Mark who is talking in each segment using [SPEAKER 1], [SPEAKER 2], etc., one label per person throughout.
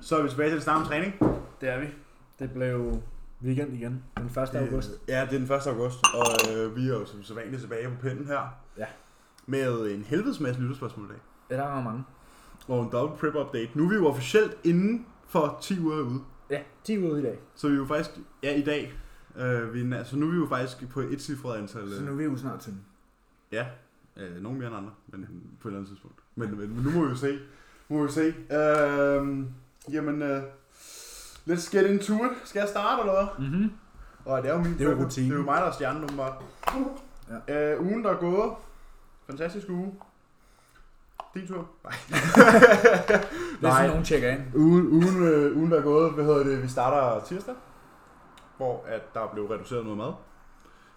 [SPEAKER 1] Så er vi tilbage til den samme træning.
[SPEAKER 2] Det er vi. Det blev weekend igen, den 1. august.
[SPEAKER 1] Øh, Ja, det er den 1. august, og øh, vi er jo som sædvanligt tilbage på pinden her.
[SPEAKER 2] Ja.
[SPEAKER 1] Med en helvedes masse lytterspørgsmål i dag.
[SPEAKER 2] Ja, der var mange.
[SPEAKER 1] Og en dobbelt prep update. Nu er vi jo officielt inden for 10 uger ude.
[SPEAKER 2] Ja, 10 ude i dag.
[SPEAKER 1] Så vi er jo faktisk, ja i dag, øh, vi er, nær- så nu er vi jo faktisk på et cifret antal.
[SPEAKER 2] Så
[SPEAKER 1] Øh,
[SPEAKER 2] nu er vi jo snart til
[SPEAKER 1] ja, øh, nogen mere end andre, men på et eller andet tidspunkt. Men, men, men nu må vi jo se. Nu må vi se. Øh, jamen, øh, let's get into it. Skal jeg starte eller hvad?
[SPEAKER 2] Mm-hmm.
[SPEAKER 1] Og det er jo min
[SPEAKER 2] Det er jo
[SPEAKER 1] favorit.
[SPEAKER 2] rutine.
[SPEAKER 1] Det er jo mig, der er stjernen nummer. Ja. Øh, ugen, der er gået. Fantastisk uge. Din tur. Nej.
[SPEAKER 2] Det er sådan, nogen tjekker ind.
[SPEAKER 1] Ugen, ugen, øh, ugen, der er gået, hvad hedder det, vi starter tirsdag, hvor at der blev reduceret noget mad.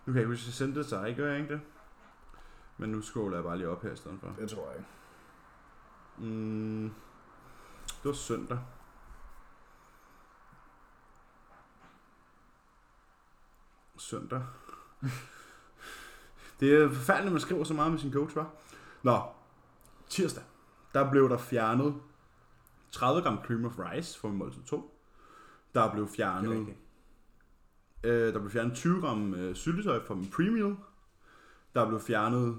[SPEAKER 1] Nu kan jeg ikke huske, at jeg sendte det til dig, gør jeg ikke det? Men nu scroller jeg bare lige op her i stedet for.
[SPEAKER 2] Det tror jeg ikke.
[SPEAKER 1] Mm, det var søndag. Søndag. Det er forfærdeligt, at man skriver så meget med sin coach, var. Nå, tirsdag, der blev der fjernet 30 gram cream of rice fra min måltid 2. Der blev
[SPEAKER 2] Det er
[SPEAKER 1] fjernet
[SPEAKER 2] rigtigt.
[SPEAKER 1] Øh, der blev fjernet 20 gram øh, syltetøj fra min premium. Der blev fjernet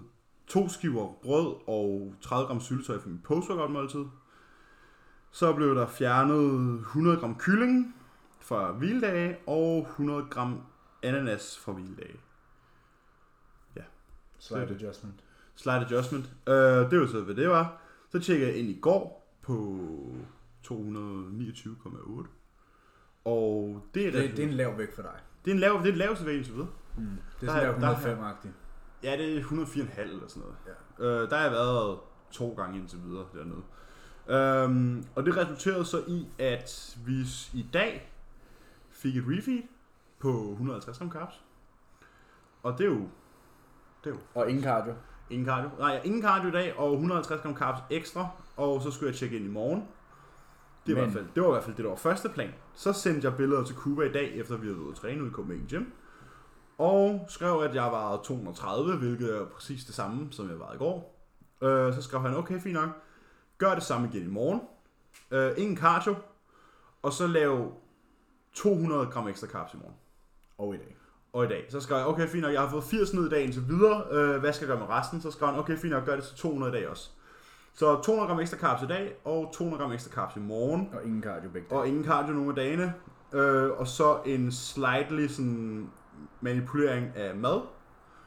[SPEAKER 1] to skiver brød og 30 gram syltetøj fra min post-workout måltid. Så blev der fjernet 100 gram kylling fra hviledage og 100 gram ananas fra hviledage.
[SPEAKER 2] Slight
[SPEAKER 1] Det er det.
[SPEAKER 2] adjustment.
[SPEAKER 1] Slight adjustment. Øh, det var så, hvad det var. Så tjekkede jeg ind i går på 229,8. Og det er,
[SPEAKER 2] Det, det er en lav vægt for dig.
[SPEAKER 1] det er en lav, det er en lav servering, så videre.
[SPEAKER 2] Mm. Det er
[SPEAKER 1] Der er-
[SPEAKER 2] sådan lav
[SPEAKER 1] der er-
[SPEAKER 2] 105-agtig.
[SPEAKER 1] Ja, det er 104,5 eller sådan noget. Ja. Øh, der har jeg været to gange indtil videre dernede. Øhm, og det resulterede så i, at vi s- i dag fik et refeed på 150 gram carbs. Og det er jo
[SPEAKER 2] Og ingen cardio.
[SPEAKER 1] ingen cardio. Nej, ingen cardio i dag, og 150 gram carbs ekstra. Og så skulle jeg tjekke ind i morgen. Det var, i
[SPEAKER 2] Men-
[SPEAKER 1] hvert fald, det var i hvert fald det, der var første plan. Så sendte jeg billeder til Cuba i dag, efter vi havde været ude at træne ude i Copenhagen Gym. Og skrev, at jeg var 230, hvilket er præcis det samme, som jeg var i går. Øh, så skrev han, okay, fint nok. Gør det samme igen i morgen. Øh, ingen cardio. Og så lav 200 gram ekstra carbs i morgen
[SPEAKER 2] Og i dag.
[SPEAKER 1] og i dag. Så skrev jeg, okay, fint nok, jeg har fået 80 ned i dag indtil videre, øh, hvad skal jeg gøre med resten? Så skrev han, okay, fint nok, gør det til 200 i dag også. Så 200 gram ekstra carbs i dag, og 200 gram ekstra carbs i morgen,
[SPEAKER 2] Og ingen cardio begge dage.
[SPEAKER 1] og ingen cardio nogen af dagene, øh, og så en slightly sådan, manipulering af mad,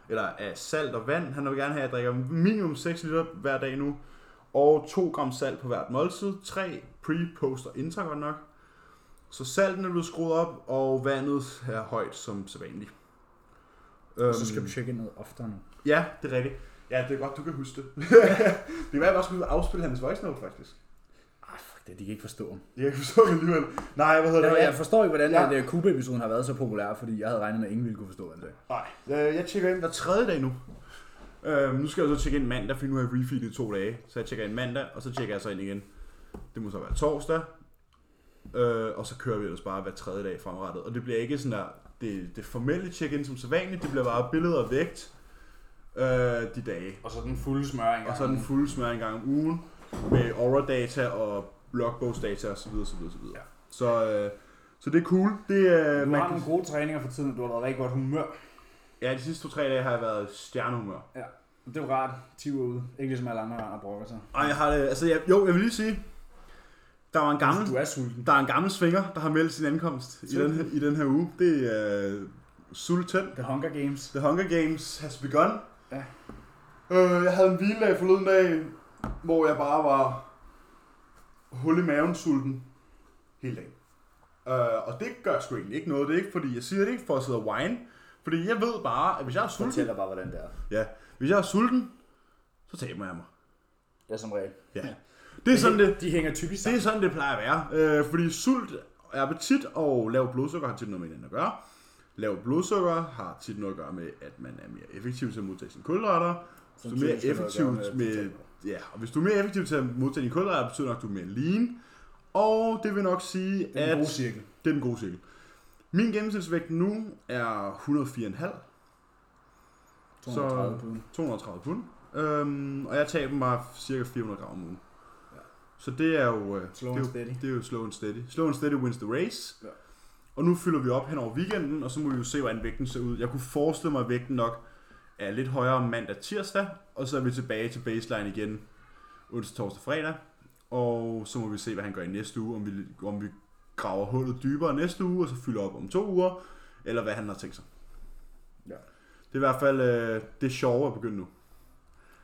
[SPEAKER 1] eller af salt og vand. Han vil gerne have, at jeg drikker minimum 6 liter hver dag nu, og 2 gram salt på hvert måltid, 3 pre, post og indtag godt nok. Så salten er blevet skruet op, og vandet er højt som sædvanligt.
[SPEAKER 2] Og
[SPEAKER 1] Øhm,
[SPEAKER 2] øhm, så skal du tjekke ind noget oftere nu.
[SPEAKER 1] Ja, det er rigtigt. Ja, det er godt, du kan huske det. det kan være, at jeg bare skulle afspille hans voice note, faktisk.
[SPEAKER 2] Ah, fuck det, de kan ikke forstå ham.
[SPEAKER 1] Jeg kan forstå det alligevel. Nej, hvad hedder det?
[SPEAKER 2] Jeg, jeg forstår ikke, hvordan
[SPEAKER 1] Ja.
[SPEAKER 2] ja. at Kuba-episoden har været så populær, fordi jeg havde regnet med, at ingen ville kunne forstå den dag.
[SPEAKER 1] Nej, øh, jeg tjekker ind hver tredje dag nu. Øhm, nu skal jeg så tjekke ind mandag, for nu har jeg refeedet i to dage. Så jeg tjekker ind mandag, og så tjekker jeg så ind igen. Det må så være torsdag. Øh, og så kører vi ellers bare hver tredje dag fremrettet. Og det bliver ikke sådan der, det, det formelle check-in som sædvanligt. Det bliver bare billeder og vægt øh, de dage.
[SPEAKER 2] Og så den fulde smøring.
[SPEAKER 1] Og så den fulde smør en gang om ugen med aura data og logbogsdata osv. Så, videre, så, videre, så, videre.
[SPEAKER 2] Ja.
[SPEAKER 1] så, øh, så det er cool. Det, øh,
[SPEAKER 3] Du
[SPEAKER 1] man
[SPEAKER 3] har
[SPEAKER 1] kan,
[SPEAKER 3] nogle gode træninger for tiden, og du har været rigtig godt humør.
[SPEAKER 1] ja, de sidste to-tre dage har jeg været stjernehumør.
[SPEAKER 3] Det er jo rart. 10 uger ude. Ikke ligesom alle andre render og brokker sig.
[SPEAKER 1] Og jeg har det, altså jeg, jo, jeg vil lige sige, der var en gammel,
[SPEAKER 3] Du er sulten.
[SPEAKER 1] der er en gammel svinger, der har meldt sin ankomst i den, her, i den her uge. Det er øh, Sultan.
[SPEAKER 3] The Hunger Games.
[SPEAKER 1] The Hunger Games has begun.
[SPEAKER 3] Ja.
[SPEAKER 1] Øh, jeg havde en hviledag forleden dag, hvor jeg bare var hul i maven sulten hele dagen. Øh, og det gør sgu egentlig ikke noget. Det er ikke, fordi jeg siger det ikke for at sidde og whine. Fordi jeg ved bare, at hvis jeg er sulten,
[SPEAKER 2] Fortæl dig bare, hvordan det er.
[SPEAKER 1] hvis jeg er sulten så taber jeg mig.
[SPEAKER 2] Ja, som regel.
[SPEAKER 1] Det er sådan, det,
[SPEAKER 3] De hænger typisk
[SPEAKER 1] Det
[SPEAKER 3] sammen.
[SPEAKER 1] er sådan, det plejer at være. Øh, fordi sult, appetit og lav blodsukker har tit noget med hinanden at gøre. Lav blodsukker har tit noget at gøre med, at man er mere effektiv til at modtage sine kulhydrater. Så du er mere
[SPEAKER 2] typisk har noget at
[SPEAKER 1] effektiv
[SPEAKER 2] gøre
[SPEAKER 1] med,
[SPEAKER 2] med
[SPEAKER 1] med ja, og hvis du er mere effektiv til at modtage dine kulhydrater, betyder nok, at du er mere lean. Og det vil nok sige,
[SPEAKER 3] Det er
[SPEAKER 1] at
[SPEAKER 3] en god cirkel.
[SPEAKER 1] det er den gode cirkel. Min gennemsnitsvægt nu er 104,5.
[SPEAKER 2] 230 pund.
[SPEAKER 1] 230 pund. Øhm, og jeg taber mig cirka 400 gram om ugen.
[SPEAKER 2] Ja.
[SPEAKER 1] Så det er jo... Øh,
[SPEAKER 3] Slow
[SPEAKER 1] det er
[SPEAKER 3] and
[SPEAKER 1] jo-
[SPEAKER 3] steady.
[SPEAKER 1] Det er jo slow and steady. Slow and steady wins the race.
[SPEAKER 3] Ja.
[SPEAKER 1] Ja. Og nu fylder vi op hen over weekenden, og så må vi jo se, hvordan vægten ser ud. Jeg kunne forestille mig, at vægten nok er lidt højere om mandag tirsdag, og så er vi tilbage til baseline igen onsdag, torsdag, fredag. Og så må vi se, hvad han gør i næste uge, om vi, om vi graver hullet dybere næste uge, og så fylder op om to uger, eller hvad han har tænkt sig.
[SPEAKER 3] Ja.
[SPEAKER 1] Det er i hvert fald øh, det sjove at begynde nu.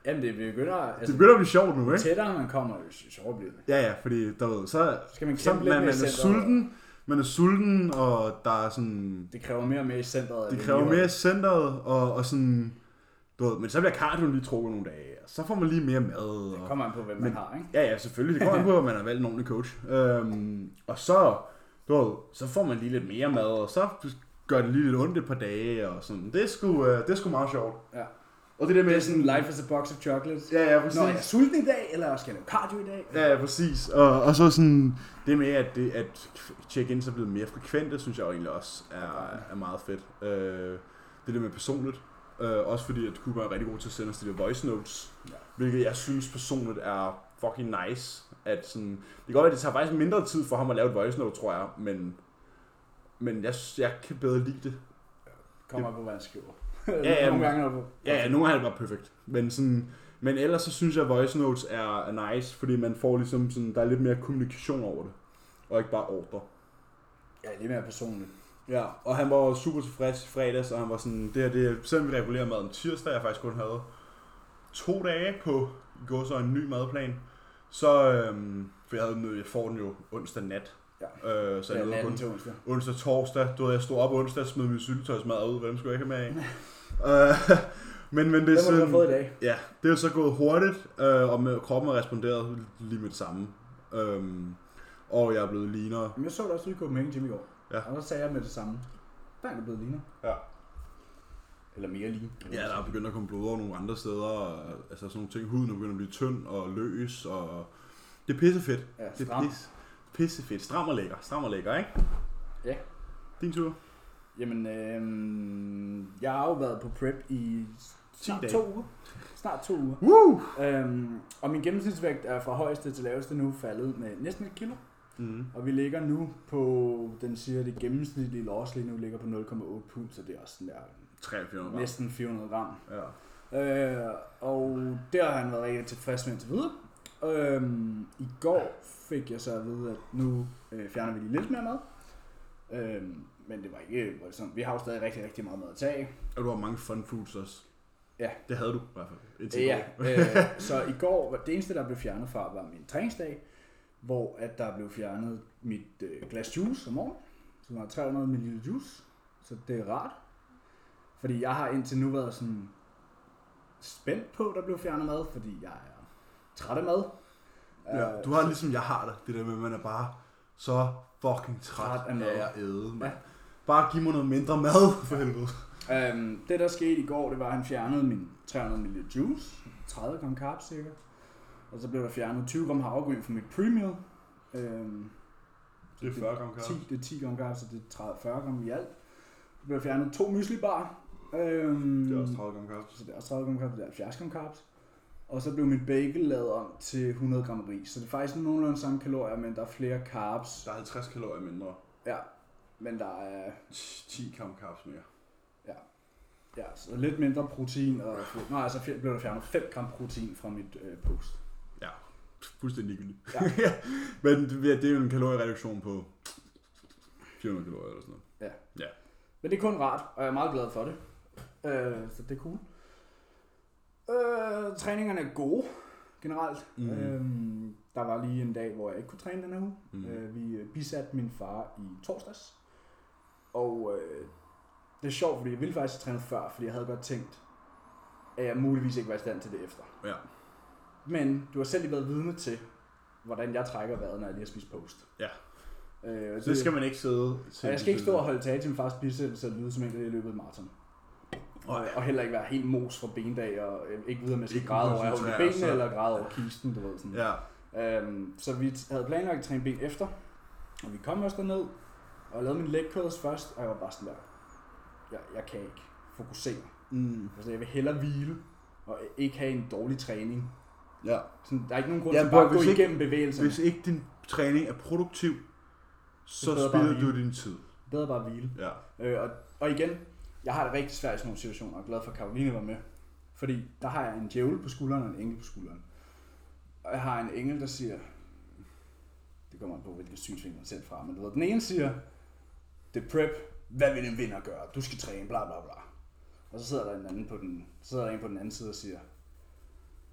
[SPEAKER 3] Jamen, det begynder...
[SPEAKER 1] Altså,
[SPEAKER 3] Altså,
[SPEAKER 1] det begynder at blive sjovt nu,
[SPEAKER 3] jo
[SPEAKER 1] ikke?
[SPEAKER 3] tættere man kommer, jo sjovere bliver det.
[SPEAKER 1] Ja, ja, fordi der ved, så,
[SPEAKER 3] Så skal man
[SPEAKER 1] så
[SPEAKER 3] kæmpe
[SPEAKER 1] man, man
[SPEAKER 3] lidt mere
[SPEAKER 1] er
[SPEAKER 3] i centret.
[SPEAKER 1] sulten, man er sulten, og der er sådan,
[SPEAKER 3] Det kræver mere og mere i centret.
[SPEAKER 1] det
[SPEAKER 3] at
[SPEAKER 1] kræver
[SPEAKER 3] vedligeholde.
[SPEAKER 1] mere i centret, og, og sådan, du ved, men så bliver cardioen lige trukket nogle dage, og så får man lige mere mad.
[SPEAKER 3] Det
[SPEAKER 1] Og,
[SPEAKER 3] kommer an på, hvem man
[SPEAKER 1] Men-
[SPEAKER 3] har, ikke?
[SPEAKER 1] ja, ja, selvfølgelig, det kommer an på, at man har valgt en ordentlig coach. Øhm, og så, du ved, så får man lige lidt mere mad, og så gør det lige lidt ondt et par dage, og sådan. Det er sgu, øh, det er sgu meget sjovt.
[SPEAKER 3] Ja.
[SPEAKER 1] Og det der
[SPEAKER 3] Det
[SPEAKER 1] med
[SPEAKER 3] er sådan, life is a box of chocolates.
[SPEAKER 1] Ja, ja, præcis.
[SPEAKER 3] Nå, jeg er sulten i dag, eller skal jeg lave cardio i dag?
[SPEAKER 1] Ja, ja, præcis. Og, og så sådan det med, at, det, at check-ins er blevet mere frekvente, synes jeg jo egentlig også er, er meget fedt. Øh, det der med personligt. Øh, også fordi, at Cooper er rigtig god til at sende os de der voice notes.
[SPEAKER 3] Ja.
[SPEAKER 1] Ja. Hvilket jeg synes personligt er fucking nice. At sådan, det kan godt være, at det tager faktisk mindre tid for ham at lave et voice note, tror jeg. Men, men jeg, jeg kan bedre lide det.
[SPEAKER 3] Kommer an på, hvad han skriver.
[SPEAKER 1] ja,
[SPEAKER 3] Nogle
[SPEAKER 1] men-
[SPEAKER 3] gange er det på.
[SPEAKER 1] Ja, ja, nogle gange er det bare perfekt. Men, sådan, men ellers så synes jeg, at voice notes er, er nice, fordi man får ligesom sådan, der er lidt mere kommunikation over det. Og ikke bare ordre.
[SPEAKER 3] Ja, lidt mere personligt.
[SPEAKER 1] Ja, og han var jo super tilfreds i fredags, og han var sådan, det her, det er, selvom vi regulerer mad om tirsdag, jeg faktisk kun havde to dage på, gå så en ny madplan, så, øhm, for jeg, havde, den- jeg får den jo onsdag nat,
[SPEAKER 3] Ja.
[SPEAKER 1] øh, så
[SPEAKER 3] Så er
[SPEAKER 1] jeg nåede kun
[SPEAKER 3] det til onsdag.
[SPEAKER 1] onsdag, torsdag, du ved, jeg stod op onsdag og smed min syltetøjsmad ud, hvem skulle jeg ikke have med af? øh, men, men det
[SPEAKER 3] Hvem
[SPEAKER 1] er
[SPEAKER 3] har du
[SPEAKER 1] sådan,
[SPEAKER 3] fået i dag?
[SPEAKER 1] Ja, det er jo så gået hurtigt, øh, og med, kroppen har responderet lige med det samme. Øhm, og jeg er blevet leanere.
[SPEAKER 3] Jamen, jeg så dig også ude i Copenhagen Gym i går.
[SPEAKER 1] Ja.
[SPEAKER 3] Og så sagde jeg med det samme. Der er det blevet ligner.
[SPEAKER 1] Ja.
[SPEAKER 3] Eller mere lige.
[SPEAKER 1] Ja, der er begyndt at komme blod over nogle andre steder, og, altså sådan nogle ting. Huden er begyndt at blive tynd og løs, og det er pissefedt.
[SPEAKER 3] Ja,
[SPEAKER 1] Det er
[SPEAKER 3] stram.
[SPEAKER 1] pis, pissefedt. Stram og lækker, stram og lækker, ikke?
[SPEAKER 3] Ja.
[SPEAKER 1] Din tur.
[SPEAKER 3] Jamen, øh, jeg har jo været på prep i snart
[SPEAKER 1] dage.
[SPEAKER 3] to uger. Snart to uger.
[SPEAKER 1] Woo!
[SPEAKER 3] Øhm, og min gennemsnitsvægt er fra højeste til laveste nu faldet med næsten et kilo.
[SPEAKER 1] Mm.
[SPEAKER 3] Og vi ligger nu på, den siger det gennemsnitlige loss lige nu ligger på 0,8 pund, så det er også sådan der
[SPEAKER 1] 43 gram.
[SPEAKER 3] næsten 400 gram.
[SPEAKER 1] Ja.
[SPEAKER 3] Øh, og der har han været rigtig tilfreds med indtil videre. Øh, I går fik jeg så at vide, at nu øh, fjerner vi lige lidt mere mad. Øh, men det var ikke voldsomt. Vi har jo stadig rigtig, rigtig meget mad at tage. af.
[SPEAKER 1] Og du har mange fun foods også.
[SPEAKER 3] Ja.
[SPEAKER 1] Det havde du i hvert fald. Indtil i
[SPEAKER 3] Ja,
[SPEAKER 1] går.
[SPEAKER 3] øh, så i går var det eneste, der blev fjernet fra, var min træningsdag, hvor at der blev fjernet mit øh, glas juice om morgenen, som var 300 ml juice, så det er rart. Fordi jeg har indtil nu været sådan spændt på, der blev fjernet mad, fordi jeg er træt af mad.
[SPEAKER 1] Ja,
[SPEAKER 3] Øh,
[SPEAKER 1] du har det ligesom jeg har det, det der med, at man er bare så fucking træt,
[SPEAKER 3] Træt af
[SPEAKER 1] af
[SPEAKER 3] mad.
[SPEAKER 1] at æde, mand.
[SPEAKER 3] Ja.
[SPEAKER 1] Ja. Bare giv mig noget mindre mad, for helvede.
[SPEAKER 3] Øhm, det der skete i går, det var, at han fjernede min 300 ml juice, 30 gram carbs cirka, og så blev der fjernet 20 gram havregryn fra mit premium. Øhm, så
[SPEAKER 1] 40 gram
[SPEAKER 3] 10, det er 10 gram carbs, så det er 30, 40 gram i alt. Der blev fjernet to myslibar. Øhm,
[SPEAKER 1] 30 gram carbs.
[SPEAKER 3] Så det er også 30 gram carbs, det er 70 gram carbs. Og så blev min bagel lavet om til 100 gram ris. Så det er faktisk nogenlunde samme kalorier, men der er flere carbs.
[SPEAKER 1] Der er 50 kalorier mindre.
[SPEAKER 3] Ja, men der er
[SPEAKER 1] 10 gram carbs mere.
[SPEAKER 3] Ja, så lidt mindre protein, og nej, så fjer- blev der fjernet 5 gram protein fra mit øh, post.
[SPEAKER 1] Ja, fuldstændig ligegyldigt.
[SPEAKER 3] Ja.
[SPEAKER 1] Ja. Men det, ja, det er jo en kaloriereduktion på 400 kalorier eller sådan noget.
[SPEAKER 3] Men det er kun rart, og jeg er meget glad for det. Øh, så det er cool. Øh, træningerne er gode, generelt. Mm.
[SPEAKER 1] Mhm.
[SPEAKER 3] Øh, der var lige en dag, hvor jeg ikke kunne træne den her uge. Mm.
[SPEAKER 1] Mhm.
[SPEAKER 3] Øh, vi øh, bisatte min far i torsdags. Og øh, det er sjovt, fordi jeg ville faktisk have trænet før, fordi jeg havde godt tænkt, at jeg muligvis ikke var i stand til det efter.
[SPEAKER 1] Ja,
[SPEAKER 3] Men du har selv lige været vidne til, hvordan jeg trækker vejret, når jeg lige har spist post.
[SPEAKER 1] Ja.
[SPEAKER 3] Øh,
[SPEAKER 1] så det skal man ikke sidde
[SPEAKER 3] og jeg skal ikke stå og holde tag til min fars biceps og lyde som en, der lige har løbet et maraton. Og, og heller ikke være helt mos fra bendag, og øh, ikke videre, om jeg skal
[SPEAKER 1] Ikke
[SPEAKER 3] græde
[SPEAKER 1] kunne
[SPEAKER 3] over jeg holder
[SPEAKER 1] koncentrere
[SPEAKER 3] benene,
[SPEAKER 1] sig.
[SPEAKER 3] eller græde over kisten, du ved sådan.
[SPEAKER 1] Ja,
[SPEAKER 3] Øhm, så vi t- havde planlagt at træne ben efter, og vi kom også derned, og jeg lavede min leg curls først, og jeg var bare sådan der, jeg, jeg kan ikke fokusere.
[SPEAKER 1] mm.
[SPEAKER 3] Altså, jeg vil hellere hvile, og ikke have en dårlig træning,
[SPEAKER 1] Ja.
[SPEAKER 3] Sådan, der er ikke nogen grund
[SPEAKER 1] Ja,
[SPEAKER 3] til bare at
[SPEAKER 1] hvis
[SPEAKER 3] gå
[SPEAKER 1] ikke-
[SPEAKER 3] igennem bevægelserne.
[SPEAKER 1] Hvis ikke din træning er produktiv, så
[SPEAKER 3] Så bare
[SPEAKER 1] spilder
[SPEAKER 3] hvile.
[SPEAKER 1] du din tid.
[SPEAKER 3] Bedre bare at hvile.
[SPEAKER 1] Ja.
[SPEAKER 3] Øh, og, og igen, jeg har det rigtig svært i sådan nogle situationer, og er glad for, at Karoline var med. Fordi der har jeg en djævel på skulderen og en engel på skulderen. Og jeg har en engel, der siger, det kommer an på, hvilken synsvinkel man selv fra, men du ved, den ene siger, det er prep, hvad vil en vinder gøre? Du skal træne, bla bla bla. Og så sidder der en anden på den, så sidder der en på den anden side og siger,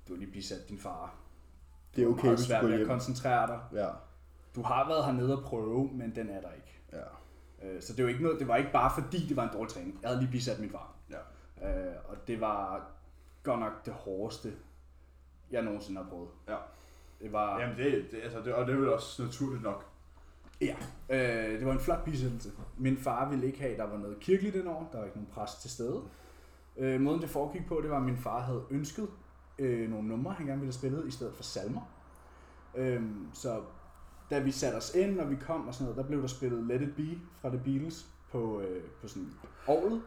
[SPEAKER 3] du er lige bisat din far.
[SPEAKER 1] Det er
[SPEAKER 3] Du har
[SPEAKER 1] okay,
[SPEAKER 3] meget
[SPEAKER 1] hvis du
[SPEAKER 3] svært
[SPEAKER 1] går
[SPEAKER 3] ved at
[SPEAKER 1] hjem.
[SPEAKER 3] koncentrere dig.
[SPEAKER 1] Ja.
[SPEAKER 3] Du har været hernede og prøve, men den er der ikke.
[SPEAKER 1] Ja.
[SPEAKER 3] Øh, Så det var, ikke noget, det var ikke bare fordi, det var en dårlig træning. Jeg havde lige bisat min far.
[SPEAKER 1] Ja.
[SPEAKER 3] Øh, og det var godt nok det hårdeste, jeg nogensinde har prøvet.
[SPEAKER 1] Ja.
[SPEAKER 3] Det var,
[SPEAKER 1] Jamen, det, det, altså, det, og det er vel også naturligt nok.
[SPEAKER 3] ja. Øh, det var en flot bisættelse. Min far ville ikke have, at der var noget kirkeligt den år. Der var ikke nogen præst til stede. Øh, måden det foregik på, det var, at min far havde ønsket øh, nogle numre, han gerne ville have spillet, i stedet for salmer. Øh, så da vi satte os ind, når vi kom og sådan noget, der blev der spillet Let It Be fra The Beatles på, øh, på sådan orglet.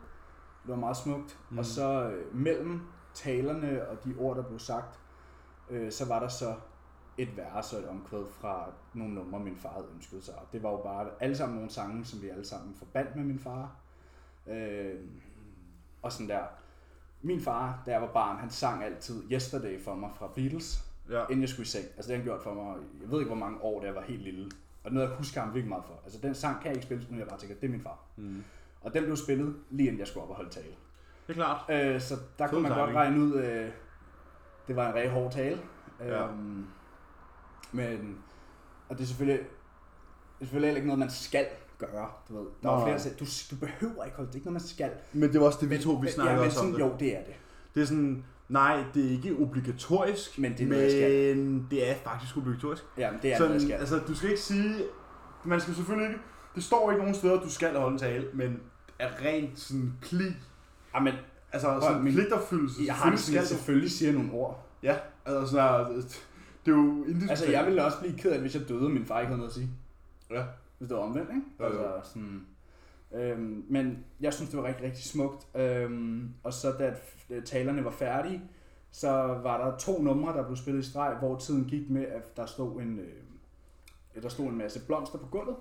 [SPEAKER 3] Det var meget smukt. Mm. Og så øh, mellem talerne og de ord, der blev sagt, øh, så var der så et vers og et omkvæd fra nogle numre, min far havde ønsket sig. Og det var jo bare alle sammen nogle sange, som vi alle sammen forbandt med min far. Øh, og sådan der. Min far, da jeg var barn, han sang altid Yesterday for mig fra Beatles
[SPEAKER 1] Ja.
[SPEAKER 3] inden jeg skulle i seng. Altså det har han gjort for mig, jeg ved ikke hvor mange år, da jeg var helt lille. Og det er noget, jeg husker ham virkelig meget for. Altså den sang kan jeg ikke spille, uden jeg bare tænker, det er min far.
[SPEAKER 1] Mm.
[SPEAKER 3] Og den blev spillet lige inden jeg skulle op og holde tale.
[SPEAKER 1] Det er klart.
[SPEAKER 3] Øh, så der
[SPEAKER 1] Fed
[SPEAKER 3] kunne man godt
[SPEAKER 1] timing.
[SPEAKER 3] regne ud, øh, det var en rigtig hård tale.
[SPEAKER 1] Ja.
[SPEAKER 3] Øhm, men, og det er selvfølgelig, det er selvfølgelig heller ikke noget, man skal gøre. Du ved, der er
[SPEAKER 1] Nej.
[SPEAKER 3] flere, der siger, du, du behøver ikke holde det, er ikke noget, man skal.
[SPEAKER 1] Men det var også det, vi to, vi snakkede
[SPEAKER 3] ja, men
[SPEAKER 1] også om
[SPEAKER 3] sådan,
[SPEAKER 1] det.
[SPEAKER 3] Jo, det er det.
[SPEAKER 1] Det er sådan, nej, det er ikke obligatorisk,
[SPEAKER 3] Men det er
[SPEAKER 1] men
[SPEAKER 3] noget, jeg skal.
[SPEAKER 1] det er faktisk obligatorisk.
[SPEAKER 3] Ja, men det er
[SPEAKER 1] sådan,
[SPEAKER 3] noget, jeg skal.
[SPEAKER 1] altså, du skal ikke sige, man skal selvfølgelig ikke, det står ikke nogen steder, at du skal holde en tale, men er rent sådan pli,
[SPEAKER 3] Ja, Ah, men
[SPEAKER 1] altså
[SPEAKER 3] Prøv,
[SPEAKER 1] sådan
[SPEAKER 3] min-
[SPEAKER 1] pligtopfyldelse.
[SPEAKER 3] jeg har det sådan,
[SPEAKER 1] selvfølgelig
[SPEAKER 3] at selvfølgelig siger nogle ord.
[SPEAKER 1] Ja, altså sådan, det er jo individuelt.
[SPEAKER 3] Altså, jeg ville også blive ked af det, hvis jeg døde, og min far ikke havde noget at sige.
[SPEAKER 1] Ja.
[SPEAKER 3] Hvis det var omvendt, ikke?
[SPEAKER 1] Jo, jo.
[SPEAKER 3] Altså, sådan... Øhm, men jeg synes, det var rigtig, rigtig smukt. Øhm, og så da øh, talerne var færdige, så var der to numre, der blev spillet i streg, hvor tiden gik med, at der stod en, øh, der stod en masse blomster på gulvet.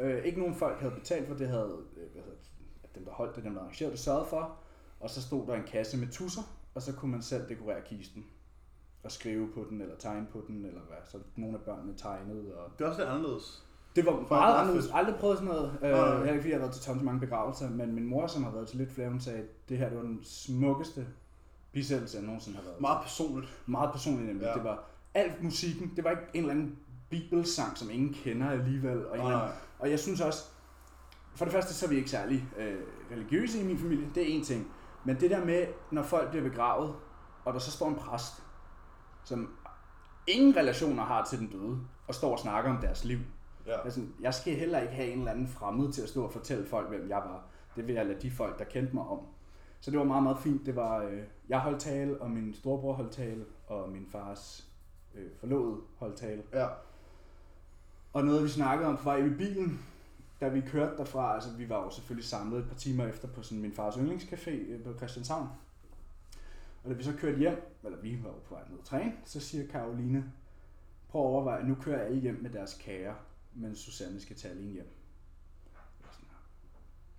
[SPEAKER 3] Øh, ikke nogen folk havde betalt for det, havde øh, hvad hedder, det, dem, der holdt det, dem, der arrangerede det, sørget for. Og så stod der en kasse med tusser, og så kunne man selv dekorere kisten. Og skrive på den, eller tegne på den, eller hvad. Så nogle af børnene tegnede, og
[SPEAKER 1] Det er også lidt anderledes.
[SPEAKER 3] det var
[SPEAKER 1] meget
[SPEAKER 3] meget anderledes. Jeg har aldrig prøvet sådan noget. Øh,
[SPEAKER 1] nej.
[SPEAKER 3] heller ikke fordi jeg har været til tons mange begravelser, men min mor, som har været til lidt flere, hun sagde, at det her det var den smukkeste bisættelse, jeg nogensinde har været til.
[SPEAKER 1] Meget personligt.
[SPEAKER 3] meget personligt nemlig.
[SPEAKER 1] Ja.
[SPEAKER 3] Ja. Det var alt musikken. Det var ikke en eller anden bibelsang, som ingen kender alligevel. Og, en eller anden,
[SPEAKER 1] Nej.
[SPEAKER 3] og jeg synes også, for det første så er vi ikke særlig øh, religiøse i min familie. Det er en ting. Men det der med, når folk bliver begravet, og der så står en præst, som ingen relationer har til den døde, og står og snakker om deres liv.
[SPEAKER 1] Ja.
[SPEAKER 3] Altså, jeg skal heller ikke have en eller anden fremmed til at stå og fortælle folk, hvem jeg var. Det vil jeg lade de folk, der kendte mig om. Så det var meget, meget fint. Det var, øh, jeg holdt tale, og min storebror holdt tale, og min fars øh, forlovede holdt tale.
[SPEAKER 1] Ja.
[SPEAKER 3] Og noget, vi snakkede om på vej i bilen, da vi kørte derfra, altså vi var jo selvfølgelig samlet et par timer efter på sådan min fars yndlingscafé øh, på Christianshavn. Og da vi så kørte hjem, eller vi var jo på vej ned og træne, så siger Karoline, prøv at overveje, nu kører alle hjem med deres kære, men Susanne skal tage alene hjem. Jeg var sådan,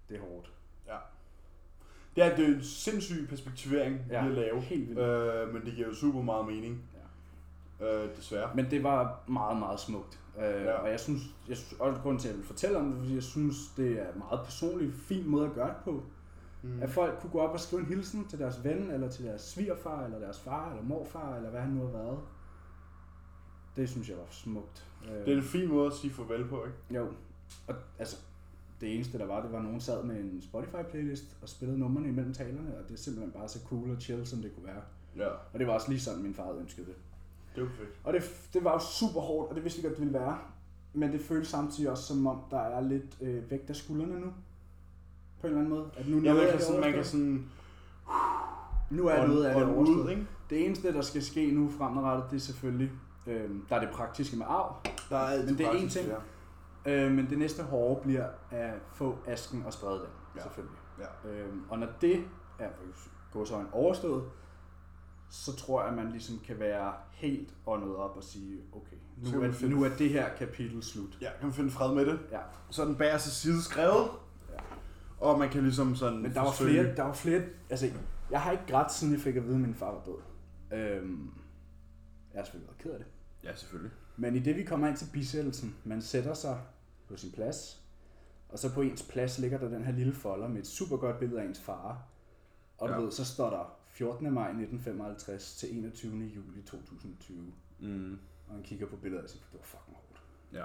[SPEAKER 3] Det er hårdt.
[SPEAKER 1] Ja. Det er, det er en sindssyg perspektivering, ja.
[SPEAKER 3] Ja,
[SPEAKER 1] vi at lave.
[SPEAKER 3] helt vildt.
[SPEAKER 1] Øh, men det giver jo super meget mening. Ja. Øh, desværre.
[SPEAKER 3] Men det var meget, meget smukt. Øh,
[SPEAKER 1] Ja.
[SPEAKER 3] ja. Og jeg synes, jeg synes også grunden til, at jeg vil fortælle om det, fordi jeg synes, det er en meget personlig, fin måde at gøre det på. Mm. At folk kunne gå op og skrive en hilsen til deres ven, eller til deres svigerfar, eller deres far, eller morfar, eller hvad han nu har været. Det synes jeg var smukt. Øh,
[SPEAKER 1] Det er en fin måde at sige farvel på, ikke?
[SPEAKER 3] Jo, og altså, det eneste der var, det var, at nogen sad med en Spotify-playlist og spillede numrene imellem talerne, og det er simpelthen bare så cool og chill, som det kunne være.
[SPEAKER 1] Ja.
[SPEAKER 3] Og det var også lige sådan, min far havde ønsket det.
[SPEAKER 1] Det er jo perfekt.
[SPEAKER 3] Og det, det var jo super hårdt, og det vidste vi godt, det ville være. Men det føles samtidig også, som om der er lidt øh, vægt af skuldrene nu. På en eller anden måde. At nu,
[SPEAKER 1] Ja,
[SPEAKER 3] noget
[SPEAKER 1] man
[SPEAKER 3] af
[SPEAKER 1] kan
[SPEAKER 3] det
[SPEAKER 1] sådan, man kan
[SPEAKER 3] overstået.
[SPEAKER 1] sådan
[SPEAKER 3] nu er noget af det
[SPEAKER 1] ånde ud,
[SPEAKER 3] overstået.
[SPEAKER 1] ikke?
[SPEAKER 3] Det eneste, der skal ske nu fremadrettet, det er selvfølgelig, øh, der er det praktiske med arv.
[SPEAKER 1] Der er altid
[SPEAKER 3] Men det er
[SPEAKER 1] praktisk,
[SPEAKER 3] én ting.
[SPEAKER 1] Ja.
[SPEAKER 3] Øh, men det næste hårde bliver at få asken og sprede den,
[SPEAKER 1] Ja.
[SPEAKER 3] ja. selvfølgelig.
[SPEAKER 1] ja.
[SPEAKER 3] Øh, og når det er gåsøjen overstået, så tror jeg, at man ligesom kan være helt åndet op og sige, okay,
[SPEAKER 1] Så kan
[SPEAKER 3] nu
[SPEAKER 1] man
[SPEAKER 3] er,
[SPEAKER 1] finde-
[SPEAKER 3] nu er det her kapitel slut.
[SPEAKER 1] Ja, kan man finde fred med det.
[SPEAKER 3] Ja.
[SPEAKER 1] Så er den bagerste side skrevet.
[SPEAKER 3] Ja.
[SPEAKER 1] Og man kan ligesom sådan...
[SPEAKER 3] Men der var
[SPEAKER 1] forsøge-
[SPEAKER 3] flere, der var flere, altså jeg har ikke grædt, siden jeg fik at vide, at min far var død. Øhm, jeg er selvfølgelig meget ked af det.
[SPEAKER 1] Ja, selvfølgelig.
[SPEAKER 3] Men i det vi kommer ind til bisættelsen, man sætter sig på sin plads, og så på ens plads ligger der den her lille folder med et super godt billede af ens far. Og du
[SPEAKER 1] Ja.
[SPEAKER 3] ja. ved, så står der 14. maj 1955 til 21. juli 2020.
[SPEAKER 1] Mm.
[SPEAKER 3] Og han kigger på billedet og siger, det var fucking hårdt.
[SPEAKER 1] Ja,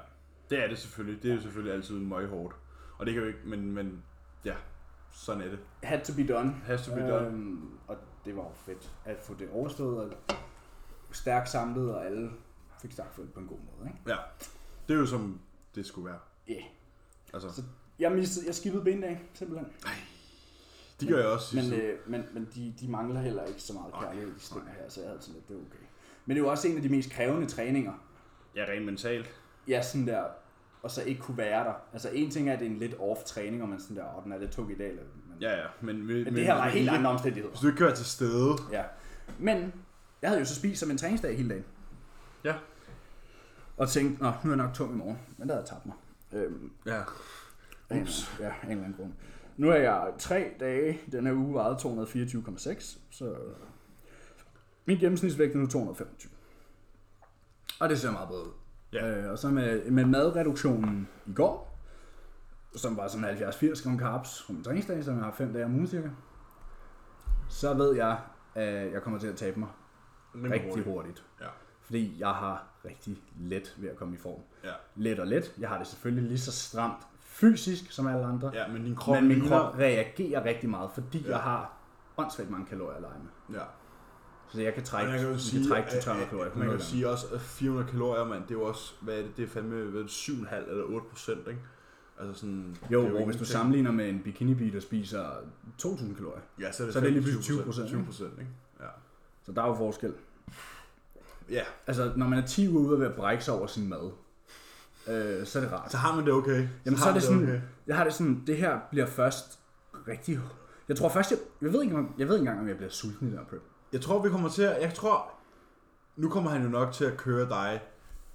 [SPEAKER 1] det er det selvfølgelig. Det er jo selvfølgelig altid meget hårdt. Og det kan jo ikke, men, men ja, sådan er det.
[SPEAKER 3] Had to be done.
[SPEAKER 1] Has to be done.
[SPEAKER 3] Øhm, og det var jo fedt at få det overstået, og stærkt samlet, og alle fik startfølt på en god måde. Ikke?
[SPEAKER 1] Ja, det er jo som det skulle være.
[SPEAKER 3] Yeah.
[SPEAKER 1] Altså,
[SPEAKER 3] Så- Jeg, mistede, jeg skippede benedag, simpelthen.
[SPEAKER 1] de gør jeg også
[SPEAKER 3] Men,
[SPEAKER 1] sidste-
[SPEAKER 3] øh, men, men de, de mangler heller ikke så meget
[SPEAKER 1] Nej,
[SPEAKER 3] kærlighed i stemmer
[SPEAKER 1] nej.
[SPEAKER 3] her, så jeg havde sådan lidt, det er okay. Men det er jo også en af de mest krævende træninger.
[SPEAKER 1] Ja, rent mentalt.
[SPEAKER 3] Ja, sådan der, og så ikke kunne være der. Altså en ting er, at det er en lidt off træning, og man sådan der, og den er lidt tung i dag. eller- Men,
[SPEAKER 1] Ja, ja. Men, men,
[SPEAKER 3] men det her var
[SPEAKER 1] hvis du
[SPEAKER 3] helt
[SPEAKER 1] ikke-
[SPEAKER 3] andre omstændigheder.
[SPEAKER 1] Hvis du ikke kan være til stede,
[SPEAKER 3] Ja. Men jeg havde jo så spist som en træningsdag hele dagen.
[SPEAKER 1] Ja.
[SPEAKER 3] Og tænkte, nå, nu er jeg nok tung i morgen. Men der havde jeg tabt mig. Øhm,
[SPEAKER 1] ja.
[SPEAKER 3] af en eller anden- Ja, af en eller anden grund. Nu er jeg tre dage. Den her uge vejede 224,6, så min gennemsnitsvægt er nu 225. Og det ser meget bedre ud.
[SPEAKER 1] Ja.
[SPEAKER 3] Øh, og så med, med madreduktionen i går, som var sådan 70-80 gram carbs på min træningsdag, som jeg har 5 dage om ugen cirka, så ved jeg, at jeg kommer til at tabe mig
[SPEAKER 1] Rimelig
[SPEAKER 3] rigtig
[SPEAKER 1] hurtigt.
[SPEAKER 3] hurtigt. hurtigt.
[SPEAKER 1] Ja.
[SPEAKER 3] Fordi jeg har rigtig let ved at komme i form.
[SPEAKER 1] Ja.
[SPEAKER 3] Let og let. Jeg har det selvfølgelig lige så stramt fysisk som alle andre.
[SPEAKER 1] ja, men din krop
[SPEAKER 3] men min
[SPEAKER 1] ligner-
[SPEAKER 3] krop reagerer rigtig meget, fordi
[SPEAKER 1] Ja.
[SPEAKER 3] ja. jeg har åndssvagt mange kalorier at lege med.
[SPEAKER 1] Ja.
[SPEAKER 3] Så jeg kan
[SPEAKER 1] Og
[SPEAKER 3] trække,
[SPEAKER 1] man kan jo
[SPEAKER 3] jeg
[SPEAKER 1] sige,
[SPEAKER 3] kan trække til
[SPEAKER 1] at-
[SPEAKER 3] 300
[SPEAKER 1] at-
[SPEAKER 3] kalorier. på
[SPEAKER 1] Man kan
[SPEAKER 3] nul
[SPEAKER 1] jo
[SPEAKER 3] gange.
[SPEAKER 1] sige også, at 400 kalorier, mand, det er jo også, hvad er det, det er fandme hvad er det, 7,5 eller 8 procent, ikke? Altså sådan...
[SPEAKER 3] Jo,
[SPEAKER 1] det er
[SPEAKER 3] hvor hvis du
[SPEAKER 1] ingenting.
[SPEAKER 3] sammenligner med en bikini der spiser 2000 kalorier.
[SPEAKER 1] Ja, så er det,
[SPEAKER 3] så er det lige
[SPEAKER 1] 25%,
[SPEAKER 3] pludselig 20%,
[SPEAKER 1] 20%, ikke? Ja.
[SPEAKER 3] Så der er jo forskel.
[SPEAKER 1] Ja,
[SPEAKER 3] Altså, når man er 10 uger ude ved at brække sig over sin mad, øh, så er det rart.
[SPEAKER 1] så har man det okay.
[SPEAKER 3] Jamen, så,
[SPEAKER 1] har
[SPEAKER 3] er det
[SPEAKER 1] man
[SPEAKER 3] sådan, jeg har det sådan, det her bliver først rigtig... Jeg tror først, jeg, jeg, ved, ikke, om, jeg ved ikke engang, om jeg bliver sulten i den her prep.
[SPEAKER 1] Jeg tror, vi kommer til at... Jeg tror... Nu kommer han jo nok til at køre dig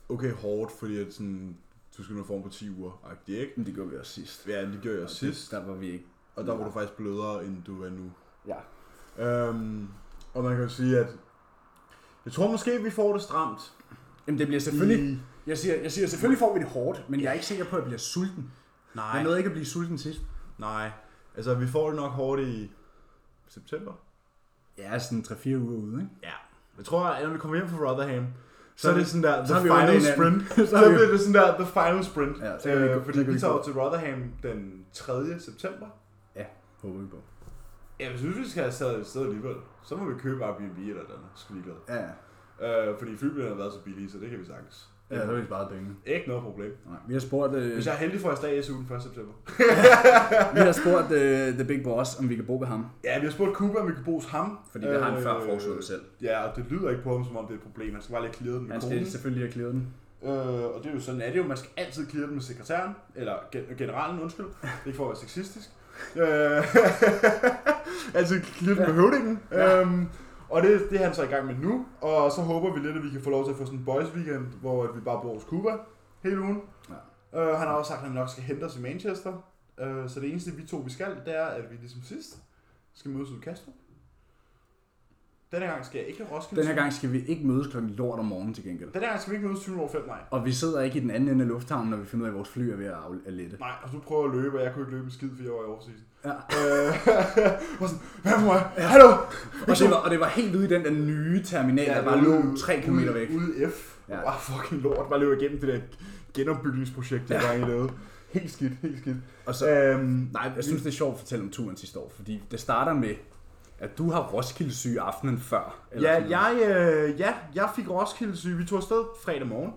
[SPEAKER 1] okay hårdt, fordi at sådan, du skal nå form på 10 uger. Og det er ikke?
[SPEAKER 3] Men det gjorde vi også sidst.
[SPEAKER 1] Ja, det gjorde jeg sidst.
[SPEAKER 3] Der var vi ikke.
[SPEAKER 1] Og der var du faktisk blødere, end du er nu.
[SPEAKER 3] Ja.
[SPEAKER 1] Øhm, og man kan jo sige, at... Jeg tror måske, vi får det stramt.
[SPEAKER 3] Jamen det bliver selvfølgelig...
[SPEAKER 1] I...
[SPEAKER 3] Jeg siger, jeg siger selvfølgelig får vi det hårdt, men jeg er ikke sikker på, at jeg bliver sulten.
[SPEAKER 1] Nej,
[SPEAKER 3] Jeg nåede ikke at blive sulten sidst.
[SPEAKER 1] nej. Altså, vi får det nok hårdt i september.
[SPEAKER 3] Ja, sådan 3-4 uger ude, ikke?
[SPEAKER 1] Ja. Jeg tror, at når vi kommer hjem fra Rotherham, så, så
[SPEAKER 3] er
[SPEAKER 1] er det
[SPEAKER 3] vi-
[SPEAKER 1] sådan der, the
[SPEAKER 3] så har vi jo
[SPEAKER 1] final
[SPEAKER 3] hinanden.
[SPEAKER 1] sprint.
[SPEAKER 3] Så
[SPEAKER 1] så,
[SPEAKER 3] har vi-
[SPEAKER 1] bliver det sådan der, the final sprint.
[SPEAKER 3] Ja, så kan vi
[SPEAKER 1] øh,
[SPEAKER 3] gå-
[SPEAKER 1] fordi
[SPEAKER 3] så kan
[SPEAKER 1] vi
[SPEAKER 3] vi
[SPEAKER 1] tager
[SPEAKER 3] gå.
[SPEAKER 1] jo til Rotherham den 3. september.
[SPEAKER 3] Ja, håber vi på.
[SPEAKER 1] Ja, hvis vi skal have taget et sted alligevel, så må vi købe Airbnb eller noget andet. Skal vi
[SPEAKER 3] Ja, ja.
[SPEAKER 1] øh, fordi flybilletterne har været så billige, så det kan vi sagtens.
[SPEAKER 3] ja så har vi sparet penge.
[SPEAKER 1] Ikke noget problem.
[SPEAKER 3] Nej, vi har spurgt, øh,
[SPEAKER 1] Hvis jeg er heldig, får jeg stadig SU den 1. september.
[SPEAKER 3] vi har spurgt øh, The Big Boss, om vi kan bo ved ham.
[SPEAKER 1] Ja, vi har spurgt Cooper, om vi kan bo hos ham. Øh,
[SPEAKER 3] Fordi det har han før foreslået selv.
[SPEAKER 1] Ja, og det lyder ikke på ham, som om det er et problem. Han skal bare lige clear den med
[SPEAKER 3] Han
[SPEAKER 1] konen.
[SPEAKER 3] skal selvfølgelig have clearet den.
[SPEAKER 1] Øh, og det er jo sådan, at det jo, man skal altid clear den med sekretæren, eller gen- generalen, undskyld. Det er ikke for at være sexistisk. Øh, altid clear den med høvdingen.
[SPEAKER 3] Ja.
[SPEAKER 1] Øhm, og det, det er han så i gang med nu, og så håber vi lidt, at vi kan få lov til at få sådan en boys weekend, hvor at vi bare bor hos Cuba hele ugen. Ja. Øh, han har også sagt, at han nok skal hente os i Manchester. Øh, så det eneste, vi to vi skal, det er, at vi ligesom sidst skal mødes ude i Castro. Denne gang skal jeg ikke have Roskilde.
[SPEAKER 3] Den her gang skal vi ikke mødes klokken lort om morgenen til gengæld.
[SPEAKER 1] Denne gang skal vi ikke mødes 20 over 5 maj.
[SPEAKER 3] Og vi sidder ikke i den anden ende af lufthavnen, når vi finder ud af, at vores fly er ved at af- at lette.
[SPEAKER 1] Nej, og så prøver jeg at løbe, og jeg kunne ikke løbe en skid, fordi jeg var i overseason.
[SPEAKER 3] Ja.
[SPEAKER 1] Øh, og sådan, hvad for mig? Hallo!
[SPEAKER 3] Og det, var, og det var helt ude i den der nye terminal, ja, der bare lå 3 km væk.
[SPEAKER 1] Ude i F. Ja.
[SPEAKER 3] Ja.
[SPEAKER 1] Bare fucking lort. Bare løb igennem det der genopbygningsprojekt, jeg ja. gang i lavede. Helt skidt, helt skidt.
[SPEAKER 3] Og så,
[SPEAKER 1] Øhm, nej,
[SPEAKER 3] nej, jeg synes, det er sjovt at fortælle om turen sidste år, fordi det starter med, at du har Roskilde syg aftenen før.
[SPEAKER 1] ja,
[SPEAKER 3] sådan noget.
[SPEAKER 1] jeg, øh, ja, jeg fik Roskilde syge. Vi tog afsted fredag morgen.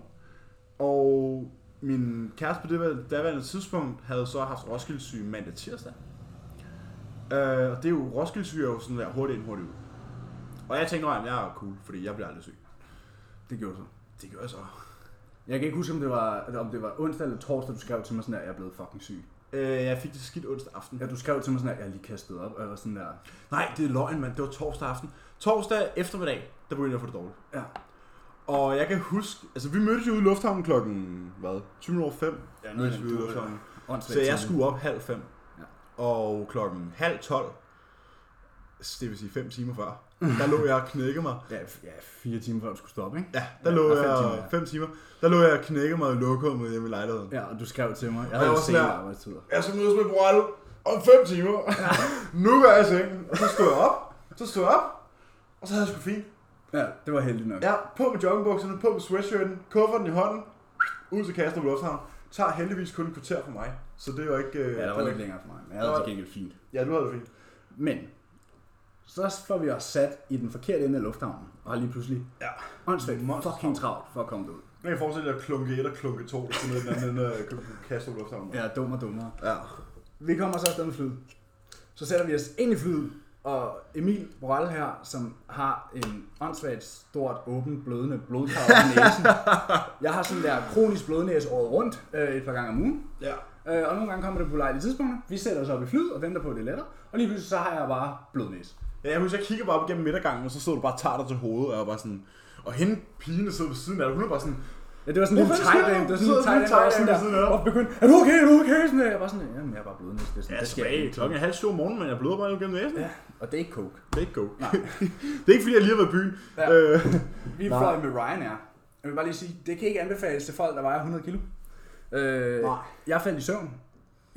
[SPEAKER 1] Og min kæreste på det daværende tidspunkt havde så haft Roskilde syge mandag tirsdag. Øh, og det er jo, Roskilde syge er jo sådan der hurtigt ind, hurtigt ud. Og jeg tænkte, at jeg er cool, fordi jeg bliver aldrig syg.
[SPEAKER 3] Det gjorde du så.
[SPEAKER 1] Det gør jeg så.
[SPEAKER 3] Jeg kan ikke huske, om det var, om det var onsdag eller torsdag, du skrev til mig sådan her, at jeg er blevet fucking syg.
[SPEAKER 1] Øh, jeg fik det skidt onsdag aften.
[SPEAKER 3] Ja, du skrev til mig sådan, at jeg er lige kastet op, og jeg var sådan der,
[SPEAKER 1] Nej, det er løgn, mand. Det var torsdag aften. Torsdag eftermiddag, der begyndte jeg at få det dårligt.
[SPEAKER 3] Ja.
[SPEAKER 1] Og jeg kan huske, altså vi mødtes jo ude i lufthavnen klokken, hvad, 20 over 5.
[SPEAKER 3] ja,
[SPEAKER 1] Mødtes vi ude i lufthavnen.
[SPEAKER 3] åndssvagt.
[SPEAKER 1] Så jeg skulle op halv fem.
[SPEAKER 3] Ja.
[SPEAKER 1] Og klokken halv tolv, det vil sige fem timer før, der lå jeg og knækkede mig.
[SPEAKER 3] Ja, f- ja, fire timer før du skulle stoppe, ikke?
[SPEAKER 1] Ja, der
[SPEAKER 3] Ja,
[SPEAKER 1] lå
[SPEAKER 3] og fem
[SPEAKER 1] jeg
[SPEAKER 3] timer, ja.
[SPEAKER 1] fem timer. Der lå jeg og knækkede mig i lokummet hjemme i lejligheden.
[SPEAKER 3] Ja, og du skrev til mig. Jeg
[SPEAKER 1] Og
[SPEAKER 3] havde
[SPEAKER 1] jeg
[SPEAKER 3] jo
[SPEAKER 1] var
[SPEAKER 3] set
[SPEAKER 1] sådan der-
[SPEAKER 3] arbejdstider.
[SPEAKER 1] Jeg skal mødes med Borrell om 5 timer. nu går jeg i sengen. Og så stod jeg op. Så stod jeg op. Og så havde jeg sgu fint.
[SPEAKER 3] Ja, det var heldigt nok.
[SPEAKER 1] Jeg er på med joggingbukserne, på med sweatshirten, kufferten i hånden, ud til Kastrup Lufthavn. Tager heldigvis kun et kvarter for mig. Så det er jo ikke... Øh,
[SPEAKER 3] ja, der var lidt længere for mig, men jeg havde
[SPEAKER 1] Der
[SPEAKER 3] det
[SPEAKER 1] var-
[SPEAKER 3] til gengæld fint.
[SPEAKER 1] Ja, nu havde det fint.
[SPEAKER 3] Men så får vi os sat i den forkerte ende af lufthavnen, og har lige pludselig
[SPEAKER 1] Ja.
[SPEAKER 3] åndssvagt
[SPEAKER 1] Monster
[SPEAKER 3] fucking travlt for at komme derud.
[SPEAKER 1] Jeg kan forestille dig klunke 1 og klunke 2, der skulle ned i den anden ende af Kastrup Lufthavn.
[SPEAKER 3] Ja, dummere og dummere.
[SPEAKER 1] ja.
[SPEAKER 3] Vi kommer så afsted med flyet. Så sætter vi os ind i flyet, og Emil Borrell her, som har en åndssvagt stort, åbent, blødende blodkar over næsen. Jeg har sådan der kronisk blødnæs året rundt øh, et par gange om ugen.
[SPEAKER 1] ja.
[SPEAKER 3] Øh, og nogle gange kommer det på lejlige tidspunkter. Vi sætter os op i flyet og venter på, at det letter. Og lige pludselig så har jeg bare blødnæs.
[SPEAKER 1] Ja, jeg husker, jeg kigger bare op igennem midtergangen, og så stod du bare og tager dig til hovedet, og jeg var bare sådan... Og hende pigen, der sidder ved siden af dig, hun er bare sådan...
[SPEAKER 3] Ja, det var sådan en
[SPEAKER 1] Hvorfor
[SPEAKER 3] tight
[SPEAKER 1] sker der?
[SPEAKER 3] end. Det var sådan
[SPEAKER 1] Så
[SPEAKER 3] en tight end,
[SPEAKER 1] er der
[SPEAKER 3] der var
[SPEAKER 1] en tight end
[SPEAKER 3] sådan
[SPEAKER 1] ved siden af
[SPEAKER 3] der,
[SPEAKER 1] dig.
[SPEAKER 3] og begyndte, er du okay, er du okay? Sådan der. Jeg var sådan, jamen jeg er bare blødnæs. Det er sådan, det sker
[SPEAKER 1] tilbage.
[SPEAKER 3] ikke.
[SPEAKER 1] Klokken er halv syv om morgenen, men jeg bløder bare gennem næsen.
[SPEAKER 3] Ja, og det er ikke coke.
[SPEAKER 1] Det er ikke go.
[SPEAKER 3] Nej.
[SPEAKER 1] det er ikke, fordi jeg lige har været i byen.
[SPEAKER 3] Ja.
[SPEAKER 1] Øh,
[SPEAKER 3] Vi
[SPEAKER 2] Nej.
[SPEAKER 3] fløj med Ryanair. Jeg vil bare lige sige, det kan ikke anbefales til folk, der vejer 100 kilo. Øh,
[SPEAKER 1] Nej.
[SPEAKER 3] Jeg faldt i søvn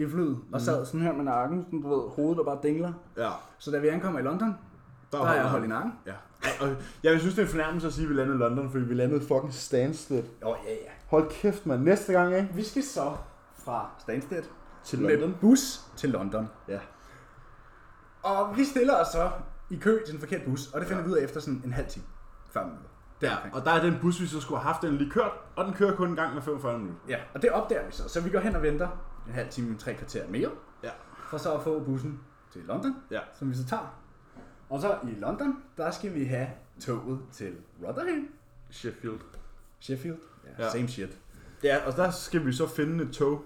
[SPEAKER 3] i flyet og sad sådan her med nakken, sådan, du ved, hovedet der bare dingler.
[SPEAKER 1] ja.
[SPEAKER 3] Så da vi ankommer i London,
[SPEAKER 1] Der
[SPEAKER 3] der har jeg holdt i nakken.
[SPEAKER 1] Ja. Ej, Og jeg synes, det er en fornærmelse at sige, at vi landede i London, fordi vi landede fucking Stansted.
[SPEAKER 3] Åh, oh, ja, ja.
[SPEAKER 1] Hold kæft, mand. Næste gang, ikke?
[SPEAKER 3] Vi skal så fra Stansted
[SPEAKER 1] Til
[SPEAKER 3] med bus til London.
[SPEAKER 1] Ja.
[SPEAKER 3] Og vi stiller os så i kø til den forkerte bus, og det finder vi ud af efter sådan en halv time. 40 minutter.
[SPEAKER 1] Der. Og der er den bus, vi så skulle have haft, den er lige kørt, og den kører kun en gang med 45 minutter.
[SPEAKER 3] Ja, og det opdager vi så. Så vi går hen og venter en halv time, tre kvarter mere,
[SPEAKER 1] Ja.
[SPEAKER 3] for så at få bussen til London,
[SPEAKER 1] Ja.
[SPEAKER 3] som vi så tager. Og så i London, der skal vi have toget til Rotherham,
[SPEAKER 1] Sheffield.
[SPEAKER 3] Sheffield. Ja,
[SPEAKER 1] Ja.
[SPEAKER 3] ja. same shit.
[SPEAKER 1] Ja, og der skal vi så finde et tog.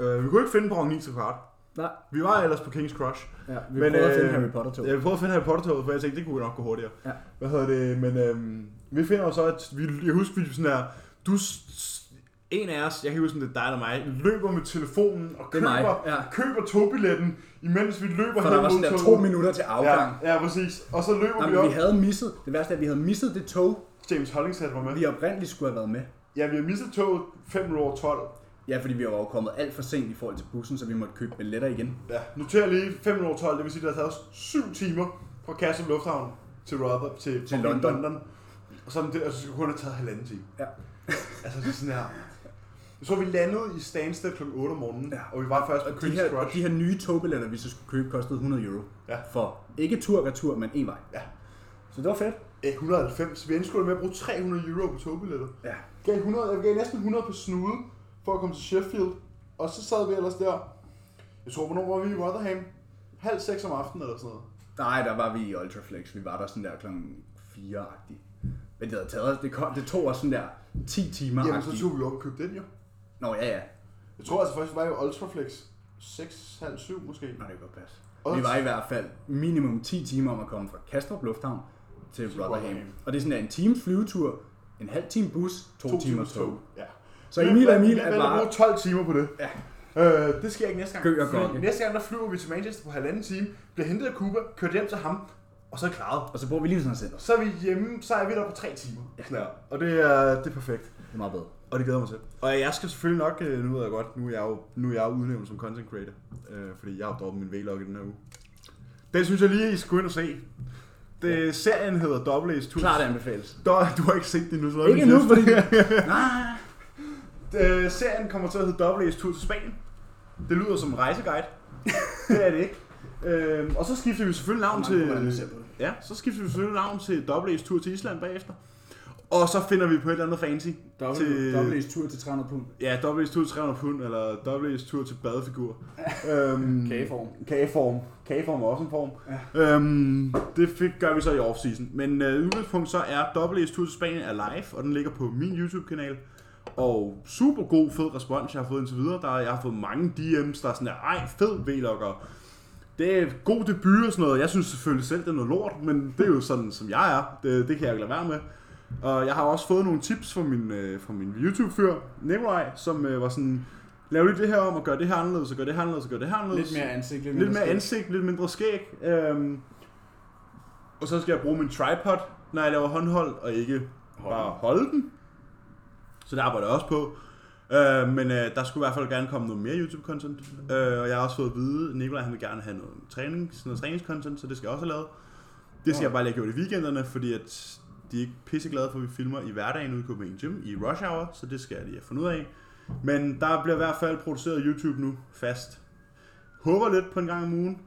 [SPEAKER 1] Øh, vi kunne ikke finde perron 9 til kvart.
[SPEAKER 3] Nej,
[SPEAKER 1] Vi var ellers på King's Crush.
[SPEAKER 3] ja, vi
[SPEAKER 1] Men,
[SPEAKER 3] Men, prøver at finde
[SPEAKER 1] øh,
[SPEAKER 3] Harry Potter toget.
[SPEAKER 1] Jeg prøvede at finde Harry Potter-toget, for jeg tænkte, det kunne nok gå hurtigere.
[SPEAKER 3] Ja.
[SPEAKER 1] Hvad hedder det? Men øhm, vi finder jo så, at vi, jeg husker, vi sådan her, du, s- s- en af os, jeg kan huske, om det er dig eller mig, løber med telefonen og
[SPEAKER 3] Det er mig,
[SPEAKER 1] køber,
[SPEAKER 3] ja.
[SPEAKER 1] køber togbilletten, imens vi løber
[SPEAKER 3] For der var sådan der to minutter til afgang.
[SPEAKER 1] Ja, ja, præcis. Og så løber
[SPEAKER 3] Ja.
[SPEAKER 1] vi op.
[SPEAKER 3] Jamen, vi havde misset, det værste er, at vi havde misset det tog,
[SPEAKER 1] James Hollingshead var med.
[SPEAKER 3] vi oprindeligt skulle have været med.
[SPEAKER 1] Ja, vi har misset toget 5 minutter over 12.
[SPEAKER 3] Ja, fordi vi var jo kommet alt for sent i forhold til bussen, så vi måtte købe billetter igen.
[SPEAKER 1] Ja, noter lige 5 minutter over 12, det vil sige, det har taget os 7 timer fra Kassel Lufthavn til Rother, til,
[SPEAKER 3] Til
[SPEAKER 1] til
[SPEAKER 3] London.
[SPEAKER 1] London. London. Og så, det, altså, det skulle kun have taget halvanden time.
[SPEAKER 3] Ja.
[SPEAKER 1] Altså det er sådan her. Så vi landede i Stansted kl. 8 om morgenen,
[SPEAKER 3] Ja.
[SPEAKER 1] ja. og vi var først på
[SPEAKER 3] De
[SPEAKER 1] Queen's
[SPEAKER 3] her, og
[SPEAKER 1] Crush.
[SPEAKER 3] de her nye togbilletter, vi så skulle købe, kostede 100 euro.
[SPEAKER 1] Ja.
[SPEAKER 3] For ikke tur og retur, men en vej.
[SPEAKER 1] Ja.
[SPEAKER 3] Så det var fedt.
[SPEAKER 1] Øh, 190. Vi endte sgu da med at bruge 300 euro på togbilletter.
[SPEAKER 3] Ja.
[SPEAKER 1] Gav 100, jeg gav næsten 100 på snude for at komme til Sheffield. Og så sad vi ellers der. Jeg tror, hvornår var vi i Rotherham? Halv seks om aftenen eller sådan noget.
[SPEAKER 3] Nej, der var vi i Ultraflex. Vi var der sådan der klokken 4 -agtigt. Men det havde taget os, det, kom, det tog os sådan der 10 timer
[SPEAKER 1] Jamen, så tog vi op og købte den jo.
[SPEAKER 3] Nå, ja, ja.
[SPEAKER 1] Jeg tror altså faktisk, vi var i Ultraflex 6, halv 7 måske.
[SPEAKER 3] Nå, det kan godt passe.
[SPEAKER 1] Og-
[SPEAKER 3] Vi var i hvert fald minimum 10 timer om at komme fra Kastrup Lufthavn til Rotherham.
[SPEAKER 1] Rotherham.
[SPEAKER 3] Og det er sådan der en times flyvetur, en halv time bus, to, to timers tog.
[SPEAKER 1] Ja.
[SPEAKER 3] Så Emil og
[SPEAKER 1] Vi
[SPEAKER 3] Emil
[SPEAKER 1] valgte
[SPEAKER 3] er
[SPEAKER 1] at
[SPEAKER 3] bare...
[SPEAKER 1] bruge 12 timer på det.
[SPEAKER 3] Ja.
[SPEAKER 1] Øh, det sker ikke næste gang.
[SPEAKER 3] Gøg og
[SPEAKER 1] Fordi
[SPEAKER 3] gokke.
[SPEAKER 1] Næste gang, der flyver vi til Manchester på halvanden time, bliver hentet af Cuba, kørt hjem til ham, og så er klaret.
[SPEAKER 3] Og så bruger vi lige sådan et center.
[SPEAKER 1] Så er vi hjemme, så er vi der på tre timer. Sådan her. Og det er, det er perfekt.
[SPEAKER 3] Det er meget bedre.
[SPEAKER 1] Og det glæder jeg mig til. Og jeg skal selvfølgelig nok, øh, nu ved jeg godt, nu er jeg jo, nu er jeg jo udnævnt som content creator. Øh, fordi jeg har jo droppet min vlog i den her uge. Den synes jeg lige, I skulle ind og se. Det, serien hedder Double Ace Tour.
[SPEAKER 3] Klart anbefales.
[SPEAKER 1] Der, du har ikke set det nu, så
[SPEAKER 3] Ikke nu, fordi... Nej.
[SPEAKER 1] Øh, serien kommer til at hedde Double A's Tur til Spanien. Det lyder som en rejseguide. det er det ikke. Øh, og så skifter vi selvfølgelig navn
[SPEAKER 3] Der er mange måder, man
[SPEAKER 1] til...
[SPEAKER 3] ser på det.
[SPEAKER 1] Ja, så skifter vi selvfølgelig navn til Double A's Tur til Island bagefter. Og så finder vi på et eller andet fancy. til,
[SPEAKER 3] Dobbelt tur til 300 pund.
[SPEAKER 1] Ja, Double A's Tur til 300 pund, eller Double A's Tur til badefigur. øhm,
[SPEAKER 3] Kageform.
[SPEAKER 1] Kageform. Kageform er også en form. Ja. Øhm, det fik, gør vi så i off-season. Men øh, udgangspunkt så er Double A's Tour til Spanien er live, og den ligger på min YouTube-kanal. og super god, fed respons, jeg har fået indtil videre. Der, er- jeg har fået mange DM's, der er sådan der, ej, fed vlogger. Det er god debut og sådan noget. Jeg synes selvfølgelig selv, det er noget lort, men det er jo sådan, som jeg er. Det, det kan jeg jo ikke lade være med. Og jeg har også fået nogle tips fra min, øh, fra min YouTube-fyr, Nikolaj, som øh, var sådan, lav lige det her om, og gør det her anderledes, og gør det her anderledes, og gør det her anderledes.
[SPEAKER 2] Lidt mere ansigt, lidt,
[SPEAKER 1] Lidt
[SPEAKER 2] mindre
[SPEAKER 1] mere
[SPEAKER 2] skæg.
[SPEAKER 1] ansigt, lidt mindre skæg. Øhm, og så skal jeg bruge min tripod, når jeg laver håndhold, og ikke bare holde den. Så det arbejder jeg også på. Øh, men øh, der skulle i hvert fald gerne komme noget mere YouTube-content. Øh, og jeg har også fået at vide, at Nikolaj han vil gerne have noget, træning, sådan noget træningscontent, så det skal jeg også have lavet. Det skal
[SPEAKER 3] Ja.
[SPEAKER 1] jeg bare lige have gjort i weekenderne, fordi at de er ikke pisseglade for, at vi filmer i hverdagen ude i Copenhagen Gym i rush hour, så det skal jeg lige have fundet ud af. Men der bliver i hvert fald produceret YouTube nu fast. Håber lidt på en gang om ugen.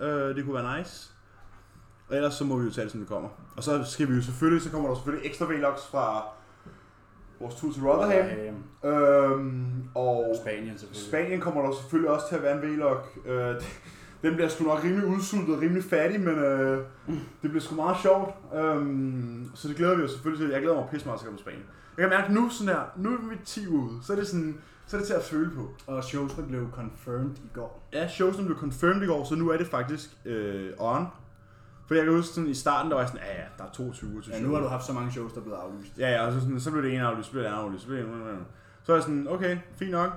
[SPEAKER 1] Øh, det kunne være nice. Og ellers så må vi jo tage det, som det kommer. Og så skal vi jo selvfølgelig, så kommer der selvfølgelig ekstra vlogs fra vores tur til Rotherham. Øhm, og
[SPEAKER 2] Spanien selvfølgelig.
[SPEAKER 1] Spanien kommer der selvfølgelig også til at være en vlog. Øh, den bliver sgu nok rimelig udsultet og rimelig fattig, men øh, det bliver sgu meget sjovt. Øhm, så det glæder vi os selvfølgelig til. Jeg glæder mig pisse meget til at komme til Spanien. Jeg kan mærke nu sådan her, nu er vi 10 uger ude, så er det sådan, så er det til at føle på.
[SPEAKER 3] Og showsene blev confirmed i går.
[SPEAKER 1] Ja, showsene blev confirmed i går, så nu er det faktisk øh, on. For jeg kan huske sådan, i starten, der var jeg sådan, ja ja, der er 22 uger til
[SPEAKER 3] Ja, nu har du haft så mange shows, der er blevet aflyst.
[SPEAKER 1] Ja, ja, og så, sådan, så blev det ene aflyst, så blev det andet aflyst, så blev det andet Så er jeg sådan, okay, fint nok,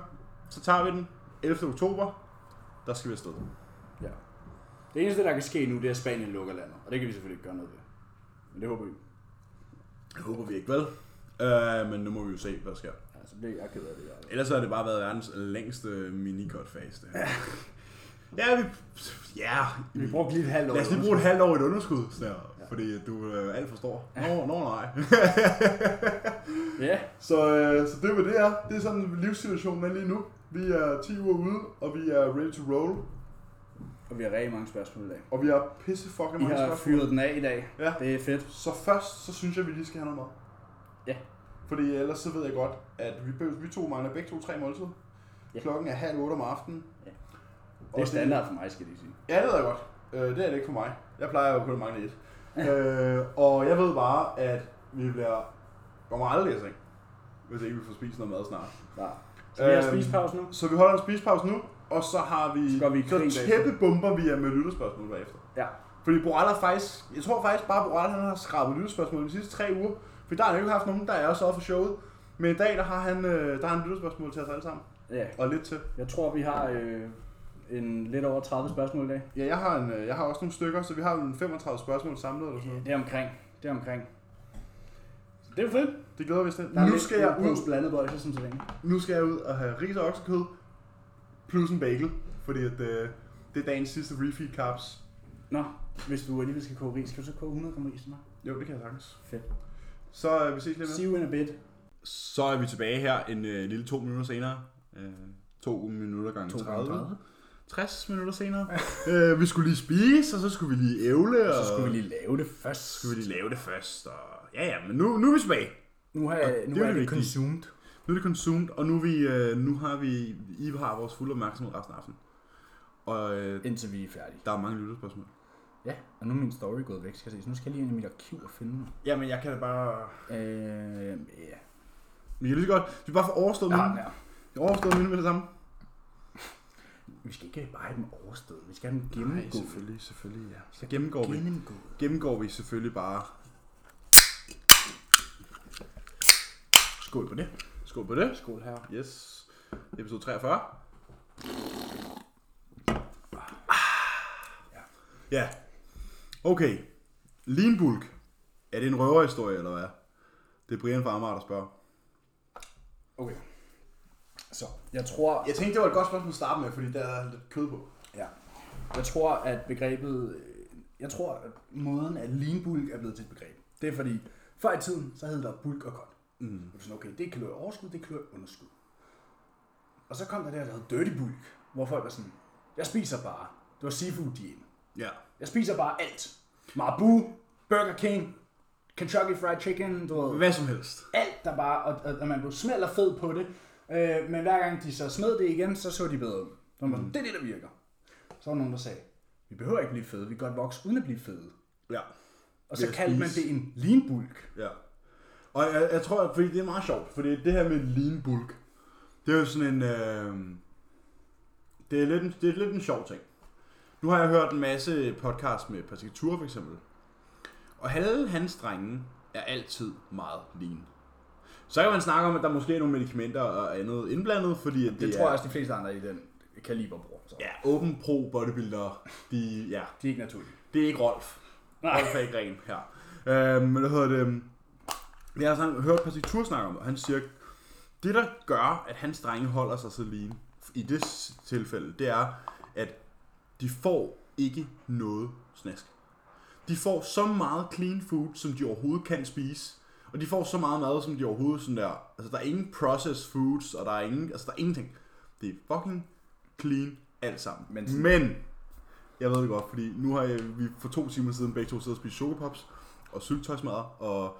[SPEAKER 1] så tager vi den 11. oktober, der skal vi afsted.
[SPEAKER 3] Ja. Det eneste, der kan ske nu, det er, at Spanien lukker landet. Og det kan vi selvfølgelig ikke gøre noget ved. Men det håber vi.
[SPEAKER 1] Det håber vi ikke, vel? Øh, men nu må vi jo se, hvad der sker.
[SPEAKER 3] Ja, så bliver jeg ked af Altså, det. Jeg.
[SPEAKER 1] Ellers så har det bare været verdens længste minicut-fase. Det her. ja, vi... Ja,
[SPEAKER 3] Vi brugte lige et halvt år.
[SPEAKER 1] Lad os lige bruge et halvt år i et underskud, sådan her,
[SPEAKER 3] Ja.
[SPEAKER 1] fordi du øh, er alt for stor. Nå, nå nej.
[SPEAKER 3] Ja.
[SPEAKER 1] så, øh, så det var det er. Det er sådan, livssituationen er lige nu. Vi er 10 uger ude, og vi er ready to roll.
[SPEAKER 3] Og vi har rigtig mange spørgsmål i dag.
[SPEAKER 1] Og vi har pisse fucking
[SPEAKER 3] I
[SPEAKER 1] mange
[SPEAKER 3] har
[SPEAKER 1] spørgsmål.
[SPEAKER 3] fyret den af i dag.
[SPEAKER 1] Ja.
[SPEAKER 3] Det er fedt.
[SPEAKER 1] Så først, så synes jeg, vi lige skal have noget mad.
[SPEAKER 3] Ja.
[SPEAKER 1] Fordi ellers så ved jeg godt, at vi, be- vi to mangler begge to tre måltider. Ja.
[SPEAKER 3] Ja.
[SPEAKER 1] Klokken er halv otte om aftenen.
[SPEAKER 3] Ja.
[SPEAKER 1] Og
[SPEAKER 3] Det er standard for mig, skal jeg lige sige.
[SPEAKER 1] Ja, det ved jeg godt. Øh, det er det ikke for mig. Jeg plejer jo kun at mangle et. øh, og jeg ved bare, at vi bliver... kommer aldrig i seng, hvis ikke vi får spist noget mad snart.
[SPEAKER 3] Ja. Så vi har
[SPEAKER 1] Øhm,
[SPEAKER 3] spisepause nu.
[SPEAKER 1] Så vi holder en spisepause nu, og så har vi...
[SPEAKER 3] Så går vi i krig
[SPEAKER 1] så
[SPEAKER 3] bagefter.
[SPEAKER 1] tæppebomber vi jer med lytterspørgsmål bagefter.
[SPEAKER 3] Ja.
[SPEAKER 1] Fordi Borrell har faktisk, jeg tror faktisk bare, Borrell han har skrabet lytterspørgsmål de sidste tre uger. For der har han jo ikke haft nogen, der er også for showet. Men i dag, der har han, øh, der har han lytterspørgsmål til os alle sammen.
[SPEAKER 3] Ja.
[SPEAKER 1] Og lidt til.
[SPEAKER 3] Jeg tror, vi har øh, en lidt over 30 spørgsmål i dag.
[SPEAKER 1] Ja, jeg har, en, øh, jeg har også nogle stykker, så vi har jo en 35 spørgsmål samlet eller sådan noget.
[SPEAKER 3] Det er omkring. Det er omkring. Så det er fedt.
[SPEAKER 1] Det glæder vi os til.
[SPEAKER 3] Der er
[SPEAKER 1] Nu skal jeg ud,
[SPEAKER 3] blandet bolsjer, som så længe.
[SPEAKER 1] nu skal jeg ud og have ris og oksekød, plus en bagel. Fordi at, øh, det er dagens sidste refeed carbs.
[SPEAKER 3] Nå, hvis du alligevel skal koge ris, skal du så koge 100 gram ris til mig?
[SPEAKER 1] Jo, det kan jeg sagtens.
[SPEAKER 3] Fedt.
[SPEAKER 1] Så øh, vi ses lidt
[SPEAKER 3] See you in a bit.
[SPEAKER 1] Så er vi tilbage her en øh, lille to minutter senere. Øh, to minutter gange 30. 60 minutter senere. øh, vi skulle lige spise, og så skulle vi lige ævle, og
[SPEAKER 3] Så skulle vi lige lave det først.
[SPEAKER 1] skulle vi lige lave det først. Og... Ja, ja, men nu, nu er vi tilbage.
[SPEAKER 3] Nu har jeg, nu
[SPEAKER 1] det er
[SPEAKER 3] det er
[SPEAKER 1] det
[SPEAKER 3] det
[SPEAKER 1] vigtige.
[SPEAKER 3] consumed.
[SPEAKER 1] Nu er det consumed, og nu, er vi, øh, nu har vi, I har vores fulde opmærksomhed resten af aftenen. Og øh,
[SPEAKER 3] Indtil vi er færdige.
[SPEAKER 1] der er mange lytterspørgsmål.
[SPEAKER 3] Ja, og nu er min story gået væk, skal jeg se. Så nu skal jeg lige ind i mit arkiv og finde noget.
[SPEAKER 1] Jamen, jeg kan da bare...
[SPEAKER 3] Øh, ja.
[SPEAKER 1] Vi kan lige så godt... Vi bare får overstået
[SPEAKER 3] Ja,
[SPEAKER 1] mine.
[SPEAKER 3] ja.
[SPEAKER 1] Vi overstået mine med det samme.
[SPEAKER 3] Vi skal ikke bare have dem overstået. Vi skal have dem gennemgået.
[SPEAKER 1] selvfølgelig, ja. Så gennemgår vi,
[SPEAKER 3] Gennemgået.
[SPEAKER 1] gennemgår vi selvfølgelig bare... Skål på det. Skål på det.
[SPEAKER 3] Skål her.
[SPEAKER 1] Yes. Episode 43. Ja. Okay. Linbulk. Er det en røverhistorie, eller hvad? Det er Brian fra Amager, der spørger.
[SPEAKER 3] Okay. Så, jeg tror...
[SPEAKER 1] Jeg tænkte, det var et godt spørgsmål at starte med, fordi der er lidt kød på.
[SPEAKER 3] Ja. Jeg tror, at begrebet... øh, Jeg tror, at måden, at leanbulk er blevet til et begreb. Det er fordi, før i tiden, så hed der bulk og godt. Mm. Og det er sådan, okay, det er kalorieoverskud, det er kalorieunderskud. Og så kom der det her, der hed dirty bulk, hvor folk var sådan, jeg spiser bare. Det var seafood diæten.
[SPEAKER 1] Ja.
[SPEAKER 3] Jeg spiser bare alt. Marabu, Burger King, Kentucky Fried Chicken, du ved
[SPEAKER 1] Hvad som helst.
[SPEAKER 3] alt der bare, og, og, og man blev smelt og fed på det. Øh, men hver gang de så smed det igen, så så de bedre ud. Så var man,
[SPEAKER 1] Mm.
[SPEAKER 3] det er det, der virker. Så var der nogen, der sagde, vi behøver ikke blive fede, vi kan godt vokse uden at blive fede.
[SPEAKER 1] Ja.
[SPEAKER 3] Og så
[SPEAKER 1] Ved at
[SPEAKER 3] kaldte man
[SPEAKER 1] spise.
[SPEAKER 3] det en lean bulk.
[SPEAKER 1] Ja. Og jeg, jeg tror, at- fordi det er meget sjovt, fordi det her med lean bulk, det er jo sådan en, øh, det, er lidt en, det er lidt en sjov ting. Nu har jeg hørt en masse podcast med Patrick Ture for eksempel, og alle hans drenge er altid meget lean. Så kan man snakke om, at der måske er nogle medicamenter og andet indblandet, fordi at
[SPEAKER 3] Det,
[SPEAKER 1] det
[SPEAKER 3] det tror jeg
[SPEAKER 1] er,
[SPEAKER 3] også, de fleste andre i den kaliber bruger. Så.
[SPEAKER 1] ja, open pro bodybuilder, de, ja,
[SPEAKER 3] De er ikke naturlige.
[SPEAKER 1] det er ikke Rolf. Nej. Rolf er ikke ren her. Øh, men hvad hedder det? Jeg har sådan, hørt Patrick Tur snakke om det, og han siger, det der gør, at hans drenge holder sig så lean, i det s- tilfælde, det er, at de får ikke noget snask. De får så meget clean food, som de overhovedet kan spise, og de får så meget mad, som de overhovedet sådan der. Altså, der er ingen processed foods, og der er, ingen, altså, der er ingenting. Det er fucking clean alt sammen.
[SPEAKER 3] Men
[SPEAKER 1] Men,
[SPEAKER 3] sådan-
[SPEAKER 1] Men jeg ved det godt, fordi nu har jeg, vi for to timer siden begge to siddet og spist chokopops, og syltøjsmadder, og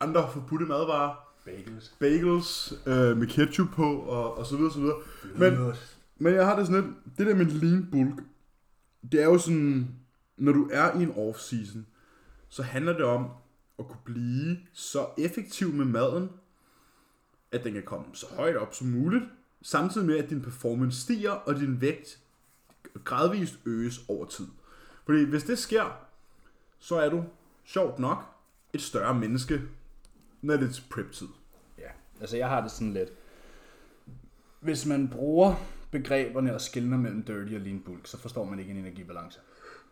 [SPEAKER 1] andre forbudte madvarer,
[SPEAKER 2] Bagels.
[SPEAKER 1] bagels øh, med ketchup på, og, og så videre, så videre. Men, men jeg har det sådan lidt, det der med lean bulk, det er jo sådan, når du er i en off-season, så handler det om at kunne blive så effektiv med maden, at den kan komme så højt op som muligt, samtidig med, at din performance stiger, og din vægt gradvist øges over tid. Fordi hvis det sker, så er du, sjovt nok, et større menneske, når det er prep-tid.
[SPEAKER 3] Ja, altså jeg har det sådan lidt. Hvis man bruger begreberne og skiller mellem dirty og lean bulk, så forstår man ikke en energibalance.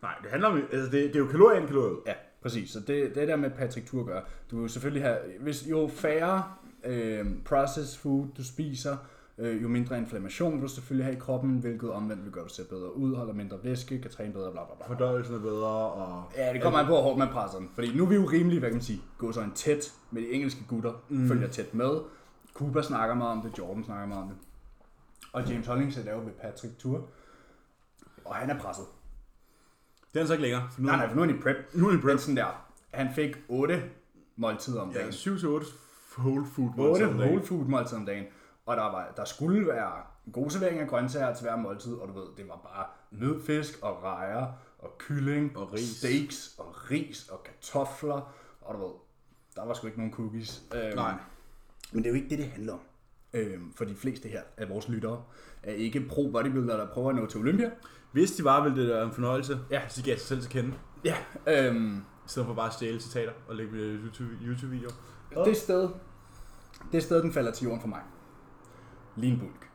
[SPEAKER 1] Nej, det handler om, altså det, det er jo kalorier ind, kalorier ud.
[SPEAKER 3] Ja, præcis. Så det, det der med Patrick Tur gør, du vil jo selvfølgelig have, hvis jo færre øh, processed food du spiser, øh, jo mindre inflammation vil du selvfølgelig have i kroppen, hvilket omvendt vil gøre, at du ser bedre ud, holder mindre væske, kan træne bedre, bla bla bla.
[SPEAKER 1] Fordøjelsen er bedre, og...
[SPEAKER 3] Ja, det kommer an på, hvor hårdt man presser den. Fordi nu er vi jo rimelig, hvad kan man sige, gå så en tæt med de engelske gutter, mm. følger tæt med. Cooper snakker meget om det, Jordan snakker meget om det. Og James Hollingshead er jo med Patrick Tour. Og han er presset.
[SPEAKER 1] Det er han så ikke længere. For nu,
[SPEAKER 3] Nej, nej, for nu er han i prep.
[SPEAKER 1] Nu er han i prep.
[SPEAKER 3] Men sådan der. Han fik 8 måltider om
[SPEAKER 1] Ja,
[SPEAKER 3] dagen.
[SPEAKER 1] 7-8 whole food.
[SPEAKER 3] 8
[SPEAKER 1] måltider om dagen.
[SPEAKER 3] whole food måltider om dagen. Og der, var, der skulle være gode servering af grøntsager til hver måltid, og du ved, det var bare nødfisk og rejer og kylling
[SPEAKER 1] Og ris.
[SPEAKER 3] steaks og ris og kartofler, og du ved, der var sgu ikke nogen cookies. Øhm,
[SPEAKER 1] Nej.
[SPEAKER 3] Men det er jo ikke det, det handler om. Øhm, for de fleste her af vores lyttere er ikke pro-bodybuildere, der prøver at nå til Olympia.
[SPEAKER 1] Hvis de var, ville det være en fornøjelse,
[SPEAKER 3] Ja.
[SPEAKER 1] hvis de gav sig selv til kende.
[SPEAKER 3] Ja, øhm,
[SPEAKER 1] I stedet for bare at stjæle citater og lægge dem i YouTube- YouTube-videoer.
[SPEAKER 3] Det sted, det sted, den falder til jorden for mig. Lean bulk.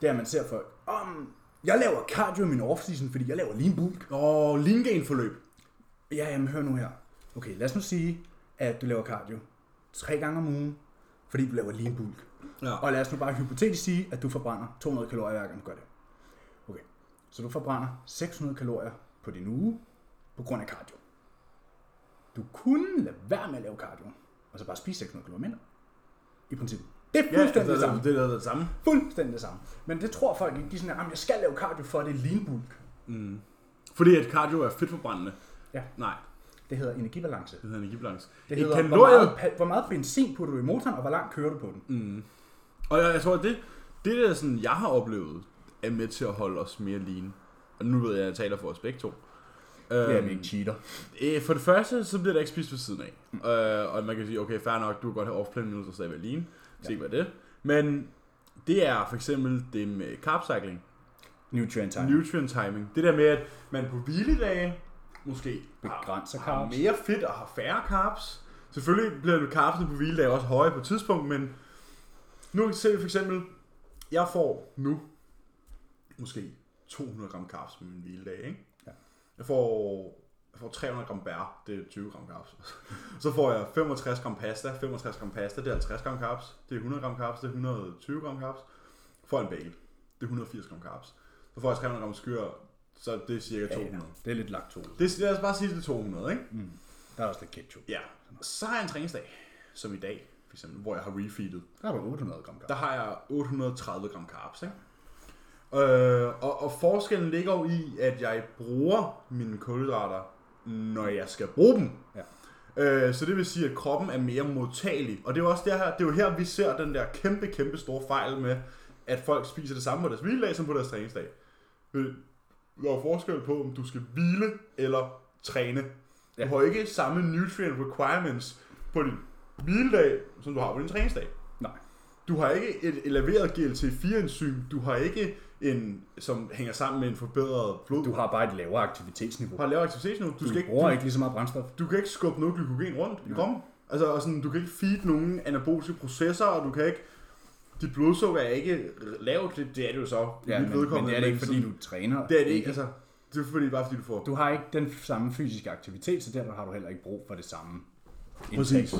[SPEAKER 3] Det er, at man ser folk, om jeg laver cardio i min off-season, fordi jeg laver lean bulk.
[SPEAKER 1] Åh, oh, lean gain forløb.
[SPEAKER 3] Ja, jamen hør nu her. Okay, lad os nu sige, at du laver cardio tre gange om ugen, fordi du laver lean bulk.
[SPEAKER 1] Ja.
[SPEAKER 3] Og lad os nu bare hypotetisk sige, at du forbrænder 200 kalorier hver gang du gør det. Okay, så du forbrænder 600 kalorier på din uge på grund af cardio. Du kunne lade være med at lave cardio, og så bare spise 600 kalorier mindre. I princippet. Det er
[SPEAKER 1] Ja,
[SPEAKER 3] fuldstændig
[SPEAKER 1] altså,
[SPEAKER 3] det samme.
[SPEAKER 1] det, det, det er det samme.
[SPEAKER 3] Fuldstændig det samme. Men det tror folk ikke. De er sådan, at jeg skal lave cardio for, at det er lean bulk.
[SPEAKER 1] Fordi at cardio er fedtforbrændende.
[SPEAKER 3] Ja,
[SPEAKER 1] Nej,
[SPEAKER 3] det hedder energibalance.
[SPEAKER 1] det hedder energibalance.
[SPEAKER 3] Det
[SPEAKER 1] I
[SPEAKER 3] hedder,
[SPEAKER 1] kalorier...
[SPEAKER 3] hvor, meget, pa- hvor meget benzin putter du i motoren, og hvor langt kører du på den? Mm.
[SPEAKER 1] Og jeg, jeg tror, at det, det der, sådan, jeg har oplevet, er med til at holde os mere lean. Og nu ved jeg, at jeg taler for os begge to.
[SPEAKER 3] Det er
[SPEAKER 1] Øhm,
[SPEAKER 3] vi ikke cheater.
[SPEAKER 1] Øh, for det første, så bliver der ikke spist ved siden af. Mm. Øh, og man kan sige, okay, fair nok, du kan godt have off-plan minutes og stadigvæk lean. Se, ja. hvad det er. Men det er for eksempel det med carb cycling,
[SPEAKER 3] Nutrient time.
[SPEAKER 1] nutrient timing. Det der med, at man på hviledage måske
[SPEAKER 3] Begrænser
[SPEAKER 1] har, har
[SPEAKER 3] carbs.
[SPEAKER 1] Ah, mere fedt og har færre carbs. Selvfølgelig bliver carbsene på hviledage også høje på et tidspunkt, men nu ser vi for eksempel, jeg får nu måske 200 gram carbs på min hviledag, ikke?
[SPEAKER 3] Ja.
[SPEAKER 1] Jeg får, jeg får 300 gram bær, det er 20 gram carbs. Så får jeg 65 gram pasta, 65 gram pasta, det er 50 gram carbs. Det er 100 gram carbs, det er 120 gram carbs. Får en bagel, det er 180 gram carbs. Så får jeg 300 gram skyr, så det er cirka 200.
[SPEAKER 3] Det er lidt laktose.
[SPEAKER 1] Det er, lad os bare sige, det er 200, ikke?
[SPEAKER 3] Der er også lidt ketchup.
[SPEAKER 1] Ja. Så har jeg en træningsdag, som i dag, for eksempel, hvor jeg har refeedet.
[SPEAKER 3] Der er du 800 gram
[SPEAKER 1] Der har jeg 830 gram carbs, ikke? Øh, og, og forskellen ligger jo i, at jeg bruger mine kulhydrater, når jeg skal bruge dem.
[SPEAKER 3] Ja.
[SPEAKER 1] Øh, så det vil sige, at kroppen er mere modtagelig. Og det er jo også der her, det er jo her, vi ser den der kæmpe, kæmpe store fejl med, at folk spiser det samme på deres hviledag som på deres træningsdag. Øh, Der er jo forskel på, om du skal hvile eller træne. Ja.
[SPEAKER 3] Ja.
[SPEAKER 1] Du har ikke samme nutrient requirements på din hviledag, som du har på din træningsdag.
[SPEAKER 3] Nej.
[SPEAKER 1] Du har ikke et eleveret GLT4-enzym, du har ikke en, som hænger sammen med en forbedret blod.
[SPEAKER 3] Du har bare et lavere aktivitetsniveau.
[SPEAKER 1] Du har lavet aktivitet nu. Du,
[SPEAKER 3] Du,
[SPEAKER 1] skal ikke,
[SPEAKER 3] bruger
[SPEAKER 1] du,
[SPEAKER 3] ikke lige så meget brændstof.
[SPEAKER 1] du kan ikke skubbe noget glykogen rundt i
[SPEAKER 3] Nej.
[SPEAKER 1] kroppen. Altså, og sådan, du kan ikke feed nogen anaboliske processer, og du kan ikke... Dit blodsukker er ikke lavt, det, det er det jo så. i
[SPEAKER 3] Ja,
[SPEAKER 1] mit
[SPEAKER 3] men, men
[SPEAKER 1] vedkommende,
[SPEAKER 3] det er det ikke, fordi
[SPEAKER 1] sådan-
[SPEAKER 3] du træner.
[SPEAKER 1] Det er det ikke, altså. Det er fordi, bare fordi du får...
[SPEAKER 3] Du har ikke den samme fysiske aktivitet, så derfor har du heller ikke brug for det samme. indtag.
[SPEAKER 1] Præcis.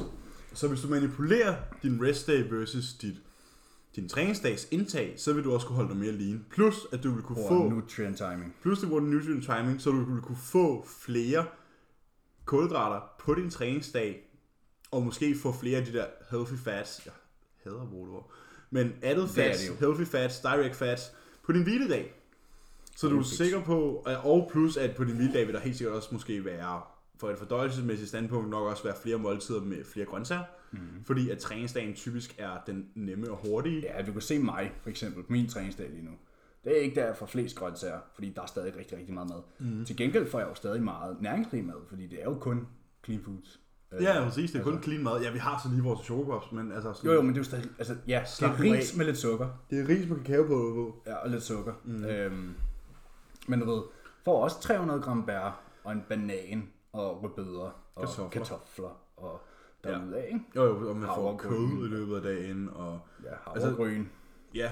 [SPEAKER 1] Så hvis du manipulerer din rest day versus dit, din træningsdags indtag, så vil du også kunne holde dig mere lean. Plus at du vil kunne
[SPEAKER 3] Bruger
[SPEAKER 1] få,
[SPEAKER 3] nutrient timing.
[SPEAKER 1] plus det bruger nutrient timing, så du vil kunne få flere kulhydrater på din træningsdag, og måske få flere af de der healthy fats. Jeg hader at bruge det ord. Men added
[SPEAKER 3] Det er
[SPEAKER 1] fats,
[SPEAKER 3] det
[SPEAKER 1] healthy fats, direct fats på din hviledag. Så du er
[SPEAKER 3] Perfekt.
[SPEAKER 1] sikker på, og plus at på din hviledag vil der helt sikkert også måske være, for et fordøjelsesmæssigt standpunkt, nok også være flere måltider med flere grøntsager. Mm. Fordi at træningsdagen typisk er den nemme og hurtige.
[SPEAKER 3] Mhm. Ja, du kan se mig, for eksempel, på min træningsdag lige nu. Det er ikke der for flest grøntsager, fordi der er stadig rigtig, rigtig meget mad.
[SPEAKER 1] Mhm.
[SPEAKER 3] Mm. Til gengæld får jeg jo stadig meget næringsrig mad, fordi det er jo kun clean foods. Øh,
[SPEAKER 1] Ja, præcis. Det er kun clean mad. Ja, vi har så lige vores chokopops, men altså... Sådan,
[SPEAKER 3] Jo, jo, men det er jo stadig, altså, ja, det
[SPEAKER 1] Slap
[SPEAKER 3] er
[SPEAKER 1] nu
[SPEAKER 3] ris med lidt sukker.
[SPEAKER 1] Det er ris med kakao på.
[SPEAKER 3] Ja, og lidt sukker. Mm. Øhm, men du ved, får også 300 gram bær, og en banan, og rødbeder, og
[SPEAKER 1] Kartofler.
[SPEAKER 3] kartofler, kartofler og derudad, ja. ikke?
[SPEAKER 1] Jo, jo, og man får
[SPEAKER 3] Havregryn.
[SPEAKER 1] kød i løbet af dagen, og...
[SPEAKER 3] Ja,
[SPEAKER 1] Altså-
[SPEAKER 3] havregryn. Altså,
[SPEAKER 1] Ja.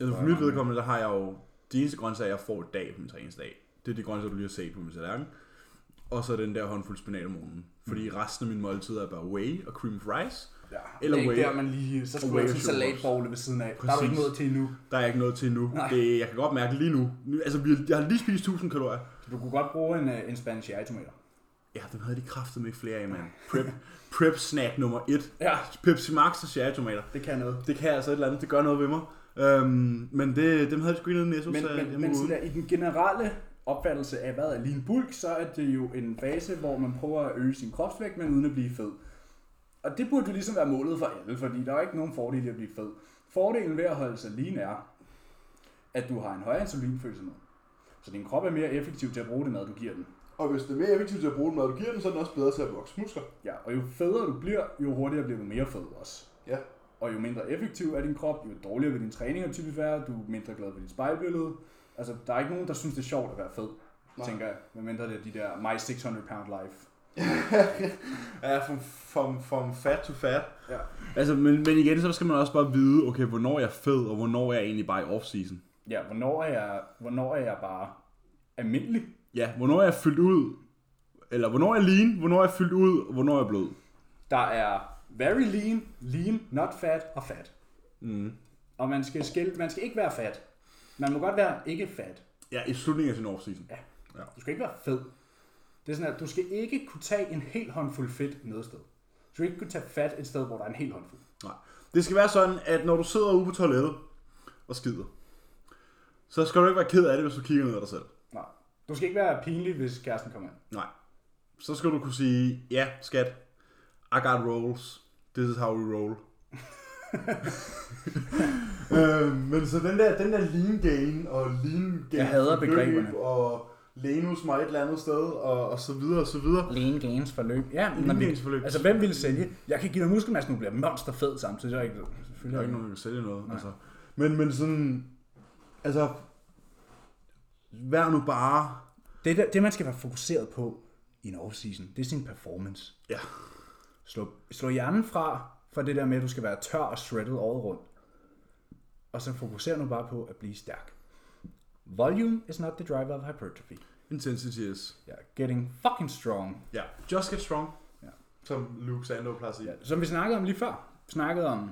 [SPEAKER 1] Altså for
[SPEAKER 3] Der er
[SPEAKER 1] mit
[SPEAKER 3] mange.
[SPEAKER 1] vedkommende, der har jeg jo... De eneste grøntsager, jeg får i dag på min træningsdag, det er de grøntsager, du lige har set på min tallerken. Og så den der håndfuld spinat om morgenen. Fordi resten af mine måltider er bare whey og cream of rice.
[SPEAKER 3] ja.
[SPEAKER 1] Eller
[SPEAKER 2] det er ikke
[SPEAKER 1] whey.
[SPEAKER 2] der, man lige... Så skulle
[SPEAKER 1] whey
[SPEAKER 2] jeg til
[SPEAKER 1] og sugars.
[SPEAKER 2] salatbogle ved siden af. Der er du
[SPEAKER 1] Præcis.
[SPEAKER 2] ikke nået til endnu.
[SPEAKER 1] Der er jeg ikke noget til endnu.
[SPEAKER 2] Nej.
[SPEAKER 1] Det, jeg kan godt mærke lige nu. nu altså, vi, jeg har lige spist 1000 kalorier.
[SPEAKER 3] Du kunne godt bruge en, øh, en Spanish tomater.
[SPEAKER 1] Ja, dem havde de kraftet med ikke flere af, mand. Prep, prep snack nummer 1.
[SPEAKER 2] Ja,
[SPEAKER 1] Pepsi Max og cherry tomater.
[SPEAKER 2] det kan noget.
[SPEAKER 1] Det kan altså et eller andet. Det gør noget ved mig. Øhm, men det, dem havde de sgu ikke nede i Netto,
[SPEAKER 3] Men,
[SPEAKER 1] så jeg
[SPEAKER 3] men,
[SPEAKER 1] må
[SPEAKER 3] men
[SPEAKER 1] uden.
[SPEAKER 3] sådan der, i den generelle opfattelse af, hvad er lean bulk, så er det jo en fase, hvor man prøver at øge sin kropsvægt, men uden at blive fed. Og det burde jo ligesom være målet for alle, fordi der er ikke nogen fordel i at blive fed. Fordelen ved at holde sig lean er, at du har en højere insulinfølsomhed. Så din krop er mere effektiv til at bruge det mad, du giver den.
[SPEAKER 1] Og hvis det er mere effektivt at bruge den mad, du giver den, så er den også bedre til at vokse muskler.
[SPEAKER 3] Ja, og jo federe du bliver, jo hurtigere bliver du mere fed også.
[SPEAKER 1] Ja.
[SPEAKER 3] Og jo mindre effektiv er din krop, jo dårligere vil din træninger typisk være, du er mindre glad for dit spejlbillede. Altså, der er ikke nogen, der synes, det er sjovt at være fed, Nej.
[SPEAKER 1] Nej.
[SPEAKER 3] tænker jeg. Medmindre det er de der my 600 pound life.
[SPEAKER 1] ja, from, from, from fat to fat.
[SPEAKER 3] Ja.
[SPEAKER 1] Altså, men, men igen, så skal man også bare vide, okay, hvornår jeg er fed, og hvornår jeg egentlig bare i off-season.
[SPEAKER 3] Ja, hvornår er jeg, hvornår er jeg bare almindelig?
[SPEAKER 1] Ja, hvornår jeg er fyldt ud, eller hvornår jeg er lean, hvornår jeg er fyldt ud, og hvornår jeg er blød.
[SPEAKER 3] Der er very lean, lean, not fat og fat.
[SPEAKER 1] Mm.
[SPEAKER 3] Og man skal, skille, man skal ikke være fat. Man må godt være ikke fat.
[SPEAKER 1] Ja, i slutningen af sin off-season.
[SPEAKER 3] Ja.
[SPEAKER 1] Ja.
[SPEAKER 3] Du skal ikke være fed. Det er sådan, at du skal ikke kunne tage en hel håndfuld fedt noget sted. Du skal ikke kunne tage fat et sted, hvor der er en hel håndfuld.
[SPEAKER 1] Nej. Det skal være sådan, at når du sidder ude på toilettet og skider, så skal du ikke være ked af det, hvis du kigger ned ad dig selv.
[SPEAKER 3] Nej. Du skal ikke være pinlig, hvis kæresten kommer ind.
[SPEAKER 1] Nej. Så skal du kunne sige, ja, skat, I got rolls. This is how we roll. øh, men så den der, den der lean gain og lean gain
[SPEAKER 3] Jeg hader
[SPEAKER 1] forløb
[SPEAKER 3] begreberne.
[SPEAKER 1] og Lenus mig et eller andet sted og, og så videre og så videre.
[SPEAKER 3] Lean gains forløb. Ja,
[SPEAKER 1] Lean
[SPEAKER 3] men vi-
[SPEAKER 1] gains forløb.
[SPEAKER 3] Altså, hvem ville sælge? Jeg kan give dig muskelmasse, nu bliver jeg monsterfed samtidig. Der er ikke,
[SPEAKER 1] Der
[SPEAKER 3] selvfølgelig
[SPEAKER 1] er
[SPEAKER 3] er
[SPEAKER 1] ikke
[SPEAKER 3] der
[SPEAKER 1] nogen, der kan sælge noget. Altså. Men, men sådan, altså, vær nu bare
[SPEAKER 3] Det, der, det, man skal være fokuseret på i en off-season, det er sin performance.
[SPEAKER 1] Ja.
[SPEAKER 3] Slå, slå hjernen fra, for det der med, at du skal være tør og shredded året rundt. Og så fokuser nu bare på at blive stærk. Volume is not the driver of hypertrophy.
[SPEAKER 1] Intensity is.
[SPEAKER 3] Ja, getting fucking strong.
[SPEAKER 1] Ja. Just get strong.
[SPEAKER 3] Ja.
[SPEAKER 1] Som Luke Sando plejer at sige.
[SPEAKER 3] Ja, som vi snakkede om lige før. Vi snakkede om,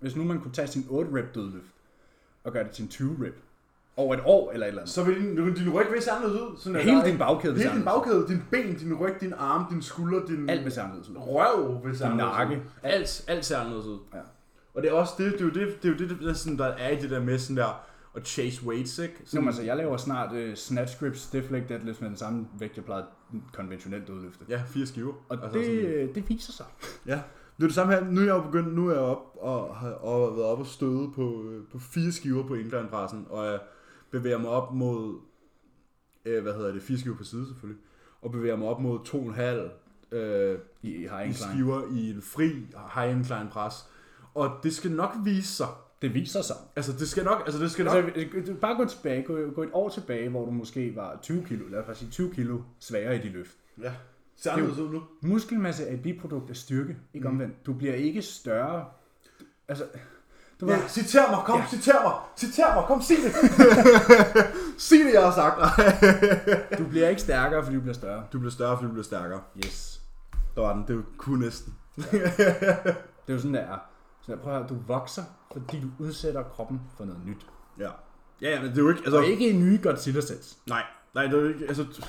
[SPEAKER 3] hvis nu man kunne tage sin 8 rep dødløft, og gøre det til en 20 rep. Over et år eller et eller andet.
[SPEAKER 1] Så vil din, din ryg vil se anderledes ud. Sådan at
[SPEAKER 3] Hele
[SPEAKER 1] der-
[SPEAKER 3] din bagkæde vil se
[SPEAKER 1] Hele din
[SPEAKER 3] anderledes
[SPEAKER 1] bagkæde, din ben, din ryg, din arm, din skulder, din
[SPEAKER 3] Alt med anderledes ud.
[SPEAKER 1] røv vil se
[SPEAKER 3] Din
[SPEAKER 1] anderledes
[SPEAKER 3] nakke.
[SPEAKER 1] ud. Alt, alt ser anderledes ud.
[SPEAKER 3] Ja.
[SPEAKER 1] Og det er også det, det er jo det, det, er jo det, det der, sådan, der er i det der med sådan der, at chase weights, ikke?
[SPEAKER 3] Så
[SPEAKER 1] Sådan,
[SPEAKER 3] man, altså, jeg laver snart øh, snatch grips, stiff leg deadlifts med den samme vægt, jeg plejede konventionelt dødløfte.
[SPEAKER 1] ja, fire skiver.
[SPEAKER 3] Og
[SPEAKER 1] Altså
[SPEAKER 3] det,
[SPEAKER 1] sådan-
[SPEAKER 3] øh, det viser sig.
[SPEAKER 1] Ja, det er det samme her. Nu er jeg jo begyndt, nu er jeg op og har og har været op og støde på, øh, på fire skiver på indlinepressen, og jeg bevæger mig op mod, øh, hvad hedder det, fire skiver på side selvfølgelig, og bevæger mig op mod to og en halv, øh,
[SPEAKER 3] I, I har
[SPEAKER 1] i
[SPEAKER 3] ingen klang.
[SPEAKER 1] skiver i en fri high-end klein pres. Og det skal nok vise sig.
[SPEAKER 3] Det viser sig.
[SPEAKER 1] Altså, det skal nok, altså, det skal nok.
[SPEAKER 3] Altså, øh, øh, bare gå tilbage, gå, gå et år tilbage, hvor du måske var 20 kilo, lad os bare sige 20 kilo sværere i de løft.
[SPEAKER 1] Ja. Ser anderledes ud nu.
[SPEAKER 3] Muskelmasse er et biprodukt af styrke, ikke mm. omvendt. Du bliver ikke større. Altså, du
[SPEAKER 1] Ja,
[SPEAKER 3] var,
[SPEAKER 1] citer mig, kom, ja. citer mig, citer mig, kom, sig det. sig det, jeg har sagt.
[SPEAKER 3] du bliver ikke stærkere, fordi du bliver større.
[SPEAKER 1] Du bliver større, fordi du bliver stærkere.
[SPEAKER 3] Yes.
[SPEAKER 1] Der var den, det var kun næsten.
[SPEAKER 3] Det er jo sådan, det er. Så jeg prøver at høre, du vokser, fordi du udsætter kroppen for noget nyt.
[SPEAKER 1] Ja. Ja, ja, men det er jo ikke, altså...
[SPEAKER 3] Og ikke i nye Godzilla-sets.
[SPEAKER 1] Nej, nej, det er jo ikke, altså...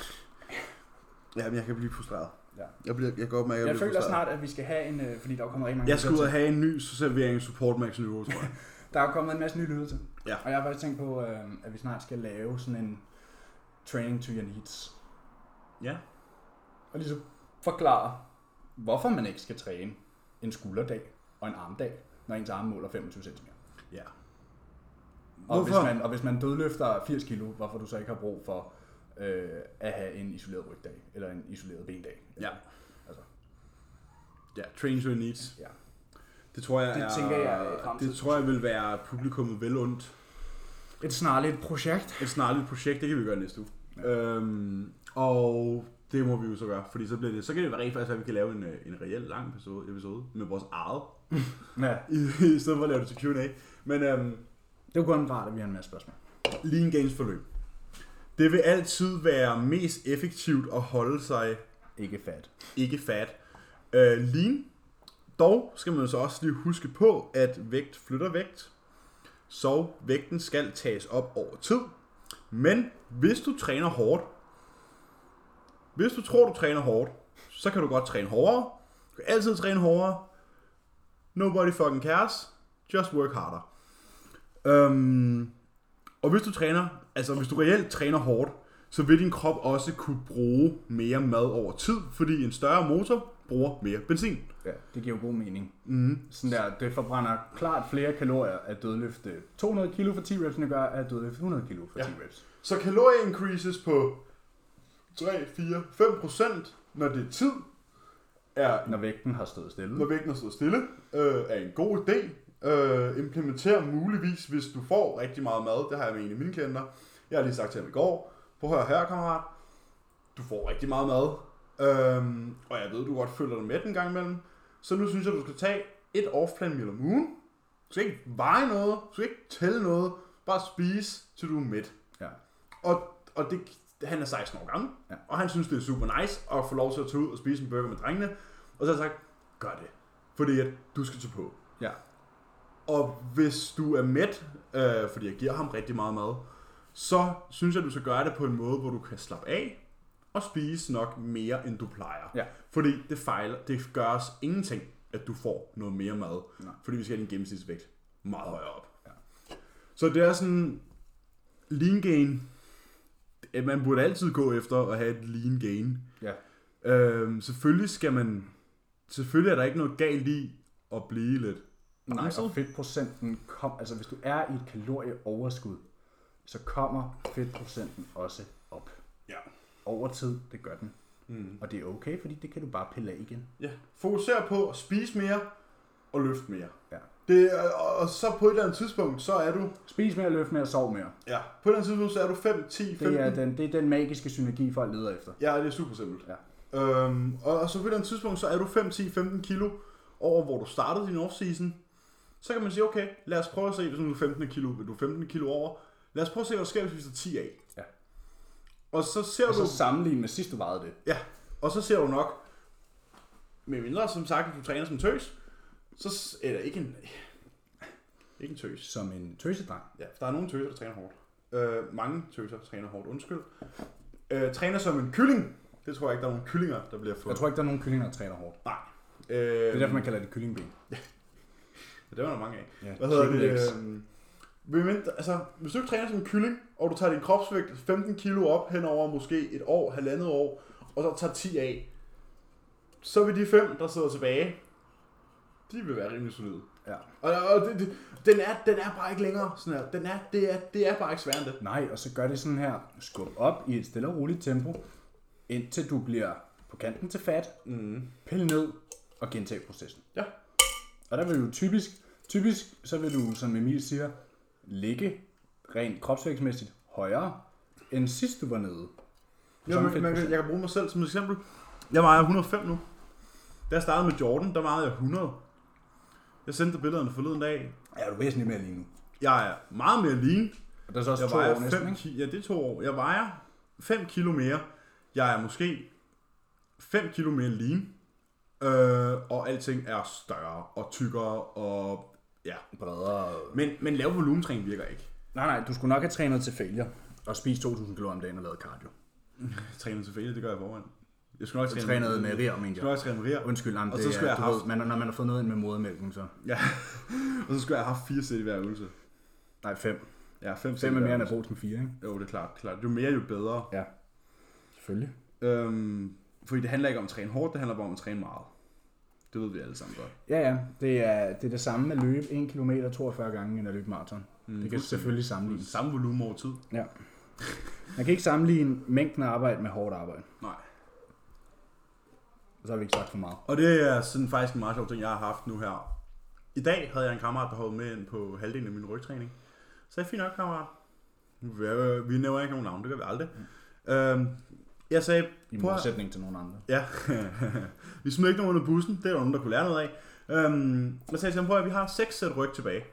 [SPEAKER 1] Ja, men jeg kan blive frustreret.
[SPEAKER 3] Ja.
[SPEAKER 1] Jeg, bliver, jeg går op med, at jeg,
[SPEAKER 3] Jeg
[SPEAKER 1] bliver
[SPEAKER 3] føler
[SPEAKER 1] frustreret.
[SPEAKER 3] snart, at vi skal have en, øh, fordi der er kommet rigtig mange
[SPEAKER 1] Jeg skal ud
[SPEAKER 3] lyttere
[SPEAKER 1] og have en ny servering af support max niveau, tror jeg.
[SPEAKER 3] til. Der er kommet en masse nye lyder til.
[SPEAKER 1] Ja.
[SPEAKER 3] Og jeg har faktisk tænkt på, øh, at vi snart skal lave sådan en training to your needs.
[SPEAKER 1] ja.
[SPEAKER 3] Og ligesom forklare, hvorfor man ikke skal træne en skulderdag og en armdag, når ens arme måler 25 cm.
[SPEAKER 1] Ja.
[SPEAKER 3] Og hvis,
[SPEAKER 1] Hvorfor?
[SPEAKER 3] man, og hvis man dødløfter 80 kilo, hvorfor du så ikke har brug for øh, at have en isoleret rygdag, eller en isoleret bendag.
[SPEAKER 1] Ja.
[SPEAKER 3] Altså.
[SPEAKER 1] Ja, train your needs.
[SPEAKER 3] Ja.
[SPEAKER 1] Det tror jeg
[SPEAKER 3] Det
[SPEAKER 1] er,
[SPEAKER 3] tænker jeg er fremtiden.
[SPEAKER 1] Det tror jeg vil være publikummet vel ondt.
[SPEAKER 3] Et snarligt projekt.
[SPEAKER 1] Et snarligt projekt, det kan vi gøre næste uge. Ja. Øhm, og det må vi jo så gøre, fordi så, bliver det, så kan det være rent faktisk, at vi kan lave en, øh, en reel lang episode, episode med vores eget,
[SPEAKER 3] Ja.
[SPEAKER 1] i, i stedet for at lave det til Q&A. Men øhm,
[SPEAKER 3] Det er jo kun rart, at vi har en masse spørgsmål.
[SPEAKER 1] lean gains forløb. Det vil altid være mest effektivt at holde sig
[SPEAKER 3] Ikke fat.
[SPEAKER 1] ikke fat. Øh, lean. Dog skal man så også lige huske på, at vægt flytter vægt, så vægten skal tages op over tid. Men hvis du træner hårdt, hvis du tror, du træner hårdt, så kan du godt træne hårdere. Du kan altid træne hårdere. Nobody fucking cares. Just work harder. Øhm, og hvis du træner, altså hvis du reelt træner hårdt, så vil din krop også kunne bruge mere mad over tid, fordi en større motor bruger mere benzin.
[SPEAKER 3] Ja, det giver jo god mening. Mm. Sådan der, det forbrænder klart flere kalorier at dødløfte 200 kilo for 10 reps, end det gør at dødløfte 100 kilo for
[SPEAKER 1] Ja.
[SPEAKER 3] 10 reps.
[SPEAKER 1] Så kalorie increases på 3, 4, 5 procent, når det er tid, er,
[SPEAKER 3] Når vægten har stået stille.
[SPEAKER 1] når vægten er stået stille, øh, er en god idé. Øh, implementer muligvis, hvis du får rigtig meget mad. Det har jeg med en af mine klienter. Jeg har lige sagt til ham i går, prøv at høre her, kammerat. Du får rigtig meget mad. Øhm, og jeg ved, du godt føler dig med den gang imellem. Så nu synes jeg, du skal tage et off-plan meal om ugen. Du skal ikke veje noget. Du skal ikke tælle noget. Bare spise, til du er mæt.
[SPEAKER 3] Ja.
[SPEAKER 1] Og, og det, han er 16 år gammel,
[SPEAKER 3] Ja.
[SPEAKER 1] og han synes, det er super nice at få lov til at tage ud og spise en burger med drengene. Og så har jeg sagt, gør det, fordi at du skal tage på.
[SPEAKER 3] ja.
[SPEAKER 1] Og hvis du er mæt, øh, fordi jeg giver ham rigtig meget mad, så synes jeg, du skal gøre det på en måde, hvor du kan slappe af og spise nok mere, end du plejer.
[SPEAKER 3] Ja.
[SPEAKER 1] Fordi det fejler, det gør os ingenting, at du får noget mere mad.
[SPEAKER 3] Nej.
[SPEAKER 1] Fordi vi skal have din gennemsnitsvægt meget højere op.
[SPEAKER 3] Ja.
[SPEAKER 1] Så det er sådan, lean gain, at man burde altid gå efter at have et lean gain.
[SPEAKER 3] Ja.
[SPEAKER 1] Øhm, selvfølgelig skal man, selvfølgelig er der ikke noget galt i at blive lidt
[SPEAKER 3] Nej,
[SPEAKER 1] bamset.
[SPEAKER 3] og fedtprocenten kom, altså hvis du er i et kalorieoverskud, så kommer fedtprocenten også op.
[SPEAKER 1] Ja.
[SPEAKER 3] Over tid, det gør den. Mm. Og det er okay, fordi det kan du bare pille af igen.
[SPEAKER 1] Ja, fokuser på at spise mere og løfte mere.
[SPEAKER 3] Ja.
[SPEAKER 1] Det, er- og, og så på et eller andet tidspunkt, så er du,
[SPEAKER 3] Spis mere, løft mere, sov mere.
[SPEAKER 1] ja, på et eller andet tidspunkt, så er du 5, 10, 15.
[SPEAKER 3] Det er den, det er den magiske synergi, folk leder efter.
[SPEAKER 1] Ja, det er super simpelt.
[SPEAKER 3] Ja.
[SPEAKER 1] Øhm, og, og så på et eller andet tidspunkt, så er du 5, 10, 15 kilo over, hvor du startede din off-season. Så kan man sige, okay, lad os prøve at se, hvis nu er du 15 kilo, du er 15 kilo over. Lad os prøve at se, hvad der sker, hvis vi tager 10 af.
[SPEAKER 3] Ja.
[SPEAKER 1] Og så ser
[SPEAKER 3] Og
[SPEAKER 1] du...
[SPEAKER 3] så sammenligne med sidst, du vejede det.
[SPEAKER 1] Ja, og så ser du nok, med mindre som sagt, at du træner som tøs, så, s- eller ikke en, ikke en tøs.
[SPEAKER 3] Som en tøsedreng.
[SPEAKER 1] Ja, for der er nogle tøser, der træner hårdt. Øh, mange tøser træner hårdt, undskyld. Øh, træner som en kylling. Det tror jeg ikke, der er nogen kyllinger, der bliver fået.
[SPEAKER 3] Jeg tror ikke, der er nogen kyllinger, der træner hårdt.
[SPEAKER 1] Nej. Øh,
[SPEAKER 3] Det er derfor, man kalder det kyllingben.
[SPEAKER 1] Ja, det var der mange af.
[SPEAKER 3] Ja,
[SPEAKER 1] Hvad hedder
[SPEAKER 3] chicken legs.
[SPEAKER 1] det? øhm, ved mindre- altså, hvis du ikke træner som en kylling, og du tager din kropsvægt 15 kilo op hen over måske et år, halvandet år, og så tager 10 af, så vil de fem, der sidder tilbage, de vil være rimelig solide.
[SPEAKER 3] Ja.
[SPEAKER 1] Og, og det, det, den, er, den er bare ikke længere sådan her. Den er, det, er, det er bare ikke sværere end det.
[SPEAKER 3] Nej, og så gør det sådan her. Skub op i et stille og roligt tempo, indtil du bliver på på kanten til fat,
[SPEAKER 1] Mm.
[SPEAKER 3] pille ned og gentage processen.
[SPEAKER 1] Ja.
[SPEAKER 3] Og der vil du typisk, typisk så vil du, som Emil siger, ligge rent kropsvægtsmæssigt højere, end sidst du var nede.
[SPEAKER 1] Jo, men, men, jeg kan bruge mig selv som et eksempel. Jeg vejer 105 nu. Da jeg startede med Jordan, der vejede jeg 100. Jeg sendte billederne forleden dag.
[SPEAKER 3] Ja, du er væsentligt mere lige nu.
[SPEAKER 1] Jeg er meget mere lean.
[SPEAKER 3] Og der er så også
[SPEAKER 1] Jeg
[SPEAKER 3] to år
[SPEAKER 1] vejer
[SPEAKER 3] næsten,
[SPEAKER 1] 5
[SPEAKER 3] ikke?
[SPEAKER 1] ki- ja, det er to år. Jeg vejer 5 kilo mere. Jeg er måske 5 kilo mere lean. Øh, og alting er større og tykkere og ja.
[SPEAKER 3] Bredere.
[SPEAKER 1] Men, men lav volumetræning virker ikke.
[SPEAKER 3] Nej, nej, du skulle nok have trænet til failure. Og spist 2.000 kg om dagen og lavet cardio.
[SPEAKER 1] Jeg træner til fælde, det gør jeg forvejen. Jeg skulle nok
[SPEAKER 3] Så
[SPEAKER 1] træne
[SPEAKER 3] trænede med rier,
[SPEAKER 1] Jeg
[SPEAKER 3] mente
[SPEAKER 1] skulle
[SPEAKER 3] jeg.
[SPEAKER 1] nok træne med rier.
[SPEAKER 3] Undskyld, jamen,
[SPEAKER 1] Og
[SPEAKER 3] det,
[SPEAKER 1] så
[SPEAKER 3] så
[SPEAKER 1] skulle
[SPEAKER 3] skulle
[SPEAKER 1] jeg
[SPEAKER 3] du
[SPEAKER 1] have
[SPEAKER 3] ved, man, når man har fået noget ind med modermælken, så...
[SPEAKER 1] Ja. og så skulle jeg have haft fire sæt i hver øvelse.
[SPEAKER 3] Nej, fem.
[SPEAKER 1] Ja, fem sæt.
[SPEAKER 3] Fem er
[SPEAKER 1] i hver
[SPEAKER 3] mere end at
[SPEAKER 1] øvelse.
[SPEAKER 3] bruge til fire, ikke?
[SPEAKER 1] Jo, det er klart. klart. Jo mere, jo bedre.
[SPEAKER 3] Ja. Selvfølgelig.
[SPEAKER 1] Øhm, fordi det handler ikke om at træne hårdt, det handler bare om at træne meget. Det ved vi alle sammen godt.
[SPEAKER 3] Ja, ja. Det er det, er det samme med at løbe 1 km 42 gange, end at løbe maraton.
[SPEAKER 1] Mm,
[SPEAKER 3] Det kan selvfølgelig sammenlignes.
[SPEAKER 1] Samme volumen over tid.
[SPEAKER 3] Man kan ikke sammenligne mængden af arbejde med hårdt arbejde.
[SPEAKER 1] Nej.
[SPEAKER 3] Og så har vi ikke sagt for meget.
[SPEAKER 1] Og det er sådan faktisk en meget sjov ting, jeg har haft nu her. I dag havde jeg en kammerat, der hoppede med ind på halvdelen af min rygtræning. Så jeg fint nok, kammerat. Vi- Vi nævner ikke nogen navn, det gør vi aldrig. Øhm, jeg sagde,
[SPEAKER 3] I
[SPEAKER 1] Prøv at-
[SPEAKER 3] modsætning til nogen andre.
[SPEAKER 1] Ja, vi smed ikke nogen under bussen. Det er der nogen, der kunne lære noget af. Øhm, og så sagde jeg til ham, prøv at høre, vi har seks sæt ryg tilbage.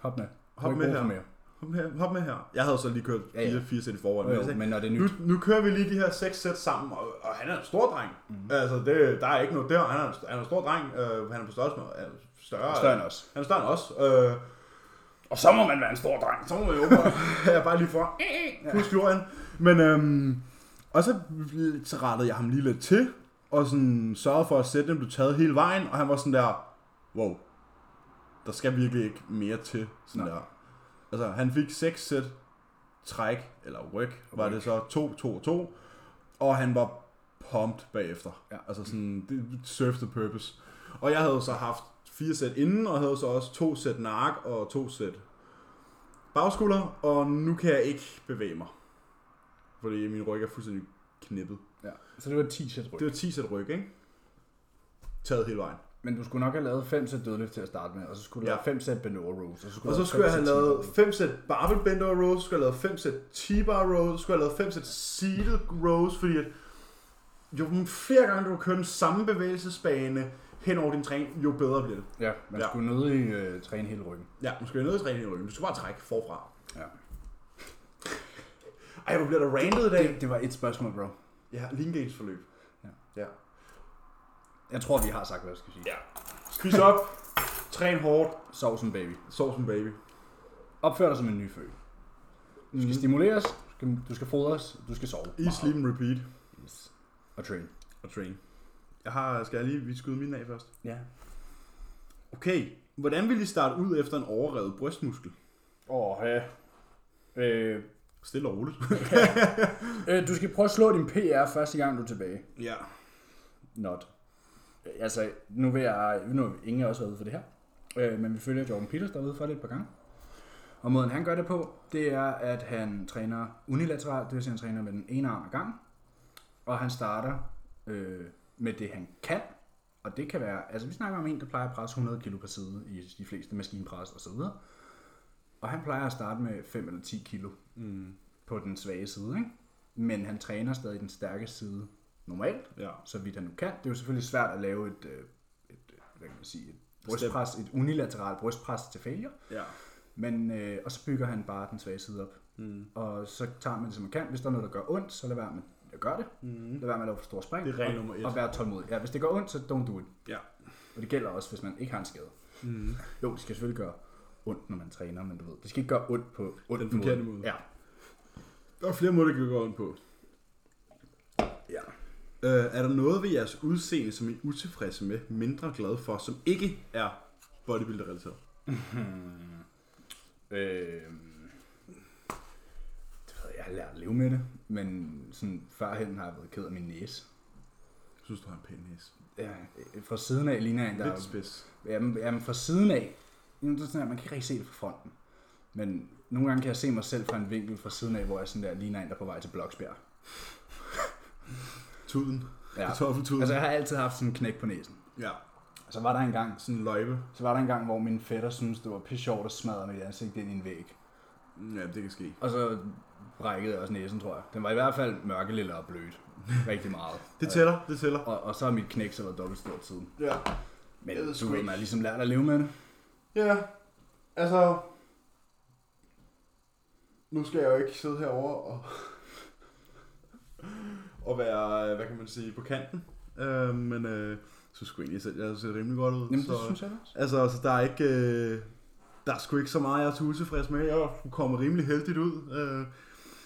[SPEAKER 3] Hop med.
[SPEAKER 1] Hop
[SPEAKER 3] Du har
[SPEAKER 1] med
[SPEAKER 3] ikke brug for
[SPEAKER 1] her.
[SPEAKER 3] Mere.
[SPEAKER 1] Hop med, hop med her. Jeg havde så lige kørt
[SPEAKER 3] Ja, ja.
[SPEAKER 1] fire, fire sæt i forvejen. men jeg
[SPEAKER 3] Jo, jo,
[SPEAKER 1] sagde,
[SPEAKER 3] men når det er
[SPEAKER 1] nu,
[SPEAKER 3] nyt.
[SPEAKER 1] nu kører vi lige de her seks sæt sammen, og, og han er en stor dreng. Mm. Altså, det, der er ikke noget der. Han er, en- han er en stor dreng. Øh, han er på størrelse med, er større.
[SPEAKER 3] Større end os.
[SPEAKER 1] Han er større end os. Øh,
[SPEAKER 3] Og så må man være en stor dreng.
[SPEAKER 1] så må man jo bare, jeg er bare lige for, pusk jorden. Men, øhm, og så, så rettede jeg ham lige lidt til, og sådan sørgede for, at sætten blev taget hele vejen, og han var sådan der, wow, der skal virkelig ikke mere til, sådan
[SPEAKER 3] Nej.
[SPEAKER 1] der. Altså, han fik seks sæt træk, eller ryg, var
[SPEAKER 3] Ryg.
[SPEAKER 1] det så 2, 2, 2, og han var pumped bagefter.
[SPEAKER 3] Ja.
[SPEAKER 1] Altså sådan, det served the purpose. Og jeg havde så haft fire sæt inden, og havde så også to sæt nark og to sæt bagskulder, og nu kan jeg ikke bevæge mig. Fordi min ryg er fuldstændig knippet.
[SPEAKER 3] Ja. Så det var 10 sæt ryg.
[SPEAKER 1] Det var 10 sæt ryg, ikke? Taget hele vejen.
[SPEAKER 3] Men du skulle nok have lavet 5 sæt dødløft til at starte med, og så skulle du
[SPEAKER 1] Ja.
[SPEAKER 3] ja. have 5 sæt Benoit rows, og så skulle,
[SPEAKER 1] Og
[SPEAKER 3] du
[SPEAKER 1] så skulle jeg
[SPEAKER 3] fem
[SPEAKER 1] have
[SPEAKER 3] sæt
[SPEAKER 1] lavet
[SPEAKER 3] T-bone.
[SPEAKER 1] 5 sæt barbell bender rows, så skulle jeg have lavet 5 sæt T-bar rows, så skulle jeg have lavet 5 sæt seated rows, fordi at jo flere gange du kører den samme bevægelsesbane hen over din træning, jo bedre bliver det.
[SPEAKER 3] Ja, man
[SPEAKER 1] Ja.
[SPEAKER 3] ja. skulle nødig øh, træne hele ryggen.
[SPEAKER 1] Ja, nu skal jeg ned i træning i ryggen. Du skal bare trække forfra.
[SPEAKER 3] Ja.
[SPEAKER 1] Ej, hvor bliver der rantet i dag.
[SPEAKER 3] Det, det var et spørgsmål, bro.
[SPEAKER 1] Ja, lean gains forløb.
[SPEAKER 3] Ja.
[SPEAKER 1] ja.
[SPEAKER 3] Jeg tror, vi har sagt, hvad jeg skal sige.
[SPEAKER 1] Ja. Spis op. Træn hårdt.
[SPEAKER 3] Sov som baby.
[SPEAKER 1] Sov som baby.
[SPEAKER 3] Opfør dig som en nyfødt. Du skal stimuleres, du skal, du skal fodres, du skal sove.
[SPEAKER 1] I sleep and repeat.
[SPEAKER 3] Yes. Og train.
[SPEAKER 1] Og train. Jeg har, skal jeg lige vi skyde min af først?
[SPEAKER 3] Ja.
[SPEAKER 1] Okay, hvordan vil I starte ud efter en overrevet brystmuskel?
[SPEAKER 3] Åh, ja. Øh,
[SPEAKER 1] Stille og roligt.
[SPEAKER 3] øh, du skal prøve at slå din PR første gang, du er tilbage.
[SPEAKER 1] ja.
[SPEAKER 3] Not. Øh, Altså, nu vil jeg... Nu har Inge også været ude for det her. Øh, men vi følger Jordan Peters, der er ude for det et par gange. Og måden, han gør det på, det er, at han træner unilateralt. Det vil sige, han træner med den ene arm ad gang. Og han starter øh, med det, han kan. Og det kan være... Altså, vi snakker om en, der plejer at presse 100 kg per side i de fleste maskinpres og så videre. Og han plejer at starte med 5 eller 10 kilo
[SPEAKER 1] Mm.
[SPEAKER 3] på den svage side, ikke? Men han træner stadig den stærke side normalt
[SPEAKER 1] Ja.
[SPEAKER 3] så vidt han nu kan. Det er jo selvfølgelig svært at lave et, øh, et øh, hvad kan man sige, et brystpres, et unilateralt brystpres til failure.
[SPEAKER 1] Ja.
[SPEAKER 3] Men, øh, og så bygger han bare den svage side op.
[SPEAKER 1] Mm.
[SPEAKER 3] Og så tager man det, som man kan. Hvis der er noget, der gør ondt, så lad være med at gøre det.
[SPEAKER 1] Mm.
[SPEAKER 3] Lad være med at lave for store spring.
[SPEAKER 1] Det er regel nummer et.
[SPEAKER 3] Og, og være tålmodig. Ja, hvis det gør ondt, så don't do it.
[SPEAKER 1] Ja.
[SPEAKER 3] Og det gælder også, hvis man ikke har en skade.
[SPEAKER 1] Mm.
[SPEAKER 3] Jo, det skal selvfølgelig gøre ondt, når man træner, men du ved, det skal ikke gøre ondt på ondt
[SPEAKER 1] Den forkerte måde.
[SPEAKER 3] Ja.
[SPEAKER 1] Der er flere måder, det kan gå ondt på.
[SPEAKER 3] ja.
[SPEAKER 1] Øh, er der noget ved jeres udseende, som I er utilfredse med, mindre glade for, som ikke er bodybuilder-relateret?
[SPEAKER 3] Øh, det ved jeg, jeg har lært at leve med det, men sådan, førhen har jeg været ked af min næse.
[SPEAKER 1] Synes du har en pæn næse?
[SPEAKER 3] Ja, øh, fra siden af ligner jeg en, der...
[SPEAKER 1] Lidt spids.
[SPEAKER 3] Jamen, jamen, fra siden af. Jamen, det er sådan, at man kan ikke rigtig se det fra fronten. Men nogle gange kan jeg se mig selv fra en vinkel fra siden af, hvor jeg sådan der ligner en, der er på vej til Bloksbjerg.
[SPEAKER 1] Tuden. Ja.
[SPEAKER 3] Ja.
[SPEAKER 1] Kartoffeltuden.
[SPEAKER 3] Altså,
[SPEAKER 1] Altså,
[SPEAKER 3] jeg har altid haft sådan en knæk på næsen.
[SPEAKER 1] ja.
[SPEAKER 3] Så var der en gang,
[SPEAKER 1] Sådan en løjpe.
[SPEAKER 3] så var der en gang, hvor min fætter synes det var pisse sjovt at smadre mit ansigt ind i en væg.
[SPEAKER 1] Ja, det kan ske.
[SPEAKER 3] Og så brækkede jeg også næsen, tror jeg. Den var i hvert fald mørkelille og blødt. Rigtig meget.
[SPEAKER 1] Det tæller, det tæller.
[SPEAKER 3] Og, og så har mit knæk så været dobbelt stort siden.
[SPEAKER 1] Ja.
[SPEAKER 3] Men
[SPEAKER 1] Jeg ved sgu
[SPEAKER 3] du ved,
[SPEAKER 1] ikke.
[SPEAKER 3] man har ligesom lært at leve med det.
[SPEAKER 1] Ja, altså... Nu skal jeg jo ikke sidde herovre og... og være, hvad kan man sige, på kanten. Øh, men øh, jeg synes sgu egentlig selv, jeg ser rimelig godt ud.
[SPEAKER 3] Jamen,
[SPEAKER 1] så,
[SPEAKER 3] det synes jeg da også.
[SPEAKER 1] Altså, altså, der er ikke... Øh, der er sgu ikke så meget, jeg er så utilfreds med. Jeg er kommet rimelig heldigt ud. Øh,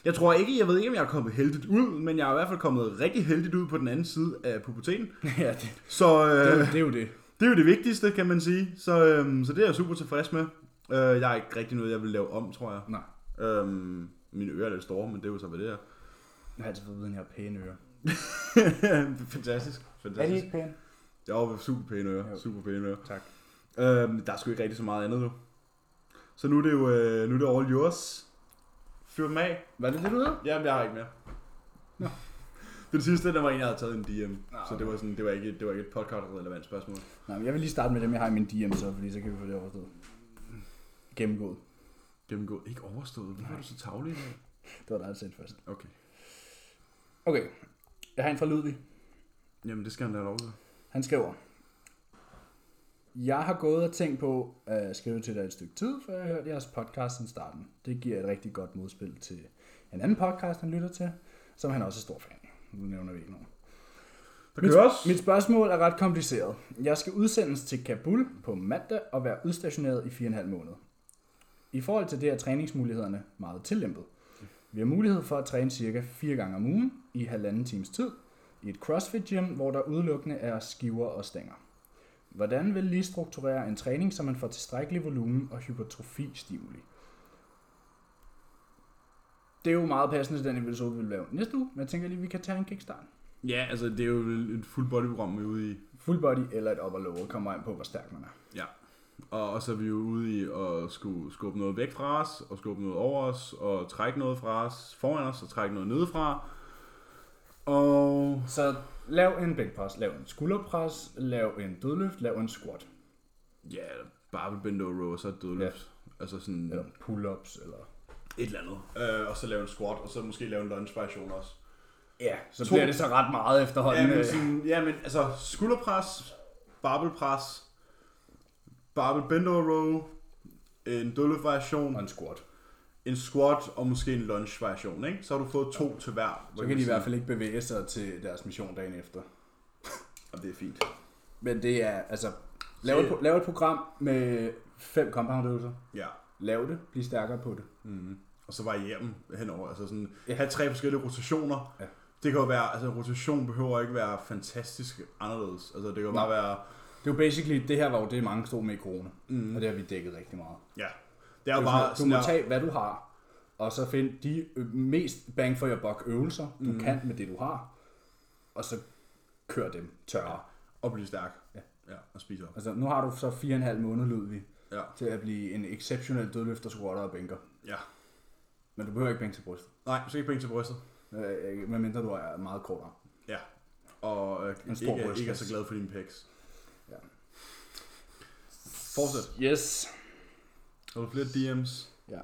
[SPEAKER 1] jeg tror ikke, jeg ved ikke, om jeg er kommet heldigt ud, men jeg er i hvert fald kommet rigtig heldigt ud på den anden side af puberteten.
[SPEAKER 3] ja, det,
[SPEAKER 1] Så,
[SPEAKER 3] det, er
[SPEAKER 1] øh,
[SPEAKER 3] jo- det, er jo det.
[SPEAKER 1] det er jo det vigtigste, kan man sige. Så, øhm, så det er jeg super tilfreds med. Øh, jeg er ikke rigtig noget, jeg vil lave om, tror jeg.
[SPEAKER 3] Nej,
[SPEAKER 1] Øhm, mine ører er lidt store, men det er jo så, hvad det er.
[SPEAKER 3] jeg har altid fået at vide, at jeg har pæne ører.
[SPEAKER 1] fantastisk.
[SPEAKER 3] Er de
[SPEAKER 1] fantastisk.
[SPEAKER 3] ikke pæne?
[SPEAKER 1] Jeg har super pæne ører.
[SPEAKER 3] Jo.
[SPEAKER 1] Super pæne ører.
[SPEAKER 3] Tak.
[SPEAKER 1] Øhm, der er sgu ikke rigtig så meget andet nu. Så nu er det jo øh, nu er det all yours. Fyr dem af.
[SPEAKER 3] Var det det, du hed?
[SPEAKER 1] Jamen, jeg har ikke mere.
[SPEAKER 3] Nå.
[SPEAKER 1] Den sidste, der var en, jeg havde taget en DM.
[SPEAKER 3] Nå,
[SPEAKER 1] så det var, sådan, det var ikke, det var ikke et podcast-relevant spørgsmål.
[SPEAKER 3] Nej, men jeg vil lige starte med dem, jeg har i min DM så, fordi så kan vi få det overstået. Gennemgået.
[SPEAKER 1] Gennemgået. Ikke overstået. Hvorfor er du så tavlig? i dag?
[SPEAKER 3] Det var dig, der selv først.
[SPEAKER 1] Okay.
[SPEAKER 3] Okay. Jeg har en fra Ludvig.
[SPEAKER 1] Jamen, det skal han da have lov til.
[SPEAKER 3] Han skriver, Jeg har gået og tænkt på at skrive til dig et stykke tid, for jeg har hørt jeres podcast siden starten. Det giver et rigtig godt modspil til en anden podcast, han lytter til, som han også er stor fan af. Nu nævner vi ikke nogen.
[SPEAKER 1] Der
[SPEAKER 3] Mit,
[SPEAKER 1] køres.
[SPEAKER 3] mit spørgsmål er ret kompliceret. Jeg skal udsendes til Kabul på mandag og være udstationeret i 4,5 måneder. I forhold til det er træningsmulighederne meget tillempet. Vi har mulighed for at træne cirka 4 gange om ugen i halvanden times tid i et CrossFit gym, hvor der udelukkende er skiver og stænger. Hvordan vil lige strukturere en træning, så man får tilstrækkelig volumen og hypertrofi-stimuli? Det er jo meget passende til den episode, vi vil lave næste uge, men jeg tænker lige, at vi kan tage en kickstart.
[SPEAKER 1] Ja, altså det er jo et full body program, vi er ude i.
[SPEAKER 3] Full body eller et upper lower kommer an på, hvor stærk man er.
[SPEAKER 1] Og, og så er vi jo ude i at skulle skubbe noget væk fra os, og skubbe noget over os, og trække noget fra os foran os, og trække noget nedefra. Og
[SPEAKER 3] Så lav en bænkpres, lav en skulderpres, lav en dødløft, lav en squat.
[SPEAKER 1] ja, barbell bend over row, og så et dødløft. Ja. Altså sådan
[SPEAKER 3] Eller pull-ups, eller...
[SPEAKER 1] et eller andet. Øh, og så lave en squat, og så måske lave en lunge variation også.
[SPEAKER 3] Ja, så
[SPEAKER 1] To-
[SPEAKER 3] to. bliver det så ret meget efterhånden.
[SPEAKER 1] Ja, men,
[SPEAKER 3] øh.
[SPEAKER 1] sådan, ja, men altså skulderpres, barbellpres, barbell bend over row, en dødløft variation,
[SPEAKER 3] Og en squat.
[SPEAKER 1] en squat og måske en lunge variation, ikke? Så har du fået to til hver.
[SPEAKER 3] Så kan de i hvert fald ikke bevæge sig til deres mission dagen efter.
[SPEAKER 1] Og det er fint.
[SPEAKER 3] Men det er, altså... Lav et, pro- lav et program med fem compound øvelser.
[SPEAKER 1] Ja.
[SPEAKER 3] Lav det, bliv stærkere på det.
[SPEAKER 1] Mm. Og så variere dem henover. Altså sådan, ja.
[SPEAKER 3] Ja.
[SPEAKER 1] have tre forskellige rotationer.
[SPEAKER 3] Ja.
[SPEAKER 1] Det kan jo være, altså rotation behøver ikke være fantastisk anderledes. Altså det kan jo bare være,
[SPEAKER 3] Det er jo basically, det her var jo det, mange stod med i corona.
[SPEAKER 1] Mhm.
[SPEAKER 3] Mm. Og det har vi dækket rigtig meget.
[SPEAKER 1] ja. Det er jo
[SPEAKER 3] Det er
[SPEAKER 1] bare
[SPEAKER 3] sådan, du må
[SPEAKER 1] der-
[SPEAKER 3] tage, hvad du har, og så finde de ø- mest bang for your buck øvelser, du mm. kan med det, du har, og så kør dem tørre.
[SPEAKER 1] og blive stærk.
[SPEAKER 3] Ja.
[SPEAKER 1] ja og spise op.
[SPEAKER 3] Altså, nu har du så 4,5 måneder, Ludvig,
[SPEAKER 1] Ja.
[SPEAKER 3] til at blive en exceptionel dødløfter, squatter og bænker.
[SPEAKER 1] ja.
[SPEAKER 3] Men du behøver ikke bænke til brystet,
[SPEAKER 1] Nej, så ikke penge til brystet.
[SPEAKER 3] øh, øh, medmindre du er meget kortere.
[SPEAKER 1] Ja. Og øh,
[SPEAKER 3] En
[SPEAKER 1] ikke,
[SPEAKER 3] stor
[SPEAKER 1] ikke, er- ikke er
[SPEAKER 3] brystkasse.
[SPEAKER 1] så glad for dine pecs.
[SPEAKER 3] Ja.
[SPEAKER 1] Fortsæt.
[SPEAKER 3] Yes.
[SPEAKER 1] Har du flere DM's?
[SPEAKER 3] Ja.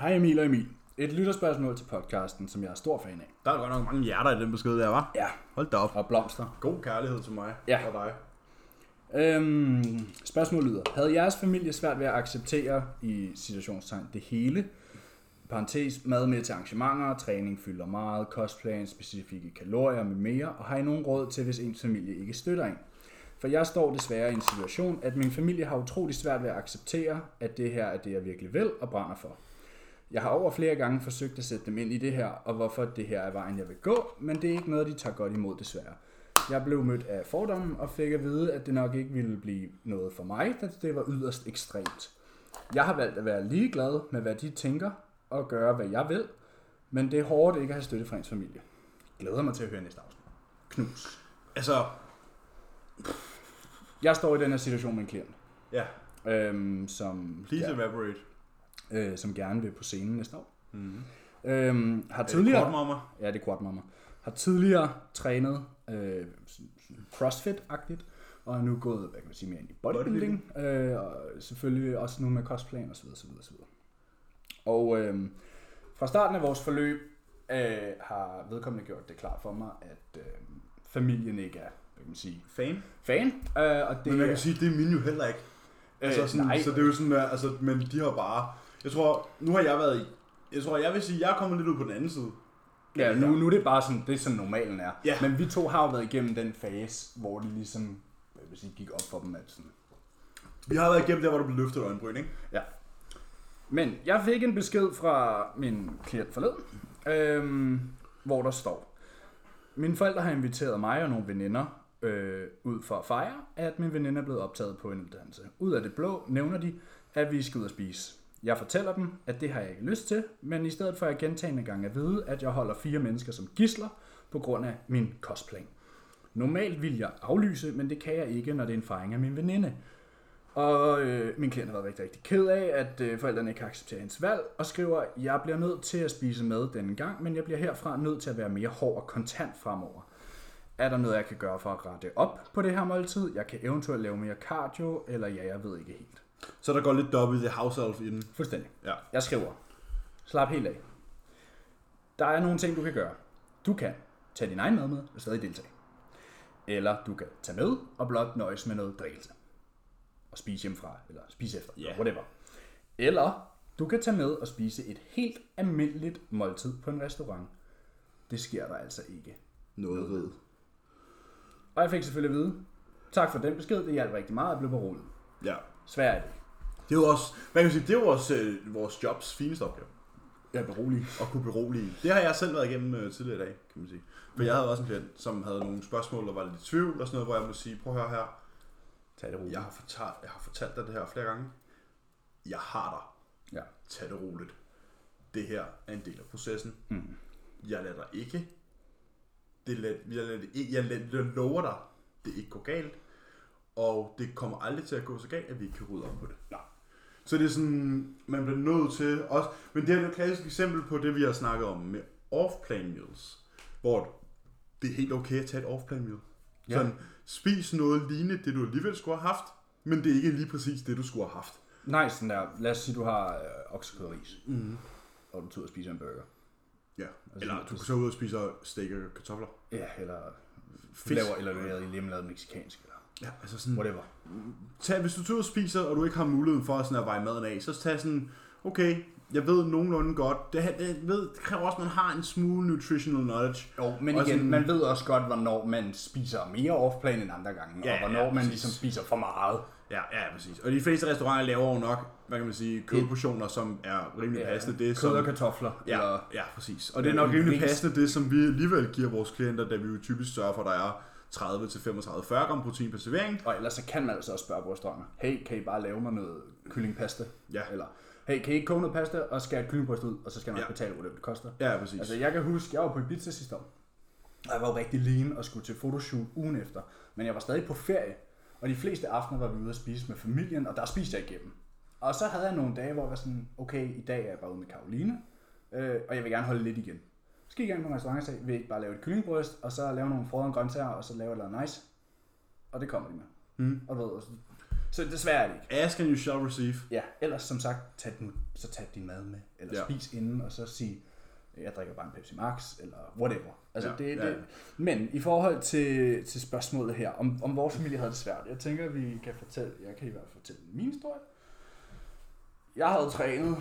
[SPEAKER 3] Hej Emil og Emil. Et lytterspørgsmål til podcasten, som jeg er stor fan af.
[SPEAKER 1] Der er godt nok mange hjerter i den besked der, var.
[SPEAKER 3] Ja.
[SPEAKER 1] Hold da op.
[SPEAKER 3] Og blomster.
[SPEAKER 1] God kærlighed til mig
[SPEAKER 3] Ja.
[SPEAKER 1] og dig.
[SPEAKER 3] Øhm, spørgsmålet lyder, havde jeres familie svært ved at acceptere i situationstegn det hele? Parentes, mad med til arrangementer, træning fylder meget, kostplan, specifikke kalorier med mere, og har I nogen råd til, hvis ens familie ikke støtter en? For jeg står desværre i en situation, at min familie har utrolig svært ved at acceptere, at det her er det, jeg virkelig vil og brænder for. Jeg har over flere gange forsøgt at sætte dem ind i det her, og hvorfor det her er vejen, jeg vil gå, men det er ikke noget, de tager godt imod desværre. Jeg blev mødt af fordommen og fik at vide, at det nok ikke ville blive noget for mig, da det var yderst ekstremt. Jeg har valgt at være ligeglad med, hvad de tænker, og gøre, hvad jeg vil, men det er hårdt ikke at have støtte fra ens familie. Glæder mig til at høre næste afsnit. Knus.
[SPEAKER 1] Altså,
[SPEAKER 3] Jeg står i den her situation med en klient,
[SPEAKER 1] ja.
[SPEAKER 3] øhm, som,
[SPEAKER 1] Please evaporate.
[SPEAKER 3] øh, som gerne vil på scenen næste år.
[SPEAKER 1] Mm-hmm.
[SPEAKER 3] Øhm, har
[SPEAKER 1] Er det
[SPEAKER 3] tidligere...
[SPEAKER 1] kort, mamma?
[SPEAKER 3] Ja, det er quad mamma. Har tidligere trænet øh, sådan- sådan CrossFit-agtigt, og er nu gået, hvad kan man sige, mere ind i bodybuilding, øh, og selvfølgelig også nu med kostplan osv. osv., osv. Og øh, fra starten af vores forløb øh, har vedkommende gjort det klart for mig, at øh, familien ikke er, hvad kan man sige,
[SPEAKER 1] Fan.
[SPEAKER 3] fan. Øh, og det,
[SPEAKER 1] Men man kan sige, det er mine jo heller ikke. Altså,
[SPEAKER 3] Øh,
[SPEAKER 1] sådan,
[SPEAKER 3] nej.
[SPEAKER 1] så det er jo sådan, øh, altså, men de har bare... Jeg tror, nu har jeg været i... Jeg tror, jeg vil sige, jeg er kommet lidt ud på den anden side.
[SPEAKER 3] Ja, nu, nu er det bare sådan, det er sådan normalen er.
[SPEAKER 1] Ja.
[SPEAKER 3] Men vi to har jo været igennem den fase, hvor det ligesom, jeg vil sige, gik op for dem, at sådan...
[SPEAKER 1] Vi har været igennem der, hvor du blev løftet øjenbryn, ikke?
[SPEAKER 3] Ja. Men jeg fik en besked fra min klient forleden, øhm, hvor der står, mine forældre har inviteret mig og nogle veninder øh, ud for at fejre, at min veninde er blevet optaget på en uddannelse. Ud af det blå nævner de, at vi skal ud og spise. Jeg fortæller dem, at det har jeg ikke lyst til, men i stedet får jeg gentagende gange at vide, at jeg holder fire mennesker som gisler på grund af min kostplan. Normalt vil jeg aflyse, men det kan jeg ikke, når det er en fejring af min veninde. Og øh, min klient har været rigtig, rigtig ked af, at øh, forældrene ikke har accepteret hendes valg, og skriver, jeg bliver nødt til at spise med denne gang, men jeg bliver herfra nødt til at være mere hård og kontant fremover. Er der noget, jeg kan gøre for at rette op på det her måltid? Jeg kan eventuelt lave mere cardio, eller ja, jeg ved ikke helt.
[SPEAKER 1] Så der går lidt dobbelt i det house elf i den.
[SPEAKER 3] Fuldstændig.
[SPEAKER 1] Ja.
[SPEAKER 3] Jeg skriver, slap helt af. Der er nogle ting, du kan gøre. Du kan tage din egen mad med og stadig deltage. Eller du kan tage med og blot nøjes med noget drikkelse. Og spise hjemmefra, eller spise efter,
[SPEAKER 1] Ja.
[SPEAKER 3] yeah. whatever. Eller du kan tage med og spise et helt almindeligt måltid på en restaurant. Det sker der altså ikke.
[SPEAKER 1] Noget ved.
[SPEAKER 3] Og jeg fik selvfølgelig at vide, tak for den besked, det hjalp rigtig meget at blive beroliget.
[SPEAKER 1] Ja.
[SPEAKER 3] Svært er det. ikke.
[SPEAKER 1] Det er jo også, man kan sige, det er jo også øh, vores jobs fineste opgave.
[SPEAKER 3] Jeg er beroliget.
[SPEAKER 1] at kunne berolige. Det har jeg selv været igennem øh, tidligere i dag, kan man sige. For jeg havde også en klient, som havde nogle spørgsmål, og var lidt i tvivl og sådan noget, hvor jeg må sige, prøv at høre her,
[SPEAKER 3] Tag det roligt.
[SPEAKER 1] jeg har fortalt, jeg har fortalt dig det her flere gange. Jeg har dig.
[SPEAKER 3] Ja.
[SPEAKER 1] Tag det roligt. Det her er en del af processen. Mm. Jeg lader dig ikke. Det lad, jeg, lader det ikke jeg, lader, jeg lover dig, det ikke går galt. Og det kommer aldrig til at gå så galt, at vi ikke kan rydde op på det.
[SPEAKER 3] Nej.
[SPEAKER 1] Så det er sådan, man bliver nødt til også, men det er et klassisk eksempel på det, vi har snakket om med off-plan meals, hvor det er helt okay at tage et off-plan meal. Ja.
[SPEAKER 3] Ja.
[SPEAKER 1] Sådan, spis noget lignende det, du alligevel skulle have haft, men det er ikke lige præcis det, du skulle have haft.
[SPEAKER 3] Nej, sådan der. Lad os sige, du har øh, oksekød og ris. Mm. Og du tager ud og spiser en burger.
[SPEAKER 1] Ja, eller du kan så ud og spise steak og kartofler.
[SPEAKER 3] Ja, eller
[SPEAKER 1] Fisk.
[SPEAKER 3] Fisk. laver eller lavet i hjemmelavet mexikansk, eller
[SPEAKER 1] Ja, altså sådan,
[SPEAKER 3] whatever.
[SPEAKER 1] tag, hvis du tager ud og spiser, og du ikke har muligheden for sådan at veje maden af, så tag sådan, okay, jeg ved nogenlunde godt, det, det, ved, det kræver også, at man har en smule nutritional knowledge.
[SPEAKER 3] Jo,
[SPEAKER 1] Og
[SPEAKER 3] men igen,
[SPEAKER 1] sådan-
[SPEAKER 3] sådan... man ved også godt, hvornår man spiser mere off-plan end andre gange,
[SPEAKER 1] Ja,
[SPEAKER 3] ja, og hvornår
[SPEAKER 1] ja,
[SPEAKER 3] ja, man
[SPEAKER 1] præcis.
[SPEAKER 3] ligesom spiser for meget.
[SPEAKER 1] Ja, ja, præcis. Og de fleste restauranter laver jo nok, hvad kan man sige, kødportioner, som er rimelig
[SPEAKER 3] altså,
[SPEAKER 1] passende. Det,
[SPEAKER 3] Kød og
[SPEAKER 1] som,
[SPEAKER 3] kartofler, ja.
[SPEAKER 1] ja,
[SPEAKER 3] eller
[SPEAKER 1] ja, præcis. Og det er nok
[SPEAKER 3] en
[SPEAKER 1] rimelig
[SPEAKER 3] ris.
[SPEAKER 1] passende det, som vi alligevel giver vores klienter, da vi jo typisk sørger for, at der er 30-35-40 gram protein per servering.
[SPEAKER 3] Og ellers så kan man altså også spørge på restauranter, hey, kan I bare lave mig noget kyllingpasta?
[SPEAKER 1] Ja.
[SPEAKER 3] Eller, hey, kan I ikke koge noget pasta og skære et kyllingbryst ud, og så skal man
[SPEAKER 1] Ja.
[SPEAKER 3] ja. betale, hvad det koster?
[SPEAKER 1] Ja, præcis.
[SPEAKER 3] Altså, jeg kan huske, jeg var på Ibiza sidste år, og jeg var jo rigtig lean og skulle til fotoshoot ugen efter. Men jeg var stadig på ferie, og de fleste aftener var vi ude at spise med familien, og der spiste jeg igennem. Og så havde jeg nogle dage, hvor jeg var sådan, okay, i dag er jeg bare ude med Karoline, øh, og jeg vil gerne holde lidt igen. Så gik jeg ind på en restaurant og sagde, vil I ikke bare lave et kyllingbryst, og så lave nogle frøde og grøntsager, og så lave noget nice. Og det kommer de med. Mm. Og du ved, så, så desværre er det ikke.
[SPEAKER 1] Ask and you shall receive.
[SPEAKER 3] Ja, ellers som sagt, tag den, så tag din mad med, eller
[SPEAKER 1] Ja.
[SPEAKER 3] ja. spis inden, og så sig, jeg drikker bare en Pepsi Max, eller whatever. Altså,
[SPEAKER 1] Ja,
[SPEAKER 3] ja, det,
[SPEAKER 1] ja,
[SPEAKER 3] det.
[SPEAKER 1] ja.
[SPEAKER 3] Ja. Men i forhold til, til spørgsmålet her, om, om vores familie havde det svært, jeg tænker, vi kan fortælle, jeg kan i hvert fald fortælle min historie. Jeg havde trænet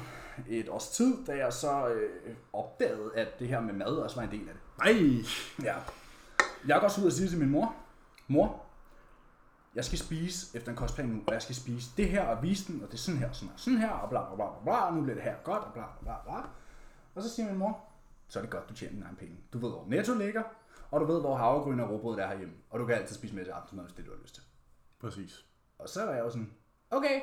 [SPEAKER 3] et års tid, da jeg så øh, opdagede, at det her med mad også var en del af det.
[SPEAKER 1] Nej!
[SPEAKER 3] Ja. Jeg går også ud og siger til min mor, mor, jeg skal spise efter en kostplan nu, og jeg skal spise det her, og vise den, og det er sådan her, og sådan her, sådan her, og bla bla bla bla, bla, og nu bliver det her godt, og bla bla bla bla. Og så siger min mor, så er det godt, du tjener dine egne penge. Du ved, hvor netto ligger, og du ved, hvor havregryn og råbrød er herhjemme, og du kan altid spise med til aftensmad, hvis det er det, du har lyst til.
[SPEAKER 1] Præcis.
[SPEAKER 3] Og så var jeg jo sådan, okay,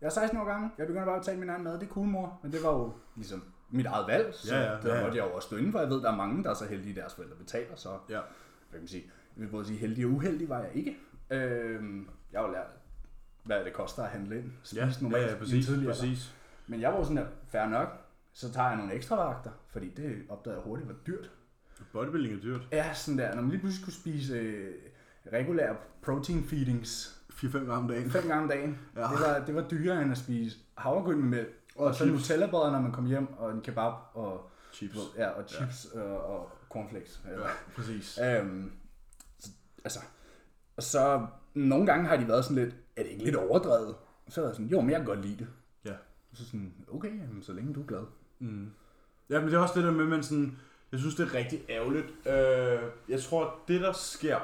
[SPEAKER 3] jeg er 16 år gammel, jeg begynder bare at betale min egen mad, det er cool, mor. Men det var jo ligesom mit eget valg, så
[SPEAKER 1] Ja,
[SPEAKER 3] ja,
[SPEAKER 1] ja,
[SPEAKER 3] ja, der
[SPEAKER 1] ja, ja.
[SPEAKER 3] måtte jeg jo også stå indenfor. Jeg ved, der er mange, der er så heldige, at deres forældre betaler, så ja.
[SPEAKER 1] Ja.
[SPEAKER 3] hvad kan man sige, jeg vil både sige heldig og uheldig var jeg ikke. Øhm, jeg har jo lært, hvad det koster at handle ind, spise
[SPEAKER 1] Ja,
[SPEAKER 3] normalt
[SPEAKER 1] ja,
[SPEAKER 3] i
[SPEAKER 1] ja,
[SPEAKER 3] en
[SPEAKER 1] præcis,
[SPEAKER 3] tidlig alder.
[SPEAKER 1] præcis.
[SPEAKER 3] Men jeg var jo sådan der, fair nok, så tager jeg nogle ekstra vagter, fordi det opdagede jeg hurtigt var dyrt.
[SPEAKER 1] Bodybuilding er dyrt.
[SPEAKER 3] Ja, sådan der. Når man lige pludselig skulle spise øh, regulære protein feedings
[SPEAKER 1] 4-5 gram om dagen.
[SPEAKER 3] fem gange om dagen,
[SPEAKER 1] Ja.
[SPEAKER 3] ja. det, var, det var dyrere end at spise havregryn med mælk. Og,
[SPEAKER 1] Og
[SPEAKER 3] og så en
[SPEAKER 1] chips.
[SPEAKER 3] nutella når man kom hjem, og en kebab, og,
[SPEAKER 1] Chips.
[SPEAKER 3] ja, og chips ja. og, og cornflakes. Ja.
[SPEAKER 1] Ja, præcis.
[SPEAKER 3] Øhm, så- altså, og så nogle gange har de været sådan lidt, er det ikke lidt overdrevet? Og så er jeg sådan, jo, men jeg kan godt lide det.
[SPEAKER 1] Ja.
[SPEAKER 3] Og Så sådan, okay, jamen, så længe du er glad.
[SPEAKER 1] Mm. Ja, men det er også det der med, at man sådan, jeg synes, det er rigtig ærgerligt. Øh, jeg tror, det der sker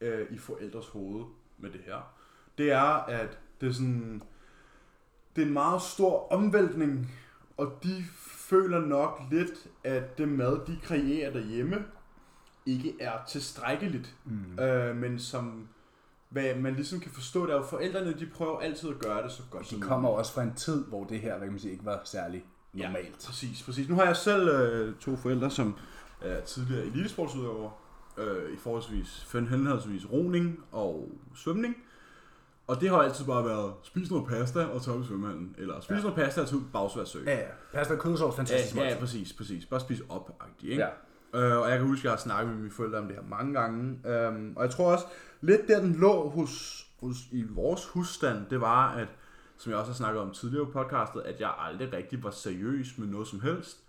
[SPEAKER 1] øh, i forældres hoved med det her, det er, at det er sådan, det er en meget stor omvæltning, og de føler nok lidt, at det mad, de kreerer derhjemme, ikke er tilstrækkeligt.
[SPEAKER 3] Mm.
[SPEAKER 1] Øh, men som, hvad man ligesom kan forstå, det er jo forældrene, de prøver altid at gøre det så godt som
[SPEAKER 3] De
[SPEAKER 1] muligt.
[SPEAKER 3] kommer også fra en tid, hvor det her, hvad kan man sige, ikke var særlig
[SPEAKER 1] Ja.
[SPEAKER 3] normalt.
[SPEAKER 1] Præcis, præcis. Nu har jeg selv øh, to forældre, som er tidligere elitesportsudøvere, øh, i forholdsvis fen- henholdsvis roning og svømning. Og det har altid bare været, spis noget pasta og tage op i svømmehallen. Eller spis ja.
[SPEAKER 3] Ja.
[SPEAKER 1] noget pasta og tage ud på bagsværdssøg.
[SPEAKER 3] Ja, ja. Pasta og kødsovs, fantastisk.
[SPEAKER 1] ja, ja,
[SPEAKER 3] måltid.
[SPEAKER 1] præcis, præcis. Bare spis op, ikke?
[SPEAKER 3] ja.
[SPEAKER 1] Øh, og jeg kan huske, at jeg har snakket med mine forældre om det her mange gange. Øh, og jeg tror også, lidt der den lå hos, hos, i vores husstand, det var, at som jeg også har snakket om tidligere i podcastet, at jeg aldrig rigtig var seriøs med noget som helst.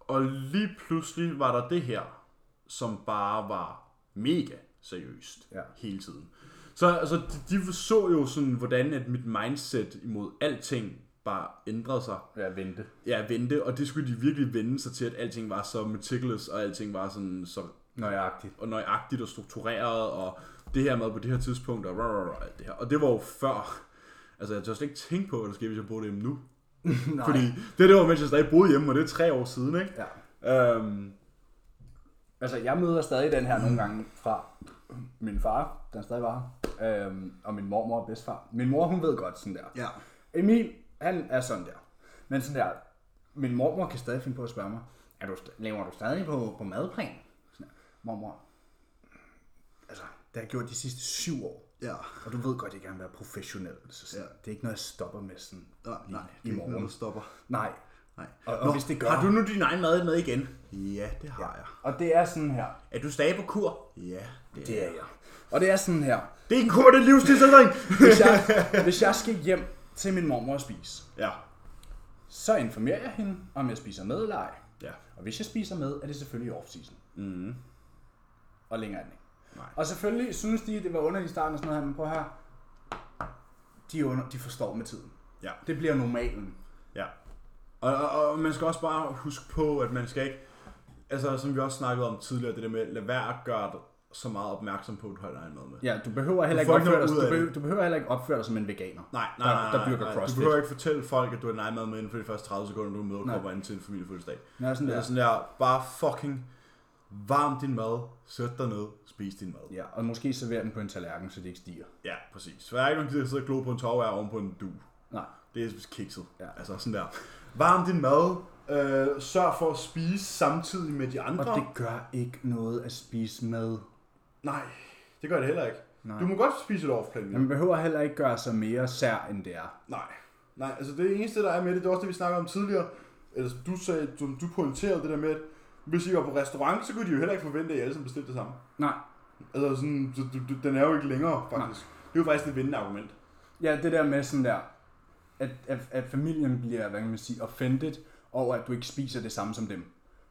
[SPEAKER 1] Og lige pludselig var der det her, som bare var mega seriøst
[SPEAKER 3] Ja.
[SPEAKER 1] hele tiden. Så altså, de, de så jo sådan, hvordan at mit mindset imod alting bare ændrede sig
[SPEAKER 3] ja, vente.
[SPEAKER 1] ja, vente, og det skulle de virkelig vende sig til, at alting var så meticulous, og alting var sådan så
[SPEAKER 3] Nøjagtigt.
[SPEAKER 1] og nøjagtigt og struktureret, og det her med på det her tidspunkt, og, rah, rah, rah, alt det her. og det var jo før. Altså, jeg tør slet ikke tænke på, hvad der sker, hvis jeg boede hjemme nu.
[SPEAKER 3] Nej.
[SPEAKER 1] Fordi det, det var, mens jeg stadig boede hjemme, og det er tre år siden, ikke?
[SPEAKER 3] Ja.
[SPEAKER 1] Øhm,
[SPEAKER 3] Altså, jeg møder stadig den her
[SPEAKER 1] Mm.
[SPEAKER 3] nogle gange fra min far, der stadig var her, øhm, og min mormor og bedstfar. Min mor, hun ved godt sådan der.
[SPEAKER 1] ja.
[SPEAKER 3] Emil, han er sådan der. Men sådan der, min mormor kan stadig finde på at spørge mig, er du, st- laver du stadig på, på madplan? Sådan der, mormor, altså, det har jeg gjort de sidste syv år.
[SPEAKER 1] Ja.
[SPEAKER 3] Og du ved godt, jeg gerne vil være professionel. Så sådan,
[SPEAKER 1] Ja.
[SPEAKER 3] ja. det er ikke noget, jeg stopper med sådan lige i morgen.
[SPEAKER 1] stopper.
[SPEAKER 3] Nej.
[SPEAKER 1] Nej.
[SPEAKER 3] Og- og hvis det gør-
[SPEAKER 1] Har du nu din egen mad med igen? Ja, det har jeg.
[SPEAKER 3] Og det er sådan her.
[SPEAKER 1] Er du stadig på kur? Ja, det,
[SPEAKER 3] Det er jeg. Og det er sådan her.
[SPEAKER 1] det er en kur, det er livsstilsændring!
[SPEAKER 3] Hvis jeg, hvis jeg skal hjem til min mormor og spise,
[SPEAKER 1] ja,
[SPEAKER 3] så informerer jeg hende, om jeg spiser med eller ej.
[SPEAKER 1] ja,
[SPEAKER 3] Og hvis jeg spiser med, er det selvfølgelig i off-season. Mm. Og længere end ikke.
[SPEAKER 1] Nej.
[SPEAKER 3] Og selvfølgelig synes de, det var underligt i starten og sådan noget her, men prøv her. De, er under, de forstår med tiden.
[SPEAKER 1] ja.
[SPEAKER 3] Det bliver normalen.
[SPEAKER 1] Ja. Og, og, og man skal også bare huske på, at man skal ikke... Altså, som vi også snakkede om tidligere, det der med, lad være at gøre dig så meget opmærksom på, at du har din egen mad med.
[SPEAKER 3] Ja, du behøver heller
[SPEAKER 1] Du
[SPEAKER 3] ikke
[SPEAKER 1] får ikke
[SPEAKER 3] opføre dig,
[SPEAKER 1] noget ud
[SPEAKER 3] du
[SPEAKER 1] af
[SPEAKER 3] behøver, du behøver heller ikke opføre dig som en veganer.
[SPEAKER 1] Nej, nej, nej, nej,
[SPEAKER 3] der dyrker
[SPEAKER 1] nej, nej. Du
[SPEAKER 3] CrossFit.
[SPEAKER 1] behøver ikke fortælle folk, at du har din egen mad med inden for de første 30 sekunder, du møder
[SPEAKER 3] Nej.
[SPEAKER 1] kommer ind til en familiefødselsdag.
[SPEAKER 3] Nå, sådan
[SPEAKER 1] Det er
[SPEAKER 3] der.
[SPEAKER 1] sådan der, bare fucking varm din mad, sæt dig ned, spis din mad.
[SPEAKER 3] Ja, og måske serverer den på en tallerken, så det ikke stiger.
[SPEAKER 1] Ja, præcis. For der er ikke nogen, der sidder og glo på en tovvær oven på en du.
[SPEAKER 3] Nej.
[SPEAKER 1] Det er kikset. Ja.
[SPEAKER 3] Ja.
[SPEAKER 1] Altså sådan der. Varm din mad, øh, sørg for at spise samtidig med de andre.
[SPEAKER 3] Og det gør ikke noget at spise med.
[SPEAKER 1] Nej, det gør det heller ikke. Nej.
[SPEAKER 3] Nej.
[SPEAKER 1] Du må godt spise et off-plan meal.
[SPEAKER 3] Men man behøver heller ikke gøre sig mere sær, end det er.
[SPEAKER 1] Nej. Nej, altså det eneste, der er med det, det er også det, vi snakkede om tidligere. Eller som du sagde, som du pointerede det der med, at hvis I var på restaurant, så kunne de jo heller ikke forvente, at I alle sammen bestilte det samme.
[SPEAKER 3] Nej.
[SPEAKER 1] Altså sådan, så du, du, den er jo ikke længere, faktisk. Nej. Det er jo faktisk det vindende argument.
[SPEAKER 3] Ja, det der med sådan der, at, at, at familien bliver, hvad kan man sige, offended over, at du ikke spiser det samme som dem.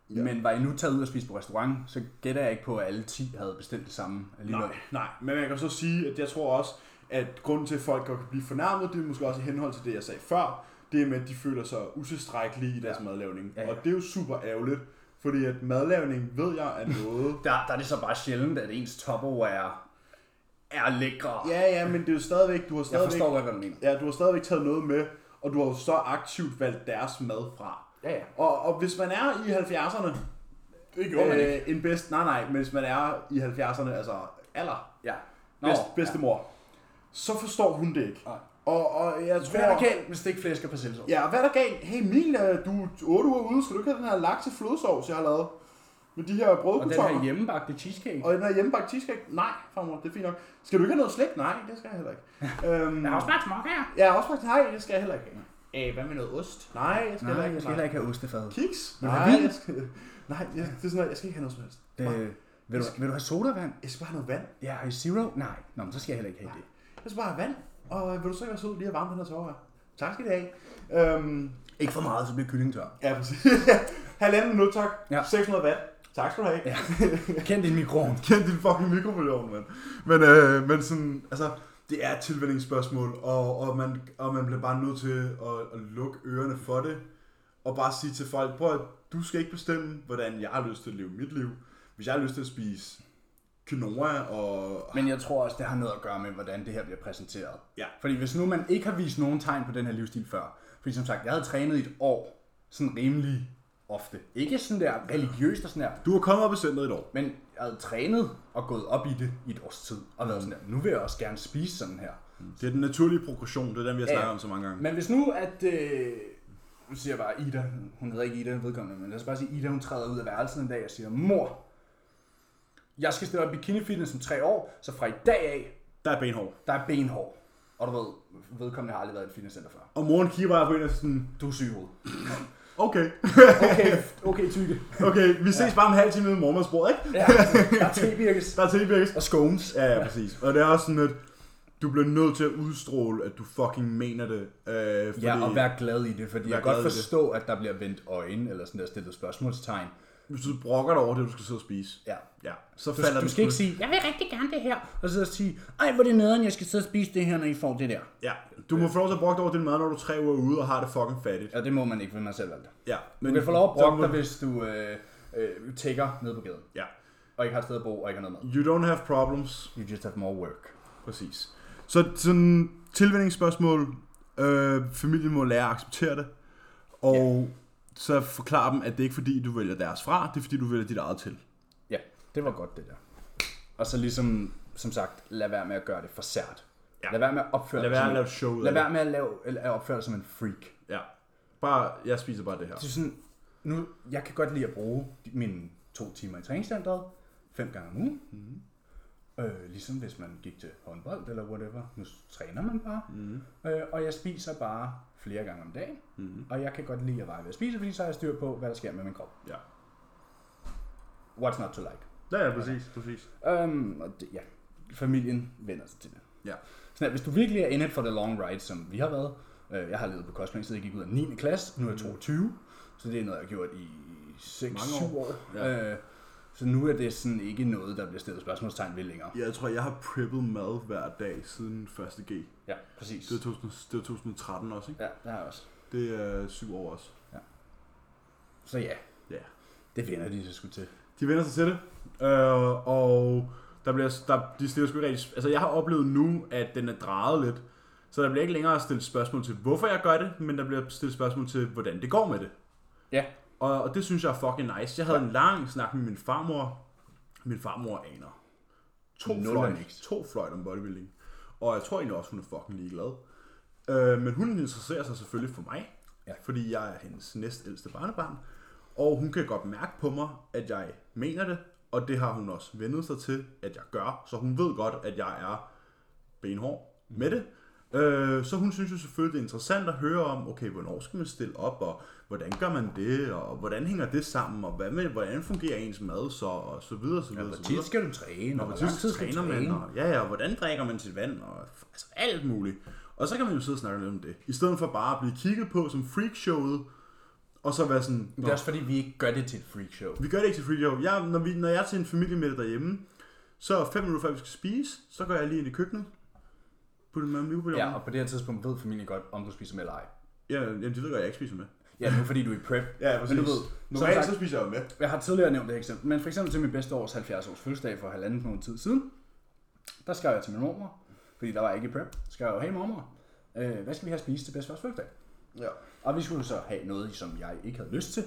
[SPEAKER 1] Ja.
[SPEAKER 3] Ja. Men var I nu taget ud og spise på restaurant, så gætter jeg ikke på, at alle 10 havde bestilt det samme alligevel.
[SPEAKER 1] Nej, nej. Men man kan så sige, at jeg tror også, at grunden til, at folk godt kan blive fornærmet, det er måske også i henhold til det, jeg sagde før, det er med, at de føler sig utilstrækkelige i deres ja.
[SPEAKER 3] Ja.
[SPEAKER 1] madlavning. Ja,
[SPEAKER 3] Ja,
[SPEAKER 1] ja.
[SPEAKER 3] ja.
[SPEAKER 1] Og det er jo super ærgerligt, fordi at madlavning, ved jeg, er noget,
[SPEAKER 3] Der, der er det så bare sjældent, at ens topperware er lækre. Ja,
[SPEAKER 1] Ja, ja, men det er jo stadigvæk, du har
[SPEAKER 3] jeg
[SPEAKER 1] stadigvæk,
[SPEAKER 3] forstår godt, hvad du mener.
[SPEAKER 1] ja, du har stadigvæk taget noget med, og du har jo så aktivt valgt deres mad fra.
[SPEAKER 3] Ja, ja.
[SPEAKER 1] Og, og hvis man er i 70'erne,
[SPEAKER 3] Det
[SPEAKER 1] øh, en bedst, nej nej, men hvis man er i 70'erne, altså alder,
[SPEAKER 3] Ja. Nå,
[SPEAKER 1] bedst, bedstemor, så forstår hun det ikke.
[SPEAKER 3] Nej.
[SPEAKER 1] Og, og jeg tror...
[SPEAKER 3] Hvad er der galt med stikflæsk og persillesovs?
[SPEAKER 1] Ja, hvad er der galt? Hey Emil, øh, du er 8 uger ude, skal du ikke have den her laks til flødesovs, jeg har lavet? Med de her
[SPEAKER 3] Og den
[SPEAKER 1] brødkartofler.
[SPEAKER 3] her hjemmebagte cheesecake.
[SPEAKER 1] Og den her hjemmebagt cheesecake? Nej, farmor, det er fint nok. Skal du ikke have noget slik? Nej, det skal jeg heller ikke. øhm,
[SPEAKER 3] Jeg har også smagt smok her.
[SPEAKER 1] Ja, også faktisk nej, det skal jeg heller ikke. Æh, hvad med noget ost? Nej, jeg skal
[SPEAKER 3] Nej,
[SPEAKER 1] heller
[SPEAKER 3] jeg skal heller ikke have ostefad.
[SPEAKER 1] Kiks?
[SPEAKER 3] Vil du
[SPEAKER 1] Nej,
[SPEAKER 3] have vin?
[SPEAKER 1] jeg skal, nej jeg, det er sådan noget, jeg skal ikke have noget som helst. Bare-
[SPEAKER 3] Øh, vil, du, vil du have sodavand?
[SPEAKER 1] Jeg skal bare have noget vand.
[SPEAKER 3] Ja, har I zero? Nej. Nå, men så skal jeg heller ikke have det.
[SPEAKER 1] Jeg skal bare have vand. Og øh, vil du så ikke være sød lige at varme den her tårer her? Tak skal I have. Øhm,
[SPEAKER 3] Ikke for meget, så bliver kyllingen tør.
[SPEAKER 1] ja, præcis. Halvanden minut, tak.
[SPEAKER 3] Ja.
[SPEAKER 1] 600 watt. Tak skal du have.
[SPEAKER 3] Ja. Kend din mikroovn.
[SPEAKER 1] Kend din fucking mikrobølgeovn, mand. Men, øh, men sådan, altså, det er et tilvændingsspørgsmål, og, og, man, og man bliver bare nødt til at, at lukke ørerne for det, og bare sige til folk, prøv at du skal ikke bestemme, hvordan jeg har lyst til at leve mit liv. Hvis jeg har lyst til at spise quinoa og...
[SPEAKER 3] Men jeg tror også, det har noget at gøre med, hvordan det her bliver præsenteret.
[SPEAKER 1] Ja.
[SPEAKER 3] Fordi hvis nu man ikke har vist nogen tegn på den her livsstil før, fordi som sagt, jeg havde trænet i et år, sådan rimelig ofte. Ikke sådan der religiøst og sådan der,
[SPEAKER 1] Du har kommet op i centret i et år.
[SPEAKER 3] men jeg havde trænet og gået op i det i et års tid, og været sådan der, nu vil jeg også gerne spise sådan her.
[SPEAKER 1] Det er den naturlige progression, det er den, vi har
[SPEAKER 3] Ja, ja.
[SPEAKER 1] snakket om så mange gange.
[SPEAKER 3] Men hvis nu, at... Øh, nu siger jeg bare Ida. Hun hedder ikke Ida, vedkommende, men lad os bare sige, Ida hun træder ud af værelset en dag og siger, mor, jeg skal stille op i bikini fitness om tre år, så fra i dag af,
[SPEAKER 1] Der er benhår.
[SPEAKER 3] der er benhår. Og du ved, vedkommende har aldrig været i et fitnesscenter før.
[SPEAKER 1] Og moren kigger bare på en og sådan,
[SPEAKER 3] Du er sygehoved.
[SPEAKER 1] okay,
[SPEAKER 3] Okay, okay, tykke.
[SPEAKER 1] okay, vi ses ja. bare om en halv time nede i morgenmadsbordet, ikke?
[SPEAKER 3] Ja, der er tebirkes.
[SPEAKER 1] Der er tilbækkes.
[SPEAKER 3] Og scones.
[SPEAKER 1] Ja, ja, præcis. Og det er også sådan, at du bliver nødt til at udstråle, at du fucking mener det. Øh, fordi,
[SPEAKER 3] Ja, og vær glad i det, fordi jeg kan
[SPEAKER 1] glad
[SPEAKER 3] godt
[SPEAKER 1] i det.
[SPEAKER 3] forstå, at der bliver vendt øjne, eller sådan der stillet spørgsmålstegn.
[SPEAKER 1] hvis du brokker dig over det, du skal sidde og spise,
[SPEAKER 3] Ja,
[SPEAKER 1] ja, så
[SPEAKER 3] Du,
[SPEAKER 1] falder
[SPEAKER 3] du
[SPEAKER 1] den
[SPEAKER 3] skal ikke
[SPEAKER 1] sgu-
[SPEAKER 3] sige, jeg vil rigtig gerne det her, og så sige, ej hvor er det nederen, jeg skal sidde og spise det her, når I får det der.
[SPEAKER 1] Ja, du må få lov til at brokke dig over din mad, når du er tre uger ude og har det fucking fattigt.
[SPEAKER 3] Ja, det må man ikke, hvis man selv valgte.
[SPEAKER 1] Ja,
[SPEAKER 3] Du
[SPEAKER 1] men
[SPEAKER 3] kan få lov at
[SPEAKER 1] så
[SPEAKER 3] brokke
[SPEAKER 1] må-
[SPEAKER 3] dig, hvis du øh, øh, tækker ned på gaden,
[SPEAKER 1] Ja,
[SPEAKER 3] og ikke har et sted at bo, og ikke har noget mad.
[SPEAKER 1] you don't have problems.
[SPEAKER 3] You just have more work.
[SPEAKER 1] Præcis. Så sådan tilvændingsspørgsmål. Øh, familien må lære at acceptere det. Og så forklare dem, at det ikke er fordi, du vælger deres fra, det er fordi, du vælger dit eget til.
[SPEAKER 3] Ja, det var godt det der. Og så ligesom, som sagt, lad være med at gøre det for sært.
[SPEAKER 1] Ja.
[SPEAKER 3] Ja. Lad være med at opføre
[SPEAKER 1] Lad
[SPEAKER 3] dig
[SPEAKER 1] være
[SPEAKER 3] som
[SPEAKER 1] at
[SPEAKER 3] en-
[SPEAKER 1] lave et show ud
[SPEAKER 3] Lad
[SPEAKER 1] af
[SPEAKER 3] være med at, lave, eller at opføre dig som en freak.
[SPEAKER 1] det. Ja. Bare, jeg spiser bare det her.
[SPEAKER 3] Det er sådan, nu, jeg kan godt lide at bruge mine to timer i træningscenteret, fem gange om ugen. Mm. Øh, ligesom hvis man gik til håndbold eller whatever. Nu træner man bare. Mm. Øh, og jeg spiser bare flere gange om dagen. Mm. Og jeg kan godt lide at veje ved at spise, fordi så har jeg styr på, hvad der sker med min krop.
[SPEAKER 1] Ja.
[SPEAKER 3] What's not to like?
[SPEAKER 1] Ja, ja, præcis, præcis.
[SPEAKER 3] Øhm, og det, ja, familien vender sig til det.
[SPEAKER 1] Ja.
[SPEAKER 3] Sådan, at hvis du virkelig er in it for the long ride, som vi har været, øh, jeg har levet på Cosplay, så jeg gik ud af 9. klasse, nu er jeg 22, så det er noget, jeg har gjort i 6-7
[SPEAKER 1] Mm. Mange
[SPEAKER 3] år. år. Ja. Øh, så nu er det sådan ikke noget, der bliver stillet spørgsmålstegn ved længere.
[SPEAKER 1] Jeg tror, jeg har preppet mad hver dag siden 1. G.
[SPEAKER 3] Ja, præcis.
[SPEAKER 1] Det var, 2000, det var 2013 også, ikke?
[SPEAKER 3] Ja, det har jeg også.
[SPEAKER 1] Det er syv år også.
[SPEAKER 3] Så ja,
[SPEAKER 1] Ja.
[SPEAKER 3] det vender de sig sgu til.
[SPEAKER 1] De vender sig til det, øh, og der bliver, der, de stiller sgu ikke rigtig... Altså, jeg har oplevet nu, at den er drejet lidt, så der bliver ikke længere stillet spørgsmål til, hvorfor jeg gør det, men der bliver stillet spørgsmål til, hvordan det går med det.
[SPEAKER 3] Ja,
[SPEAKER 1] Og, og det synes jeg er fucking nice. Jeg havde en lang snak med min farmor. Min farmor aner. To
[SPEAKER 3] Nul
[SPEAKER 1] fløjt,
[SPEAKER 3] og niks.
[SPEAKER 1] to fløjt om bodybuilding. Og jeg tror egentlig også, hun er fucking ligeglad. Øh, men hun interesserer sig selvfølgelig for mig.
[SPEAKER 3] Ja.
[SPEAKER 1] Fordi jeg er hendes næstældste barnebarn. Og hun kan godt mærke på mig, at jeg mener det. Og det har hun også vendet sig til, at jeg gør. Så hun ved godt, at jeg er benhård med det. Øh, så hun synes jo selvfølgelig, det er interessant at høre om, okay, hvornår skal man stille op, og hvordan gør man det, og hvordan hænger det sammen, og hvad med, hvordan fungerer ens mad så, og så videre, så videre,
[SPEAKER 3] hvor
[SPEAKER 1] så videre.
[SPEAKER 3] tit skal du træne,
[SPEAKER 1] Og
[SPEAKER 3] og
[SPEAKER 1] hvor
[SPEAKER 3] hvor lang tid
[SPEAKER 1] tysk
[SPEAKER 3] skal du
[SPEAKER 1] træner man,
[SPEAKER 3] træne?
[SPEAKER 1] og ja, ja, og hvordan drikker man sit vand, og f- altså alt muligt. Og så kan man jo sidde og snakke lidt om det. I stedet for bare at blive kigget på som freakshowet, og så være sådan,
[SPEAKER 3] Det er også fordi, vi ikke gør det til et freakshow.
[SPEAKER 1] vi gør det ikke til freakshow. Jeg, når, vi, når jeg er til en familiemiddag derhjemme, så 5 minutter før vi skal spise, så går jeg lige ind i køkkenet, putter mig med på
[SPEAKER 3] Ja, og på det her tidspunkt ved familien godt, om du spiser med eller ej.
[SPEAKER 1] Ja, jamen, de ved godt, at jeg ikke spiser med.
[SPEAKER 3] Ja, nu fordi du er i prep. Men du ved, som
[SPEAKER 1] Normalt
[SPEAKER 3] sagt,
[SPEAKER 1] så spiser jeg jo med.
[SPEAKER 3] jeg har tidligere nævnt det her eksempel, men for eksempel til min bedste års 70 års fødselsdag for halvanden måned tid siden, der skrev jeg til min mormor, fordi der var jeg ikke i prep, så skrev jeg jo, hey mormor, øh, hvad skal vi have at spise til bedste års fødselsdag?
[SPEAKER 1] Ja.
[SPEAKER 3] Og vi skulle så have noget, som jeg ikke havde lyst til.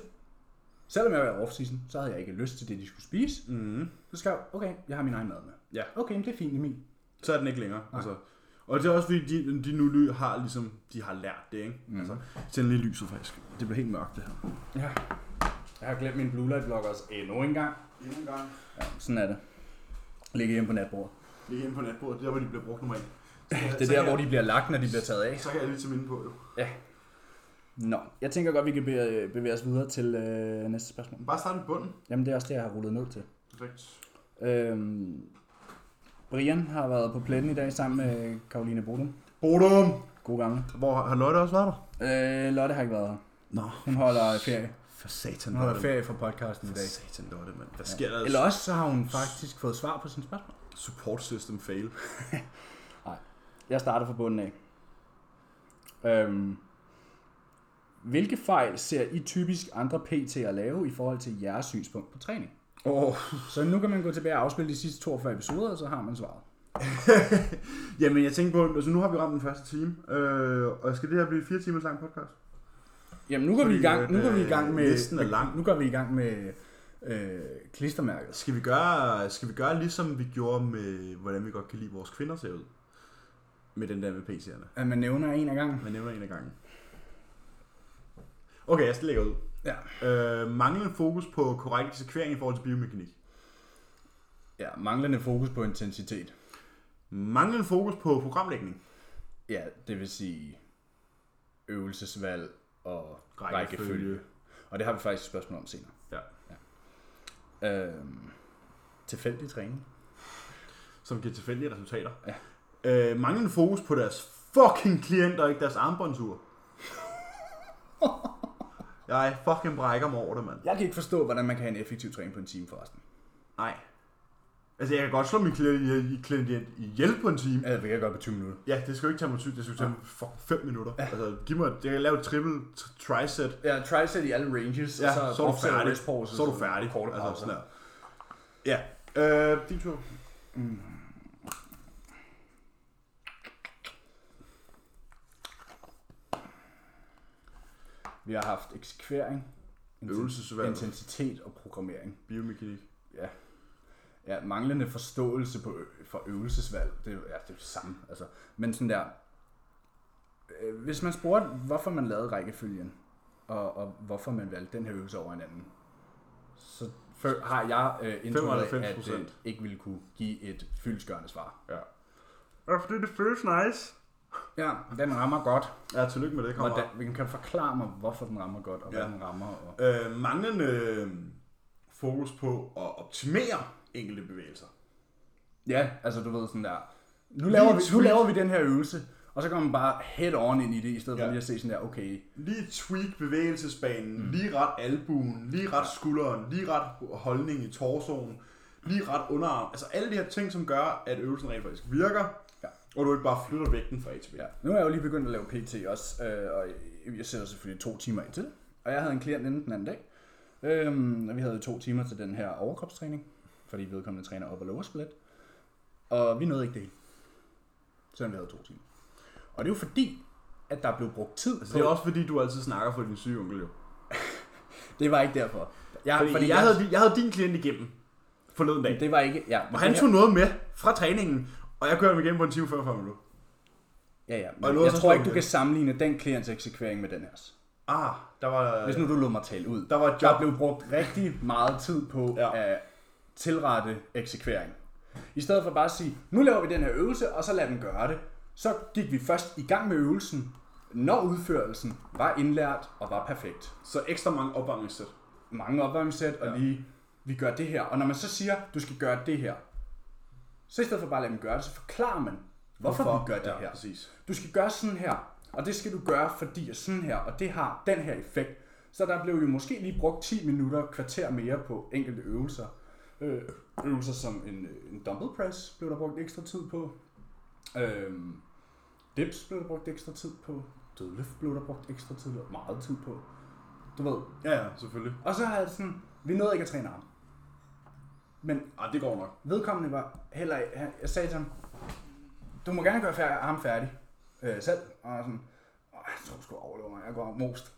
[SPEAKER 3] Selvom jeg var i off-season, så havde jeg ikke lyst til det, de skulle spise. Mm. Så skrev jeg, okay, jeg har min egen mad med.
[SPEAKER 1] Ja.
[SPEAKER 3] Okay, men det er fint, Emil.
[SPEAKER 1] Så er den ikke længere. Altså. Og det er også fordi, de, de nu ly- har, ligesom, de har lært det, ikke? Mm. Altså, tænd lige lyset faktisk. Det bliver helt mørkt, det her.
[SPEAKER 3] Ja. Jeg har glemt min Blue Light Blockers endnu en gang.
[SPEAKER 1] Endnu en gang.
[SPEAKER 3] Ja, sådan er det. Ligge hjemme på natbordet.
[SPEAKER 1] Lige hjemme på natbordet, det er der, hvor de bliver brugt normalt.
[SPEAKER 3] Det er der, hvor de bliver lagt, når de bliver taget af.
[SPEAKER 1] Så kan jeg lige tage mine på, jo.
[SPEAKER 3] Ja.
[SPEAKER 4] Nå, jeg tænker godt, vi kan bevæge, bevæge os videre til øh, næste spørgsmål.
[SPEAKER 1] Bare start i bunden.
[SPEAKER 4] Jamen, det er også det, jeg har rullet ned til.
[SPEAKER 1] Perfekt.
[SPEAKER 4] Øhm, Brian har været på pletten i dag sammen med Karoline Bodum.
[SPEAKER 1] Bodum!
[SPEAKER 4] God gamle.
[SPEAKER 1] Hvor har Lotte også været der?
[SPEAKER 4] Øh, Lotte har ikke været her.
[SPEAKER 1] Nå,
[SPEAKER 4] Hun holder ferie.
[SPEAKER 1] for satan,
[SPEAKER 3] Hun holder ferie fra podcasten i
[SPEAKER 1] For
[SPEAKER 3] dag.
[SPEAKER 1] satan, Lotte, mand. Hvad sker der?
[SPEAKER 3] Eller også så har hun faktisk fået svar på sine spørgsmål.
[SPEAKER 1] Support system fail.
[SPEAKER 4] Jeg starter fra bunden af. Øhm, hvilke fejl ser I typisk andre PT'er lave i forhold til jeres synspunkt på træning?
[SPEAKER 1] Åh, oh,
[SPEAKER 4] Så nu kan man gå tilbage og afspille de sidste 42 episoder, og så har man svaret.
[SPEAKER 1] Jamen, jeg tænker på, altså nu har vi ramt den første time, øh, og skal det her blive fire timers lang podcast?
[SPEAKER 4] Jamen nu går vi i gang,
[SPEAKER 3] øh,
[SPEAKER 4] nu går vi i gang med
[SPEAKER 1] Listen er lang.
[SPEAKER 3] Nu går vi i gang med øh, klistermærket.
[SPEAKER 1] Skal vi, gøre, skal vi gøre ligesom vi gjorde med, hvordan vi godt kan lide vores kvinder ser ud? Med den der med PC'erne.
[SPEAKER 3] At man nævner en af gangen.
[SPEAKER 1] Man nævner en af gangen. Okay, jeg skal lægge ud.
[SPEAKER 3] Ja.
[SPEAKER 1] Øh, manglende fokus på korrekt eksekvering i forhold til biomekanik.
[SPEAKER 3] Ja, manglende fokus på intensitet.
[SPEAKER 1] Manglende fokus på programlægning.
[SPEAKER 3] Ja, det vil sige øvelsesvalg og
[SPEAKER 1] Rækkefølge.
[SPEAKER 3] rækkefølge. rækkefølge. Og det har vi faktisk et spørgsmål om senere.
[SPEAKER 1] Ja.
[SPEAKER 3] ja. Øhm, tilfældig træning.
[SPEAKER 1] som giver tilfældige resultater.
[SPEAKER 3] Ja.
[SPEAKER 1] Øh, manglende fokus på deres fucking klienter, og ikke deres armbåndsur. jeg fucking brækker mig over det, mand.
[SPEAKER 3] Jeg kan ikke forstå, hvordan man kan have en effektiv træning på en time forresten.
[SPEAKER 1] Nej. Altså, jeg kan godt slå min klient, klient ihjel på en time.
[SPEAKER 3] Ja, det kan godt på 20 minutter.
[SPEAKER 1] Ja, det skal jo ikke tage mig sygt, det skal jo tage mig fucking 5 minutter. Altså, giv mig, jeg kan lave et triple t- tricep.
[SPEAKER 3] Ja, tricep i alle ranges,
[SPEAKER 1] Ja, så, så, er du
[SPEAKER 3] dropset og
[SPEAKER 1] færdig.
[SPEAKER 3] wrist pauses
[SPEAKER 1] Så er du
[SPEAKER 3] og
[SPEAKER 1] færdig.
[SPEAKER 3] Korte
[SPEAKER 1] altså,
[SPEAKER 3] pauser.
[SPEAKER 1] sådan der. Ja. Øh, din tur.
[SPEAKER 3] Vi har haft eksekvering,
[SPEAKER 1] Øvelsesvalg.
[SPEAKER 3] intensitet og programmering.
[SPEAKER 1] Biomekanik.
[SPEAKER 3] Ja. ja manglende forståelse på, ø- for øvelsesvalg, det er, jo- ja, det er jo det samme. Altså, men sådan der, øh, hvis man spurgte, hvorfor man lavede rækkefølgen, og, og hvorfor man valgte den her øvelse over en anden, så før, har jeg øh, indtrykket af, at
[SPEAKER 1] 95%.
[SPEAKER 3] det ikke ville kunne give et fyldskørende svar.
[SPEAKER 1] Ja. Ja, fordi det føles nice.
[SPEAKER 3] Ja, den rammer godt.
[SPEAKER 1] Ja, tillykke med det, kommer.
[SPEAKER 3] Hvordan, vi kan forklare mig, hvorfor den rammer godt, og hvad
[SPEAKER 1] Ja.
[SPEAKER 3] den rammer. Og,
[SPEAKER 1] Øh, manglende øh, fokus på at optimere enkelte bevægelser.
[SPEAKER 3] Ja, altså du ved sådan der, nu laver, vi, nu
[SPEAKER 1] tweet.
[SPEAKER 3] laver vi den her øvelse, og så går man bare head on ind i det, i stedet ja.
[SPEAKER 1] Ja.
[SPEAKER 3] for lige at se sådan der, okay,
[SPEAKER 1] Lige tweak bevægelsesbanen, mm. lige ret albuen, lige ret skulderen, lige ret holdning i torsoen, lige ret underarm. Altså alle de her ting, som gør, at øvelsen rent faktisk virker,
[SPEAKER 3] Ja.
[SPEAKER 1] og du ikke bare flytter vægten fra A til B.
[SPEAKER 3] Ja. Nu er jeg jo lige begyndt at lave PT også, øh, og jeg sætter selvfølgelig to timer ind til. det. Og jeg havde en klient inden den anden dag, øhm, og vi havde to timer til den her overkropstræning, fordi vedkommende træner op og lower split. Og vi nåede ikke det hele, selvom vi havde to timer. Og det er jo fordi, at der blev brugt tid
[SPEAKER 1] Så Altså, det er også fordi, du altid snakker for din syge onkel, jo.
[SPEAKER 3] det var ikke derfor. Jeg,
[SPEAKER 1] Fordi, fordi jeg, havde, din- jeg havde din klient igennem forleden dag,
[SPEAKER 3] Det var ikke... Ja, men
[SPEAKER 1] og han
[SPEAKER 3] det her-
[SPEAKER 1] tog noget med fra træningen, og jeg kørte ham igennem på en time og 45 minutter.
[SPEAKER 3] Ja, ja. Men
[SPEAKER 1] Og nu er
[SPEAKER 3] jeg
[SPEAKER 1] så
[SPEAKER 3] tror
[SPEAKER 1] slået
[SPEAKER 3] ikke, du
[SPEAKER 1] igen.
[SPEAKER 3] kan sammenligne den klients eksekvering med den her.
[SPEAKER 1] Ah, der var,
[SPEAKER 3] Hvis nu du lod mig tale ud.
[SPEAKER 1] der var et job.
[SPEAKER 3] Der blev brugt rigtig meget tid på
[SPEAKER 1] Ja.
[SPEAKER 3] ja. at tilrette eksekvering. I stedet for bare at sige, nu laver vi den her øvelse, og så lader den gøre det. Så gik vi først i gang med øvelsen, når udførelsen var indlært og var perfekt.
[SPEAKER 1] Så ekstra mange opvarmningssæt.
[SPEAKER 3] Mange opvarmningssæt, og ja. lige, vi gør det her. Og når man så siger, du skal gøre det her, så i stedet for bare at lade dem gøre det, så forklarer man, hvorfor, hvorfor? vi gør det
[SPEAKER 1] ja,
[SPEAKER 3] her.
[SPEAKER 1] præcis.
[SPEAKER 3] Du skal gøre sådan her, og det skal du gøre, fordi er sådan her, og det har den her effekt. Så der blev jo måske lige brugt 10 minutter, kvarter mere på enkelte øvelser. Øh, øvelser som en, øh, en dumbbell press blev der brugt ekstra tid på. Øh, dips blev der brugt ekstra tid på. Dødløft blev der brugt ekstra tid og meget tid på. Du ved.
[SPEAKER 1] Ja, ja, selvfølgelig.
[SPEAKER 3] Og så har jeg sådan, vi nåede ikke at træne arm. Men
[SPEAKER 1] Ah, det går nok.
[SPEAKER 3] vedkommende var heller han- jeg sagde til ham, du må gerne gøre færdig, ham færdig øh, selv, og han sådan, "Åh, jeg tror sgu jeg overlever mig, jeg går most.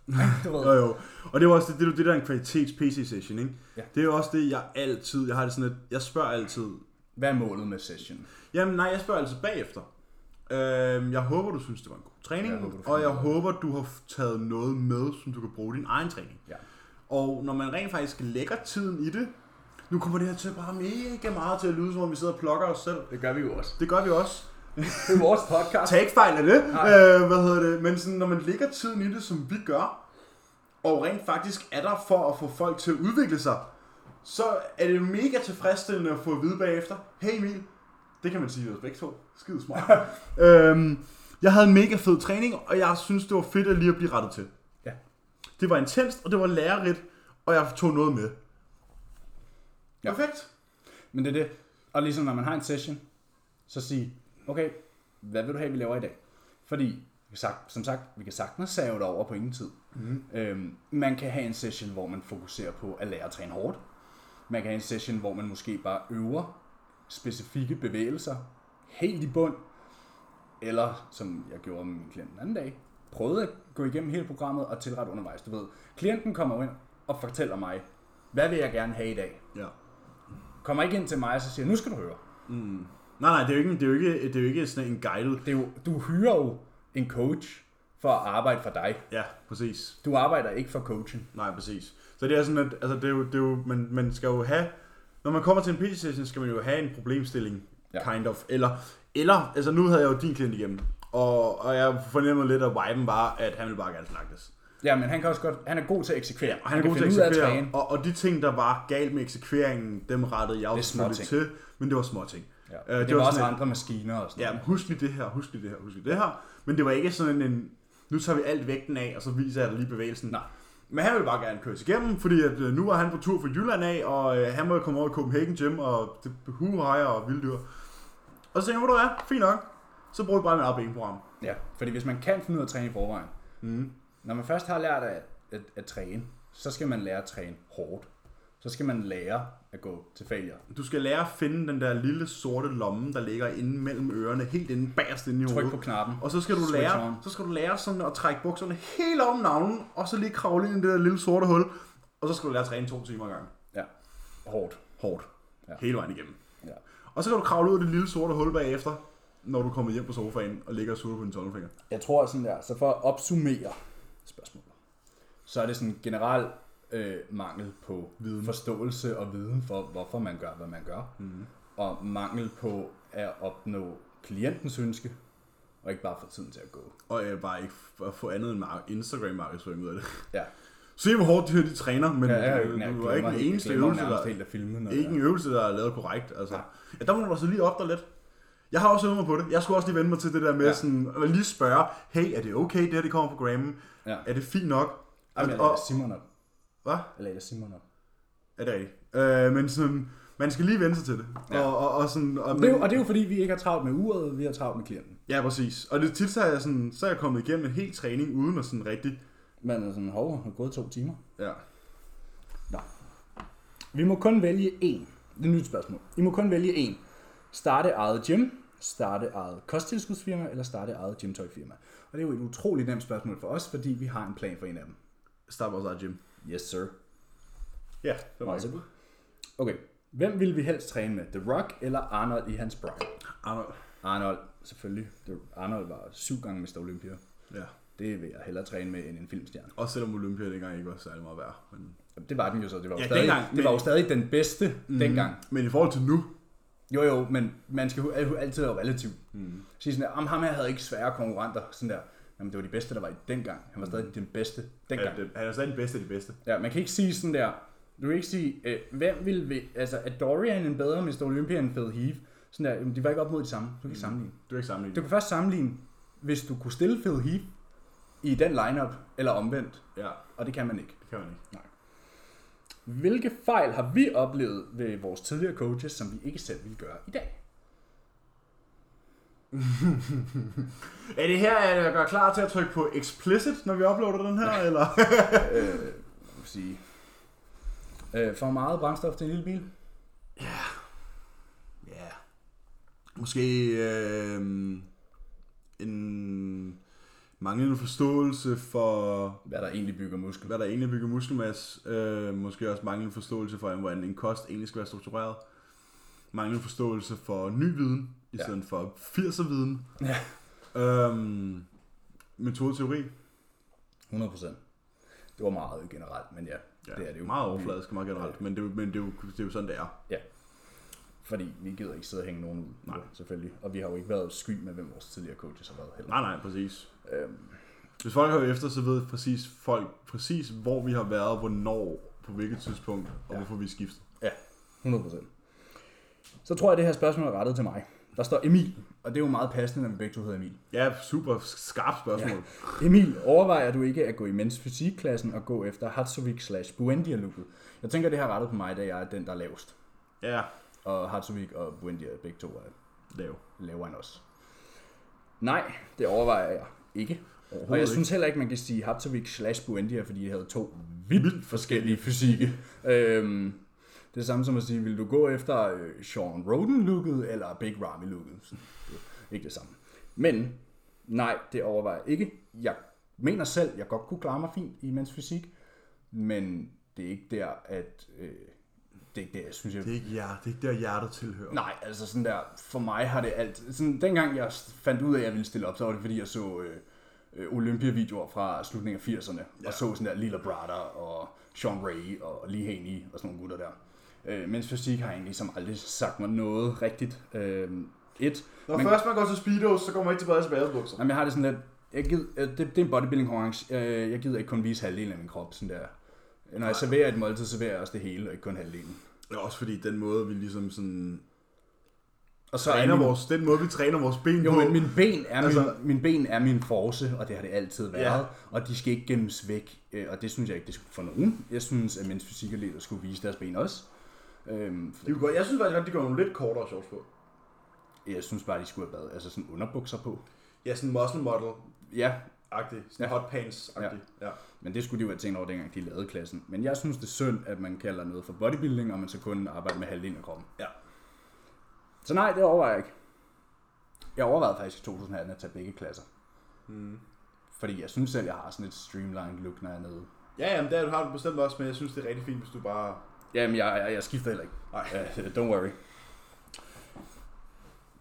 [SPEAKER 3] du
[SPEAKER 1] Jo,
[SPEAKER 3] ved.
[SPEAKER 1] jo. Og det er jo også det, det, er jo det der er en kvalitets PC-session, ikke?
[SPEAKER 3] Ja.
[SPEAKER 1] Det er jo også det, jeg altid, jeg har det sådan, at jeg spørger altid.
[SPEAKER 3] Hvad er målet med session?
[SPEAKER 1] Jamen nej, jeg spørger altid bagefter. Øhm, jeg håber, du synes, det var en god træning,
[SPEAKER 3] Jeg håber, du får
[SPEAKER 1] og jeg
[SPEAKER 3] noget.
[SPEAKER 1] håber, du har f- taget noget med, som du kan bruge i din egen træning.
[SPEAKER 3] Ja.
[SPEAKER 1] Og når man rent faktisk lægger tiden i det, nu kommer det her til bare mega meget til at lyde, som om vi sidder og plukker os selv.
[SPEAKER 3] Det gør vi jo også.
[SPEAKER 1] Det gør vi også.
[SPEAKER 3] Det er vores podcast.
[SPEAKER 1] Tag ikke fejl af det.
[SPEAKER 3] Nej.
[SPEAKER 1] Øh, hvad hedder det? Men sådan, når man lægger tiden i det, som vi gør, og rent faktisk er der for at få folk til at udvikle sig, så er det mega tilfredsstillende at få at vide bagefter, hey Emil, det kan man sige, at begge to skide smart. øhm, jeg havde en mega fed træning, og jeg synes, det var fedt at lige at blive rettet til.
[SPEAKER 3] Ja.
[SPEAKER 1] Det var intenst, og det var lærerigt, og jeg tog noget med. Ja. Perfekt.
[SPEAKER 3] Men det er det. Og ligesom når man har en session, så sige, okay, hvad vil du have, vi laver i dag? Fordi, vi kan sagt- som sagt, vi kan sagtens save det over på ingen tid. Mm. Øhm, man kan have en session, hvor man fokuserer på at lære at træne hårdt. Man kan have en session, hvor man måske bare øver specifikke bevægelser helt i bund. Eller, som jeg gjorde med min klient den anden dag, prøvede at gå igennem hele programmet og tilrette undervejs. Du ved, klienten kommer jo ind og fortæller mig, hvad vil jeg gerne have i dag?
[SPEAKER 1] Ja.
[SPEAKER 3] kommer ikke ind til mig og så siger, nu skal du høre.
[SPEAKER 1] Nej, nej, det er jo ikke, det er jo ikke, det er jo ikke sådan en guided.
[SPEAKER 3] Det er jo, du hyrer jo en coach for at arbejde for dig.
[SPEAKER 1] Ja, præcis.
[SPEAKER 3] Du arbejder ikke for coachen.
[SPEAKER 1] Nej, præcis. Så det er sådan, at altså, det er jo, det er jo, man, man skal jo have, når man kommer til en PT-session, skal man jo have en problemstilling,
[SPEAKER 3] Ja.
[SPEAKER 1] ja. kind of. Eller, eller, altså nu havde jeg jo din klient igennem, og, og jeg fornemmede lidt, at viben var, at han ville bare gerne snakkes.
[SPEAKER 3] Ja, men han kan også godt, han er god til at eksekvere.
[SPEAKER 1] Og han er
[SPEAKER 3] kan
[SPEAKER 1] god til at
[SPEAKER 3] finde ud af
[SPEAKER 1] eksekvere,
[SPEAKER 3] træne.
[SPEAKER 1] og, og de ting, der var galt med eksekveringen, dem rettede jeg jo
[SPEAKER 3] Det er
[SPEAKER 1] selvfølgelig
[SPEAKER 3] småting.
[SPEAKER 1] til, men det var små ting.
[SPEAKER 3] Ja.
[SPEAKER 1] Øh,
[SPEAKER 3] det, det var, også
[SPEAKER 1] sådan,
[SPEAKER 3] andre maskiner og sådan
[SPEAKER 1] ja, men husk lige det her, husk lige det her, husk lige det her. Men det var ikke sådan en, nu tager vi alt vægten af, og så viser jeg dig lige bevægelsen.
[SPEAKER 3] Nej.
[SPEAKER 1] Men han ville bare gerne køres igennem, fordi at, øh, nu var han på tur fra Jylland af, og øh, han måtte komme over i Copenhagen Gym, og det huehajer og vilddyr. Og så tænkte jeg, "Ved du hvad, fint nok. Så bruger vi bare mit eget benprogram.
[SPEAKER 3] Ja, fordi hvis man kan finde ud af at træne i forvejen,
[SPEAKER 1] Mm.
[SPEAKER 3] når man først har lært at, at, at træne, så skal man lære at træne hårdt. Så skal man lære at gå til failure.
[SPEAKER 1] Du skal lære at finde den der lille sorte lomme, der ligger inde mellem ørerne, helt inde bagerst inde i
[SPEAKER 3] Tryk
[SPEAKER 1] hovedet.
[SPEAKER 3] på knappen.
[SPEAKER 1] Mm. Og så skal du
[SPEAKER 3] Switch
[SPEAKER 1] lære,
[SPEAKER 3] on.
[SPEAKER 1] så skal du lære sådan at trække bukserne helt om navnen, og så lige kravle ind i det der lille sorte hul, og så skal du lære at træne to timer ad gangen.
[SPEAKER 3] Ja, hårdt.
[SPEAKER 1] Hårdt.
[SPEAKER 3] Ja.
[SPEAKER 1] Ja. Hele vejen igennem.
[SPEAKER 3] Ja.
[SPEAKER 1] Og så kan du kravle ud af det lille sorte hul bagefter, når du kommer hjem på sofaen og ligger og sutter på din tommelfinger.
[SPEAKER 3] Jeg tror sådan der, så for at opsummere spørgsmålet, så er det sådan en generel øh, mangel på viden. forståelse og viden for, hvorfor man gør, hvad man gør. Mm. Og mangel på at opnå klientens ønske, og ikke bare få tiden til at gå.
[SPEAKER 1] Og jeg bare ikke f- at få andet end mar- Instagram-markedsføring ud af det.
[SPEAKER 3] Ja,
[SPEAKER 1] Se hvor hårdt de her de træner, men
[SPEAKER 3] Ja,
[SPEAKER 1] ja,
[SPEAKER 3] jeg,
[SPEAKER 1] du,
[SPEAKER 3] jeg,
[SPEAKER 1] du er ikke den eneste øvelse,
[SPEAKER 3] øvelse,
[SPEAKER 1] der,
[SPEAKER 3] helt af filmen. Og,
[SPEAKER 1] ikke en øvelse, der er lavet korrekt. Altså. Ja. ja, der må du altså lige op dig lidt. Jeg har også øvet mig på det. Jeg skulle også lige vende mig til det der med
[SPEAKER 3] Ja.
[SPEAKER 1] ja. sådan, at lige spørge, hey, er det okay, det her det kommer på grammen?
[SPEAKER 3] Ja.
[SPEAKER 1] Er det fint nok?
[SPEAKER 3] Jamen, jeg
[SPEAKER 1] og, og,
[SPEAKER 3] lagde Simon op.
[SPEAKER 1] hvad?
[SPEAKER 3] Jeg lagde Simon op.
[SPEAKER 1] Er det rigtigt? Øh, men sådan, man skal lige vende sig til det.
[SPEAKER 3] Ja.
[SPEAKER 1] Ja. Og, og, og, sådan, og,
[SPEAKER 3] Det er jo, og det er jo fordi, vi ikke har travlt med uret, vi har travlt med klienten.
[SPEAKER 1] Ja, præcis. Og det tit så er jeg, sådan, så er jeg kommet igennem en hel træning uden at sådan rigtig...
[SPEAKER 3] Man er sådan, hov, har gået to timer.
[SPEAKER 1] Ja.
[SPEAKER 3] Nå. Vi må kun vælge én. Det er et nyt spørgsmål. I må kun vælge én. Starte eget gym, starte eget kosttilskudsfirma, eller starte eget gymtøjfirma. Og det er jo et utroligt nemt spørgsmål for os, fordi vi har en plan for en af dem.
[SPEAKER 1] Start vores eget gym.
[SPEAKER 3] Yes, sir.
[SPEAKER 1] Ja, det var
[SPEAKER 3] Meget simpelt. Okay. Hvem vil vi helst træne med? The Rock eller Arnold i hans prime?
[SPEAKER 1] Arnold.
[SPEAKER 3] Arnold, selvfølgelig. The- Arnold var syv gange Mr. Olympia.
[SPEAKER 1] Ja.
[SPEAKER 3] Det vil jeg hellere træne med end en filmstjerne.
[SPEAKER 1] Også selvom Olympia dengang ikke var særlig meget værd. Men,
[SPEAKER 3] Det var den jo så. Det var jo,
[SPEAKER 1] Ja,
[SPEAKER 3] stadig,
[SPEAKER 1] dengang,
[SPEAKER 3] det var jo
[SPEAKER 1] men-
[SPEAKER 3] stadig den bedste mm. dengang.
[SPEAKER 1] men i forhold til nu,
[SPEAKER 3] Jo jo, men man skal jo al- altid være relativ. Mm. Sige sådan der, om ham her havde ikke svære konkurrenter. Sådan der, jamen det var de bedste, der var i dengang. Han var stadig den bedste
[SPEAKER 1] er
[SPEAKER 3] dengang. Mm. Ja,
[SPEAKER 1] det, han er stadig den bedste af de bedste.
[SPEAKER 3] ja, man kan ikke sige sådan der, du kan ikke sige, øh, hvem ville, vi, altså er Dorian en bedre Mr. Olympia end Phil Heath? Sådan der, jamen, de var ikke op mod de samme. Du kan ikke sammenligne.
[SPEAKER 1] Du kan ikke sammenligne.
[SPEAKER 3] Du kan først sammenligne, hvis du kunne stille Phil Heath i den lineup eller omvendt.
[SPEAKER 1] Ja,
[SPEAKER 3] Og det kan man ikke.
[SPEAKER 1] det kan man ikke.
[SPEAKER 3] Hvilke fejl har vi oplevet ved vores tidligere coaches, som vi ikke selv ville gøre i dag?
[SPEAKER 1] Er det her, at jeg gør klar til at trykke på explicit, når vi uploader den her, eller?
[SPEAKER 3] vil sige. Øh, for meget brændstof til en lille bil?
[SPEAKER 1] Ja. Måske øh, en manglende forståelse for
[SPEAKER 3] Hvad der egentlig bygger muskel.
[SPEAKER 1] hvad der egentlig bygger muskelmasse, øh, måske også manglende forståelse for, hvordan en kost egentlig skal være struktureret, manglende forståelse for ny viden, i
[SPEAKER 3] Ja.
[SPEAKER 1] ja. stedet for 80'er viden,
[SPEAKER 3] Ja.
[SPEAKER 1] øhm, metodeteori,
[SPEAKER 3] 100 procent. Det var meget generelt, men ja, ja det er det jo.
[SPEAKER 1] meget overfladisk, meget generelt, men det, er jo- men det er, jo, det er jo sådan, det er.
[SPEAKER 3] Ja. Fordi vi gider ikke sidde og hænge nogen ud.
[SPEAKER 1] Nej.
[SPEAKER 3] jo, Selvfølgelig. Og vi har jo ikke været sky med, hvem vores tidligere coaches har været heller.
[SPEAKER 1] Nej, nej, præcis.
[SPEAKER 3] Øhm,
[SPEAKER 1] Hvis folk hører efter, så ved præcis folk præcis, hvor vi har været, hvornår, på hvilket tidspunkt, og ja. hvorfor vi skifter.
[SPEAKER 3] ja, 100%. Så tror jeg, at det her spørgsmål er rettet til mig. Der står Emil, og det er jo meget passende, når vi begge to hedder Emil.
[SPEAKER 1] Ja, super skarpt spørgsmål. Ja.
[SPEAKER 3] Emil, overvejer du ikke at gå i mens fysikklassen og gå efter Hatsovik slash Buendia looket? Jeg tænker, det her er rettet på mig, da jeg er den, der er lavest.
[SPEAKER 1] Ja,
[SPEAKER 3] Og Hatsovik og Buendia begge to er
[SPEAKER 1] lav.
[SPEAKER 3] lavere end os. Nej, det overvejer jeg ikke. Og jeg synes heller ikke, man kan sige Haptovic slash Buendia, fordi de havde to vildt forskellige fysikke. Øhm, det er samme som at sige, vil du gå efter øh, Sean Roden-looket eller Big Ramy-looket? Ikke det samme. Men nej, det overvejer jeg ikke. Jeg mener selv, jeg godt kunne klare mig fint i mens fysik, men det er ikke der, at... Øh, det er ikke der, jeg synes, jeg
[SPEAKER 1] Det er ikke jer, det er ikke der hjertet tilhører.
[SPEAKER 3] Nej, altså sådan der, for mig har det alt... Sådan, dengang jeg fandt ud af, at jeg ville stille op, så var det fordi, jeg så øh, øh, Olympia-videoer fra slutningen af 80'erne, ja. og så sådan der Lilla Brada og Sean Ray og Lee Haney og sådan nogle gutter der. Øh, mens fysik har egentlig som aldrig sagt mig noget rigtigt. Øh, et,
[SPEAKER 1] Når Men... først man går til Speedos, så kommer man ikke tilbage til badebukser.
[SPEAKER 3] Jamen, jeg har det sådan lidt... Jeg gider, øh, det, det er en bodybuilding konkurrence. Øh, Jeg gider ikke kun vise halvdelen af min krop. Sådan der. Når jeg serverer et måltid, serverer jeg også det hele, og ikke kun halvdelen.
[SPEAKER 1] Ja, også fordi den måde, vi ligesom sådan...
[SPEAKER 3] Og så er
[SPEAKER 1] Træner
[SPEAKER 3] min-
[SPEAKER 1] vores, den måde, vi træner vores ben
[SPEAKER 3] Jo,
[SPEAKER 1] på.
[SPEAKER 3] men min ben, er altså,
[SPEAKER 1] Altså-
[SPEAKER 3] min, min ben er min force, og det har det altid været.
[SPEAKER 1] Ja.
[SPEAKER 3] Og de skal ikke gemmes væk, øh, og det synes jeg ikke, det skulle for nogen. Jeg synes, at mens fysikerleder skulle vise deres ben også. Øhm,
[SPEAKER 1] De kunne, godt- jeg synes faktisk godt, de går nogle lidt kortere shorts på.
[SPEAKER 3] jeg synes bare, de skulle have været altså sådan underbukser på.
[SPEAKER 1] Ja, sådan muscle model-agtig.
[SPEAKER 3] Ja,
[SPEAKER 1] Sådan ja. hot pants-agtig. Ja. ja.
[SPEAKER 3] men det skulle de jo have tænkt over, dengang de lavede klassen. Men jeg synes, det er synd, at man kalder noget for bodybuilding, og man så kun arbejder med halvdelen af kroppen.
[SPEAKER 1] ja.
[SPEAKER 3] Så nej, det overvejer jeg ikke. Jeg overvejede faktisk i 2018 at tage begge klasser. Mm. Fordi jeg synes selv, jeg har sådan et streamlined look, når jeg er nede.
[SPEAKER 1] Ja, jamen, det har du bestemt også, men jeg synes, det er rigtig fint, hvis du bare...
[SPEAKER 3] Jamen, jeg, jeg, jeg skifter heller ikke.
[SPEAKER 1] Nej.
[SPEAKER 3] Uh, don't worry.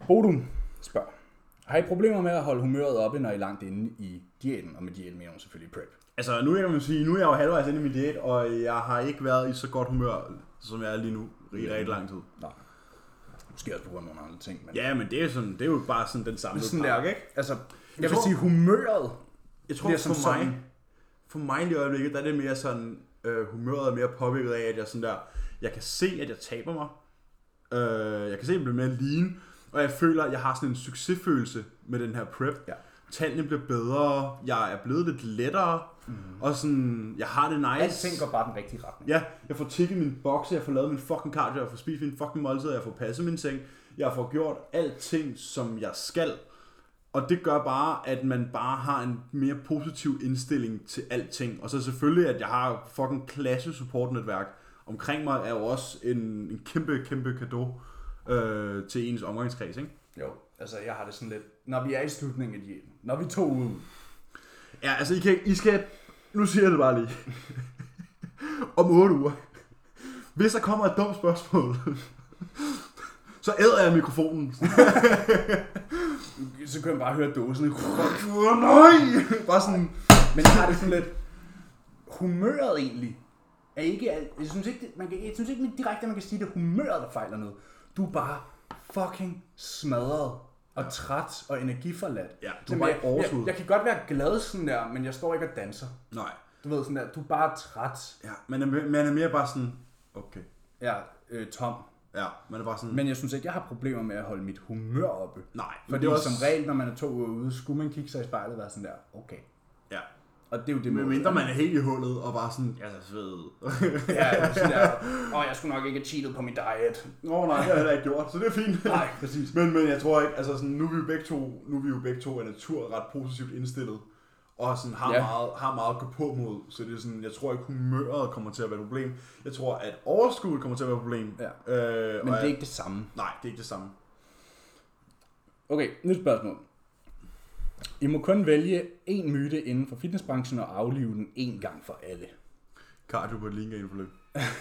[SPEAKER 3] Bodum spørger. Har I problemer med at holde humøret oppe, når I er langt inde i diæten? Og med diæten mener hun selvfølgelig prep.
[SPEAKER 1] Altså, nu kan man sige, nu er jeg jo halvvejs inde i min diæt, og jeg har ikke været i så godt humør, som jeg er lige nu, i rigtig lang tid.
[SPEAKER 3] Nej. Måske også på grund af nogle andre ting. Men...
[SPEAKER 1] Ja, men det er, sådan, det er jo bare sådan den samme
[SPEAKER 3] sådan
[SPEAKER 1] pakke,
[SPEAKER 3] der, ikke? Altså, jeg, vil
[SPEAKER 1] tror-
[SPEAKER 3] sige, humøret
[SPEAKER 1] Jeg tror
[SPEAKER 3] bliver
[SPEAKER 1] for
[SPEAKER 3] som
[SPEAKER 1] mig,
[SPEAKER 3] sådan.
[SPEAKER 1] for mig lige i øjeblikket, der er det mere sådan, øh, humøret er mere påvirket af, at jeg sådan der, jeg kan se, at jeg taber mig. Øh, jeg kan se, at jeg bliver mere lean, og jeg føler, at jeg har sådan en succesfølelse med den her prep.
[SPEAKER 3] Ja.
[SPEAKER 1] Tallene bliver bedre, jeg er blevet lidt lettere,
[SPEAKER 3] Mhm.
[SPEAKER 1] mm. og sådan, jeg har det nice.
[SPEAKER 3] går bare den rigtige retning.
[SPEAKER 1] Ja, jeg får tækket min bokse, jeg får lavet min fucking cardio, jeg får spist min fucking måltid, jeg får passet min seng, jeg får gjort alting, som jeg skal. Og det gør bare, at man bare har en mere positiv indstilling til alting. Og så selvfølgelig, at jeg har fucking klasse supportnetværk omkring mig, er jo også en, en kæmpe, kæmpe gave øh, til ens omgangskreds, ikke?
[SPEAKER 3] Jo, altså jeg har det sådan lidt, når vi er i slutningen af diæten, når vi tog ud,
[SPEAKER 1] Ja, altså, I, kan, I skal... Nu siger jeg det bare lige. Om 8 uger. Hvis der kommer et dumt spørgsmål, så æder jeg mikrofonen.
[SPEAKER 3] så kan man bare høre dåsen.
[SPEAKER 1] Åh, nej! Bare sådan...
[SPEAKER 3] Men jeg har det sådan lidt... Humøret egentlig er ikke... alt- Jeg synes ikke, det- man kan, jeg synes ikke direkte, at man kan sige, at det er humøret, der fejler noget. Du er bare fucking smadret og træt og energiforladt.
[SPEAKER 1] Ja, du er
[SPEAKER 3] Sådan,
[SPEAKER 1] bare i
[SPEAKER 3] jeg,
[SPEAKER 1] overskud.
[SPEAKER 3] Jeg, jeg, kan godt være glad sådan der, men jeg står ikke og danser.
[SPEAKER 1] Nej.
[SPEAKER 3] Du ved sådan der, du er bare træt.
[SPEAKER 1] Ja, man er, man er mere bare sådan... Okay.
[SPEAKER 3] Ja, øh, tom.
[SPEAKER 1] Ja, man er bare sådan...
[SPEAKER 3] Men jeg synes ikke, jeg har problemer med at holde mit humør oppe.
[SPEAKER 1] Nej, men
[SPEAKER 3] Fordi
[SPEAKER 1] det er også-
[SPEAKER 3] som regel, når man er to uger ude, skulle man kigge sig i spejlet og være sådan der, okay.
[SPEAKER 1] Ja.
[SPEAKER 3] Og det er jo det
[SPEAKER 1] Men
[SPEAKER 3] mål,
[SPEAKER 1] mindre man er helt i hullet og bare sådan... Jeg er så sved.
[SPEAKER 3] Ja, sådan der, åh, jeg skulle nok ikke have cheatet på min diet.
[SPEAKER 1] Nå nej, det har jeg heller ikke gjort, så det er fint.
[SPEAKER 3] Nej, præcis.
[SPEAKER 1] Men, men jeg tror ikke, altså sådan, nu er vi jo begge to, nu er vi jo begge to af natur ret positivt indstillet, og sådan har,
[SPEAKER 3] Ja.
[SPEAKER 1] ja. meget, har meget at gå på mod, så det er sådan, jeg tror ikke humøret kommer til at være et problem. Jeg tror, at overskuddet kommer til at være et problem.
[SPEAKER 3] Ja.
[SPEAKER 1] Øh, og
[SPEAKER 3] Men det er
[SPEAKER 1] jeg-
[SPEAKER 3] ikke det samme.
[SPEAKER 1] Nej, det er ikke det samme.
[SPEAKER 3] Okay, nyt spørgsmål. I må kun vælge én myte inden for fitnessbranchen og aflive den én gang for alle.
[SPEAKER 1] Cardio på et linje inden for løb.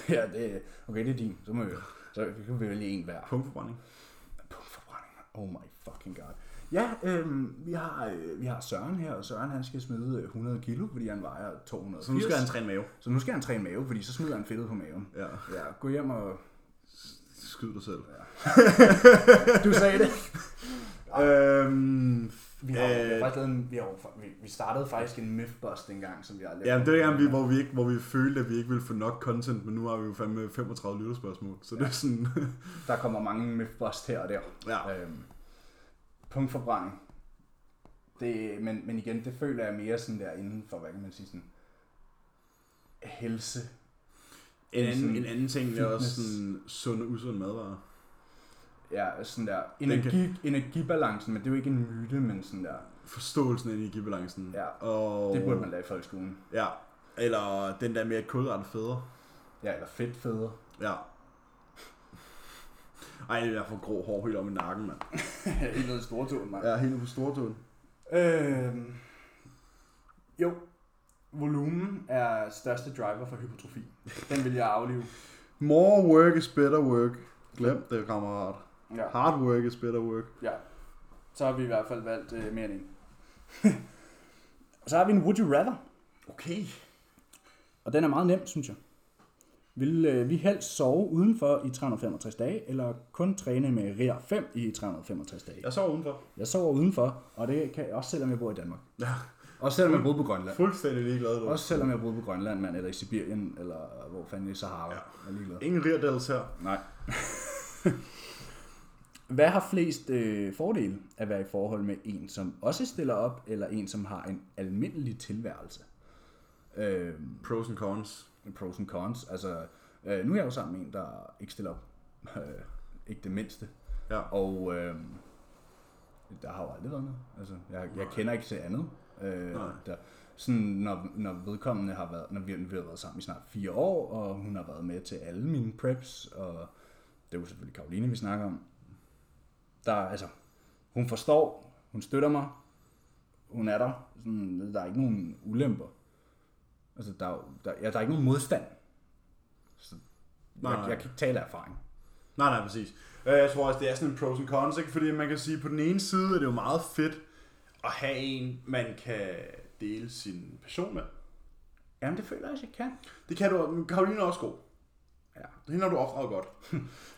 [SPEAKER 3] ja, det, okay, det er din. Så må vi, så vi kan vælge én hver.
[SPEAKER 1] Punktforbrænding.
[SPEAKER 3] Punktforbrænding. Oh my fucking god. Ja, øhm, vi, har, øh, vi har Søren her, og Søren han skal smide øh, 100 kilo, fordi han vejer 200.
[SPEAKER 1] Så nu skal han træne mave.
[SPEAKER 3] så nu skal han træne mave, fordi så smider han fedtet på maven.
[SPEAKER 1] Ja.
[SPEAKER 3] ja gå hjem og
[SPEAKER 1] Skyd dig selv.
[SPEAKER 3] Du sagde det.
[SPEAKER 1] Øhm,
[SPEAKER 2] Vi har, øh, vi, har
[SPEAKER 1] Øh.
[SPEAKER 2] faktisk lavet en, vi, har, jo- vi- vi startede faktisk en mythbust engang, som vi har lavet.
[SPEAKER 1] ja, men det er dengang, vi, hvor, vi ikke, hvor vi følte, at vi ikke ville få nok content, men nu har vi jo fandme 35 lytterspørgsmål, så det er sådan...
[SPEAKER 2] Der kommer mange mythbust her og der.
[SPEAKER 1] ja.
[SPEAKER 2] Øhm, punktforbrænding. Det, men, men igen, det føler jeg mere sådan der inden for, hvad kan man sige, sådan helse.
[SPEAKER 1] En
[SPEAKER 2] Sådan
[SPEAKER 1] anden, en anden ting det er også
[SPEAKER 2] fitness.
[SPEAKER 1] sådan sund og usund madvarer.
[SPEAKER 2] Ja, sådan der
[SPEAKER 1] Den
[SPEAKER 2] energi, energibalancen, men det er jo ikke en myte, men sådan der.
[SPEAKER 1] Forståelsen af energibalancen.
[SPEAKER 2] Ja.
[SPEAKER 1] Og,
[SPEAKER 2] Det burde man lave i folkeskolen.
[SPEAKER 1] Ja. Eller den der med at kulrette fædre.
[SPEAKER 2] Ja, eller fedtfædre.
[SPEAKER 1] Ja. Ej, jeg får grå hår helt om i nakken, mand.
[SPEAKER 2] Helt nede i stortåen, mand.
[SPEAKER 1] Jeg er helt ude på stortåen.
[SPEAKER 2] Øhm, jo, volumen er største driver for hypotrofi. Den vil jeg aflive.
[SPEAKER 1] More work is better work. Glem det, kammerat.
[SPEAKER 2] Ja,
[SPEAKER 1] Hard work is better work.
[SPEAKER 2] ja. Så har vi i hvert fald valgt øh, mere end en. Og så har vi en would you rather.
[SPEAKER 1] Okay.
[SPEAKER 3] Og den er meget nem, synes jeg. Vil øh, vi helst sove udenfor i 365 dage, eller kun træne med RIR 5 i 365 dage?
[SPEAKER 1] Jeg sover udenfor.
[SPEAKER 3] Jeg sover udenfor, og det kan jeg også, selvom jeg bor i Danmark.
[SPEAKER 1] Ja.
[SPEAKER 3] Også selvom jeg boede på Grønland.
[SPEAKER 1] Fuldstændig ligeglad, du.
[SPEAKER 3] Også selvom jeg boede på Grønland, mand, eller i Sibirien, eller hvor fanden i Sahara. Ja. Jeg er ligeglad.
[SPEAKER 1] Ingen rirdels her.
[SPEAKER 3] Nej. Hvad har flest øh, fordele at være i forhold med en, som også stiller op, eller en, som har en almindelig tilværelse? Øh,
[SPEAKER 1] Pros and cons.
[SPEAKER 3] pros and cons. Altså, øh, nu er jeg jo sammen med en, der ikke stiller op. Øh, ikke det mindste.
[SPEAKER 1] Ja.
[SPEAKER 3] Og øh, der har jo aldrig været noget. Altså, jeg, jeg kender ikke til andet. Øh,
[SPEAKER 1] Nej.
[SPEAKER 3] der, sådan, når, når vedkommende har været, når vi, vi har været sammen i snart fire år, og hun har været med til alle mine preps, og det er jo selvfølgelig Karoline, vi snakker om. Der, er- altså, hun forstår, hun støtter mig, hun er der. Sådan, der er ikke nogen ulemper. Altså, der, er jo- der, ja, der er ikke nogen modstand. Så,
[SPEAKER 1] Nej,
[SPEAKER 3] jeg,
[SPEAKER 1] nej.
[SPEAKER 3] jeg kan ikke tale af erfaring.
[SPEAKER 1] Nej, nej, præcis. Øh, Jeg tror også, det er sådan en pros and cons, ikke? fordi man kan sige, at på den ene side er det jo meget fedt at have en, man kan dele sin passion med.
[SPEAKER 3] Jamen, det føler jeg også, jeg kan.
[SPEAKER 1] Det kan du, men Karoline er også god.
[SPEAKER 3] Ja.
[SPEAKER 1] Hende har du opdraget godt.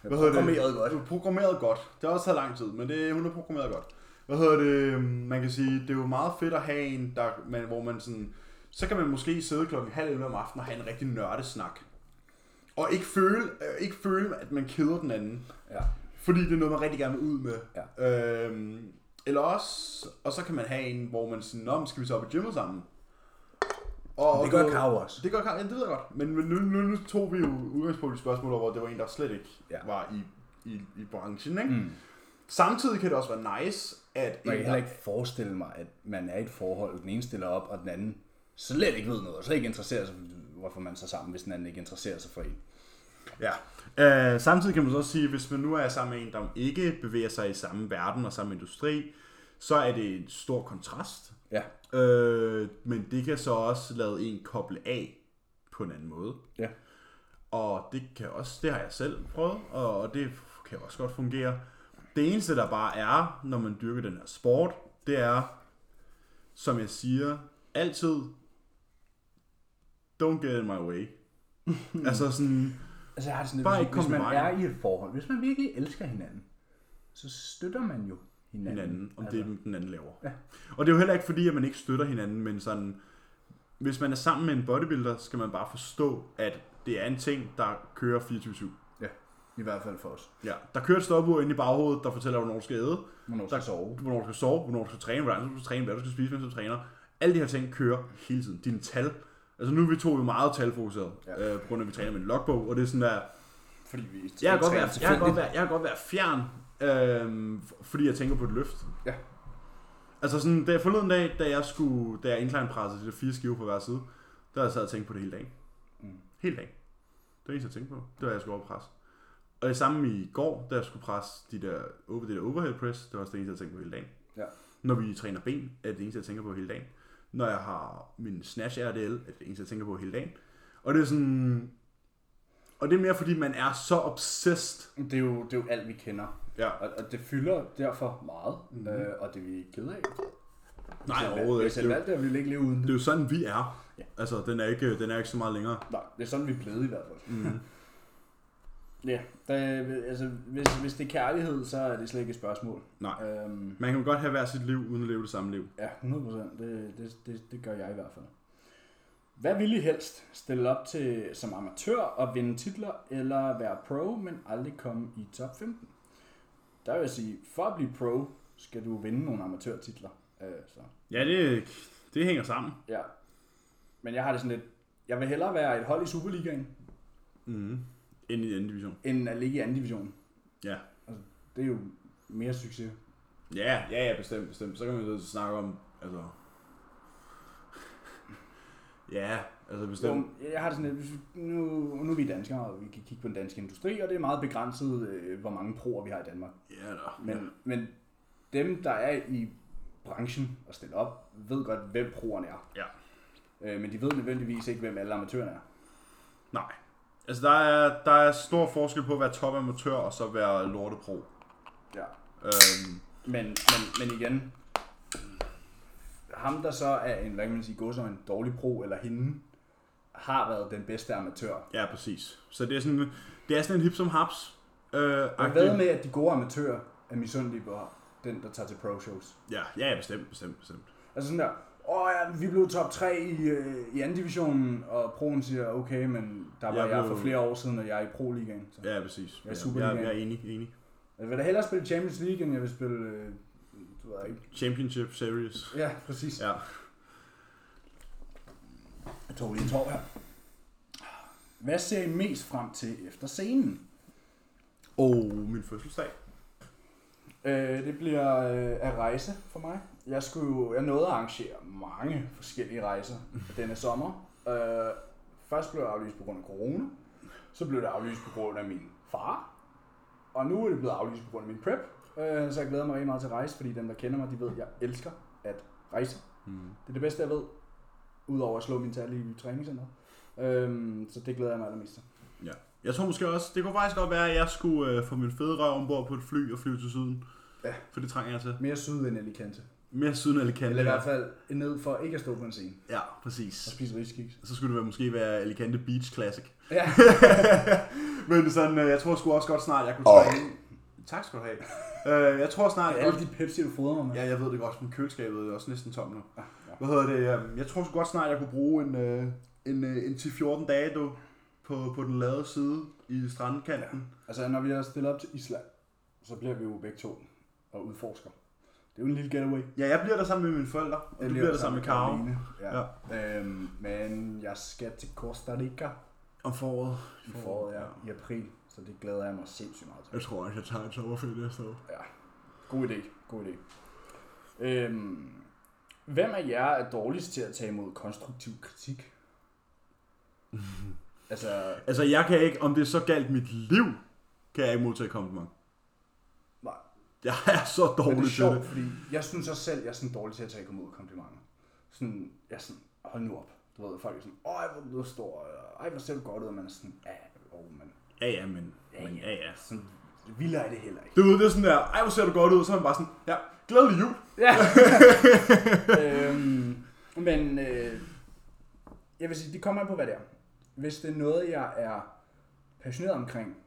[SPEAKER 1] Hvad
[SPEAKER 3] programmeret godt.
[SPEAKER 1] Du er programmeret godt. Det har også taget lang tid, men det, hun er programmeret godt. Hvad hedder det? Man kan sige, det er jo meget fedt at have en, der, man, hvor man sådan... Så kan man måske sidde klokken halv 11 om aftenen og have en rigtig nørdesnak. Og ikke føle, øh, ikke føle, at man keder den anden.
[SPEAKER 3] Ja.
[SPEAKER 1] Fordi det er noget, man rigtig gerne vil ud med. Ja. Øhm, eller også, og så kan man have en, hvor man siger, nå, men skal vi så op i gymmet sammen? Og
[SPEAKER 3] Det gør
[SPEAKER 1] du-
[SPEAKER 3] Karo også.
[SPEAKER 1] Det gør Karo, ja, det ved jeg godt. Men, men nu, nu, nu tog vi jo udgangspunkt i spørgsmålet, hvor det var en, der slet ikke
[SPEAKER 3] Ja.
[SPEAKER 1] ja. var i, i, i branchen. Ikke?
[SPEAKER 3] Mm.
[SPEAKER 1] Samtidig kan det også være nice, at
[SPEAKER 3] Man
[SPEAKER 1] en,
[SPEAKER 3] kan
[SPEAKER 1] der-
[SPEAKER 3] heller ikke forestille mig, at man er i et forhold, den ene stiller op, og den anden slet ikke ved noget, og slet ikke interesserer sig, for, hvorfor man er så sammen, hvis den anden ikke interesserer sig for en.
[SPEAKER 1] Ja. Øh, samtidig kan man så også sige, at hvis man nu er sammen med en, der ikke bevæger sig i samme verden og samme industri, så er det en stor kontrast.
[SPEAKER 3] Ja,
[SPEAKER 1] Øh, men det kan så også lade en koble af på en anden måde.
[SPEAKER 3] ja.
[SPEAKER 1] Og det kan også, det har jeg selv prøvet, og og det kan også godt fungere. Det eneste, der bare er, når man dyrker den her sport, det er, som jeg siger, altid, don't get in my way. altså sådan,
[SPEAKER 3] Altså jeg har det sådan lidt,
[SPEAKER 1] Bare
[SPEAKER 3] hvis,
[SPEAKER 1] ikke kom
[SPEAKER 3] hvis man
[SPEAKER 1] i vejen.
[SPEAKER 3] er i et forhold, hvis man virkelig elsker hinanden, så støtter man jo hinanden.
[SPEAKER 1] hinanden, om det den anden laver.
[SPEAKER 3] Ja.
[SPEAKER 1] Og det er jo heller ikke fordi, at man ikke støtter hinanden, men sådan, hvis man er sammen med en bodybuilder, skal man bare forstå, at det er en ting, der kører 24-7.
[SPEAKER 3] Ja, i hvert fald for os.
[SPEAKER 1] Ja, der kører et stopur inde i baghovedet, der fortæller, hvornår du skal æde,
[SPEAKER 3] Hvornår
[SPEAKER 1] der,
[SPEAKER 3] skal sove?
[SPEAKER 1] hvornår du skal sove, hvornår du skal træne, hvordan du skal træne, hvad du skal spise, mens du træner. Alle de her ting kører hele tiden. Dine tal. Altså nu er vi to jo meget talfokuseret, ja. øh, på grund af, at vi træner med en logbog, og det er sådan der,
[SPEAKER 3] Fordi vi
[SPEAKER 1] jeg kan godt
[SPEAKER 3] træner
[SPEAKER 1] være, jeg kan godt
[SPEAKER 3] tilfældigt.
[SPEAKER 1] være, jeg kan godt være fjern, øh, fordi jeg tænker på et løft.
[SPEAKER 3] Ja.
[SPEAKER 1] Altså sådan, da jeg forleden dag, da jeg skulle, da jeg incline-pressede de der fire skiver på hver side, der sad jeg og tænkte på det hele dagen.
[SPEAKER 3] Mm.
[SPEAKER 1] Hele dagen. Det var det eneste, jeg tænkte på. Det var, at jeg skulle overpresse. Og det samme i går, da jeg skulle presse de der, over, det der overhead press, det var også det eneste, jeg tænkte på hele dagen.
[SPEAKER 3] Ja.
[SPEAKER 1] Når vi træner ben, er det det eneste, jeg tænker på hele dagen. Når jeg har min snatch RDL, er det det eneste, jeg tænker på hele dagen. Og det er sådan... Og det er mere, fordi man er så obsessed.
[SPEAKER 3] Det er, jo, det er jo alt, vi kender.
[SPEAKER 1] Ja.
[SPEAKER 3] Og, og det fylder derfor meget, mm-hmm. øh, og det er vi ikke kede af.
[SPEAKER 1] Nej,
[SPEAKER 3] Jeg
[SPEAKER 1] Mhm. overhovedet
[SPEAKER 3] selv
[SPEAKER 1] ikke. Det er jo-
[SPEAKER 3] valgt det, og vi vil ikke leve uden
[SPEAKER 1] det
[SPEAKER 3] det.
[SPEAKER 1] er jo sådan, vi er.
[SPEAKER 3] Ja.
[SPEAKER 1] Altså, den er ikke, den er ikke så meget længere.
[SPEAKER 3] Nej, det er sådan, vi er blevet i hvert fald. Mm. Ja, der, altså, hvis, hvis det er kærlighed, så er det slet ikke et spørgsmål.
[SPEAKER 1] Nej.
[SPEAKER 3] Øhm,
[SPEAKER 1] Man kan jo godt have hver sit liv, uden at leve det samme liv.
[SPEAKER 3] ja, 100%. Det, det, det, det gør jeg i hvert fald. Hvad ville I helst? Stille op til som amatør og vinde titler, eller være pro, men aldrig komme i top 15? Der vil jeg sige, for at blive pro, skal du vinde nogle amatørtitler. Øh, så.
[SPEAKER 1] Ja, det, det hænger sammen.
[SPEAKER 3] Ja. Men jeg har det sådan lidt, jeg vil hellere være et hold i Superligaen,
[SPEAKER 1] Mm. Ind i anden division.
[SPEAKER 3] end at ligge i anden division. Altså,
[SPEAKER 1] Ja.
[SPEAKER 3] Det er jo mere succes.
[SPEAKER 1] Ja, ja, ja, bestemt, bestemt. Så kan vi jo snakke om, altså... ja, altså bestemt.
[SPEAKER 3] Jo, jeg har det sådan lidt, hvis vi- nu, nu er vi danskere, og vi kan kigge på den danske industri, og det er meget begrænset, øh, hvor mange proer vi har i Danmark.
[SPEAKER 1] Ja, da.
[SPEAKER 3] Men, ja. men dem, der er i branchen og stiller op, ved godt, hvem proerne er.
[SPEAKER 1] Ja.
[SPEAKER 3] Øh, men de ved nødvendigvis ikke, hvem alle amatørerne er.
[SPEAKER 1] Nej. Altså, der er, der er stor forskel på at være topamatør og så være lortepro.
[SPEAKER 3] Ja.
[SPEAKER 1] Øhm,
[SPEAKER 3] Men, men, men igen, ham der så er en, hvad kan man sige, går så en dårlig pro, eller hende, har været den bedste amatør.
[SPEAKER 1] ja, præcis. Så det er sådan, det er sådan en hip som haps. Øh,
[SPEAKER 3] Og hvad med, at de gode amatører er misundelige på den, der tager til pro-shows?
[SPEAKER 1] Ja, ja, ja, bestemt, bestemt, bestemt.
[SPEAKER 3] Altså sådan der, åh ja, vi blev top 3 i, øh, i anden divisionen, og proen siger, okay, men der var jeg,
[SPEAKER 1] Jeg
[SPEAKER 3] jeg
[SPEAKER 1] blev-
[SPEAKER 3] for flere år siden, og jeg er i pro-ligaen. Så.
[SPEAKER 1] Ja, præcis.
[SPEAKER 3] Ja,
[SPEAKER 1] Ja,
[SPEAKER 3] Superligaen.
[SPEAKER 1] jeg, jeg, er enig, enig.
[SPEAKER 3] Jeg vil da hellere spille Champions League, end jeg vil spille, øh, du ved ikke.
[SPEAKER 1] Championship Series.
[SPEAKER 3] Ja, præcis.
[SPEAKER 1] Ja.
[SPEAKER 3] Jeg tog lige en tår her. Hvad ser I mest frem til efter scenen?
[SPEAKER 1] Og min fødselsdag.
[SPEAKER 3] Øh, det bliver øh, at rejse for mig. Jeg skulle jo, jeg nåede at arrangere mange forskellige rejser denne sommer. Øh, først blev det aflyst på grund af corona, så blev det aflyst på grund af min far, og nu er det blevet aflyst på grund af min prep. Øh, så jeg glæder mig rigtig meget til at rejse, fordi dem, der kender mig, de ved, at jeg elsker at rejse.
[SPEAKER 1] Mm.
[SPEAKER 3] Det er det bedste, jeg ved, udover at slå min tal i træningscenteret. Øhm, så det glæder jeg mig allermest til.
[SPEAKER 1] Ja. Jeg tror måske også, det kunne faktisk godt være, at jeg skulle øh, få min fede røv ombord på et fly og flyve til syden.
[SPEAKER 3] Ja.
[SPEAKER 1] For det trænger jeg til.
[SPEAKER 3] Mere syd end Alicante.
[SPEAKER 1] Mere syden af Alicante.
[SPEAKER 3] Eller i hvert fald ned for ikke at stå på en scene
[SPEAKER 1] Ja,
[SPEAKER 3] og
[SPEAKER 1] præcis.
[SPEAKER 3] spise riskiks.
[SPEAKER 1] Så skulle det være, måske være Alicante Beach Classic.
[SPEAKER 3] Ja.
[SPEAKER 1] Men sådan, øh, jeg tror sgu også godt snart, jeg kunne trække... Tak skal du have. Øh, jeg tror snart...
[SPEAKER 3] Alle de Pepsi, du fodrer mig med.
[SPEAKER 1] Ja, jeg ved det godt, men køleskabet er også næsten tom nu.
[SPEAKER 3] Ah, ja.
[SPEAKER 1] Hvad hedder det? øhm, Jeg tror sgu godt snart, jeg kunne bruge en, øh, en, øh, en 10-14 dage du, på, på den lade side i strandkanten.
[SPEAKER 3] Altså, når vi har stillet op til Island, så bliver vi jo begge to og udforsker. Det er jo en lille getaway.
[SPEAKER 1] Ja, jeg bliver der sammen med mine forældre, og du bliver der sammen med Karo
[SPEAKER 3] Karoline. Ja. ja. Øhm, men jeg skal til Costa Rica
[SPEAKER 1] om foråret.
[SPEAKER 3] i foråret, ja, i april, så det glæder jeg mig sindssygt meget til.
[SPEAKER 1] Jeg tror også, jeg tager en sommerferie næste år.
[SPEAKER 3] Ja, god idé, god idé. Øhm, hvem af jer er dårligst til at tage imod konstruktiv kritik? altså,
[SPEAKER 1] Altså, jeg kan ikke, om det er så galt mit liv, kan jeg ikke modtage kompliment.
[SPEAKER 3] nej,
[SPEAKER 1] Jeg er så
[SPEAKER 3] men det er
[SPEAKER 1] dårlig til
[SPEAKER 3] sjovt,
[SPEAKER 1] det.
[SPEAKER 3] fordi jeg synes også selv, jeg er sådan dårlig til at tage imod komplimenter. Sådan, jeg er sådan, hold nu op. Du ved, folk er sådan, ej, hvor er du stor, eller ej, hvor ser du godt ud, og man er sådan, ja, oh, man,
[SPEAKER 1] Ja, ja, men, men ja, ja.
[SPEAKER 3] sådan, vildere er det heller ikke.
[SPEAKER 1] Du ved, det er sådan der, ej, hvor ser du godt ud, og så er man bare sådan, ja, glædelig jul.
[SPEAKER 3] Ja. øhm, men øh, jeg vil sige, det kommer an på, hvad det er. Hvis det er noget, jeg er passioneret omkring,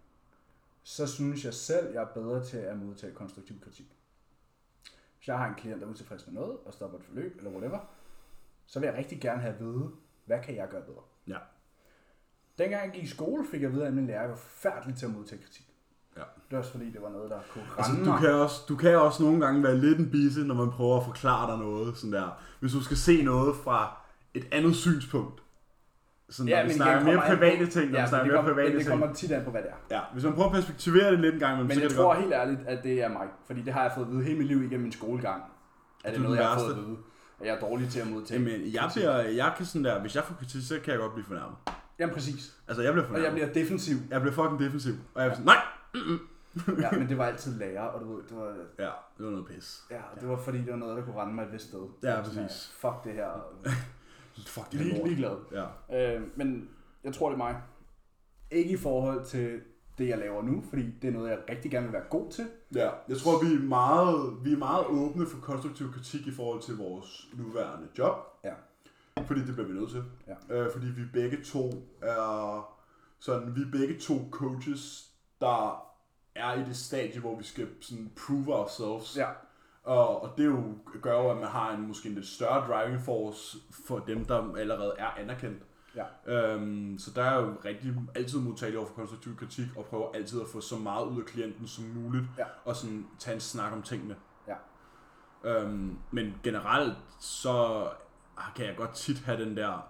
[SPEAKER 3] så synes jeg selv, jeg er bedre til at modtage konstruktiv kritik. Hvis jeg har en klient, der er utilfreds med noget, og stopper et forløb, eller whatever, så vil jeg rigtig gerne have at vide, hvad kan jeg gøre bedre?
[SPEAKER 1] Ja,
[SPEAKER 3] Dengang jeg gik i skole, fik jeg at vide, at min lærer var forfærdelig til at modtage kritik.
[SPEAKER 1] ja.
[SPEAKER 3] Det var også fordi, det var noget, der kunne ramme
[SPEAKER 1] Altså, du
[SPEAKER 3] mig.
[SPEAKER 1] kan, også, du kan også nogle gange være lidt en bisse, når man prøver at forklare dig noget. Sådan der. Hvis du skal se noget fra et andet synspunkt. Sådan ja, når vi
[SPEAKER 3] igen,
[SPEAKER 1] snakker mere
[SPEAKER 3] kommer an på-
[SPEAKER 1] private ting, når vi
[SPEAKER 3] ja, men
[SPEAKER 1] snakker
[SPEAKER 3] det
[SPEAKER 1] mere
[SPEAKER 3] kommer-
[SPEAKER 1] private
[SPEAKER 3] Det kommer
[SPEAKER 1] ting.
[SPEAKER 3] tit an på, hvad det er.
[SPEAKER 1] Ja, hvis man prøver at perspektivere det lidt en gang, så
[SPEAKER 3] Men
[SPEAKER 1] kan
[SPEAKER 3] jeg
[SPEAKER 1] det
[SPEAKER 3] tror
[SPEAKER 1] godt.
[SPEAKER 3] helt ærligt, at det er mig. Fordi det har jeg fået at vide hele mit liv igennem min skolegang. Er det
[SPEAKER 1] den
[SPEAKER 3] noget, jeg har fået at
[SPEAKER 1] værste.
[SPEAKER 3] vide? At jeg er dårlig til at modtage?
[SPEAKER 1] Jamen, jeg, bliver, jeg kan sådan der, hvis jeg får kritik, så kan jeg godt blive fornærmet.
[SPEAKER 3] Jamen præcis.
[SPEAKER 1] Altså, jeg bliver
[SPEAKER 3] Og
[SPEAKER 1] fornærmet.
[SPEAKER 3] jeg bliver defensiv.
[SPEAKER 1] jeg bliver fucking defensiv. Og jeg er sådan, nej!
[SPEAKER 3] Ja, men det var altid lærer, og du ved, det var,
[SPEAKER 1] Ja, det var noget pis.
[SPEAKER 3] ja, det var fordi, det var noget, der kunne rende mig et vist sted.
[SPEAKER 1] Ja,
[SPEAKER 3] Sådan,
[SPEAKER 1] præcis.
[SPEAKER 3] ja, Fuck det her.
[SPEAKER 1] Fuck, det er
[SPEAKER 3] Lige,
[SPEAKER 1] lort.
[SPEAKER 3] ligeglad.
[SPEAKER 1] Ja.
[SPEAKER 3] Øh, men jeg tror, det er mig. Ikke i forhold til det, jeg laver nu, fordi det er noget, jeg rigtig gerne vil være god til.
[SPEAKER 1] Ja, jeg tror, vi er, meget, vi er meget åbne for konstruktiv kritik i forhold til vores nuværende job.
[SPEAKER 3] Ja.
[SPEAKER 1] Fordi det bliver vi nødt til.
[SPEAKER 3] Ja.
[SPEAKER 1] Øh, fordi vi begge to er sådan, vi er begge to coaches, der er i det stadie, hvor vi skal sådan prove ourselves.
[SPEAKER 3] Ja.
[SPEAKER 1] Og, og det jo gør jo, at man har en måske en lidt større driving force for dem, der allerede er anerkendt.
[SPEAKER 3] Ja.
[SPEAKER 1] Øhm, så der er jo rigtig altid modtagelig over for konstruktiv kritik, og prøver altid at få så meget ud af klienten som muligt,
[SPEAKER 3] Ja.
[SPEAKER 1] og sådan tage en snak om tingene.
[SPEAKER 3] Ja.
[SPEAKER 1] Øhm, men generelt, så kan jeg godt tit have den der,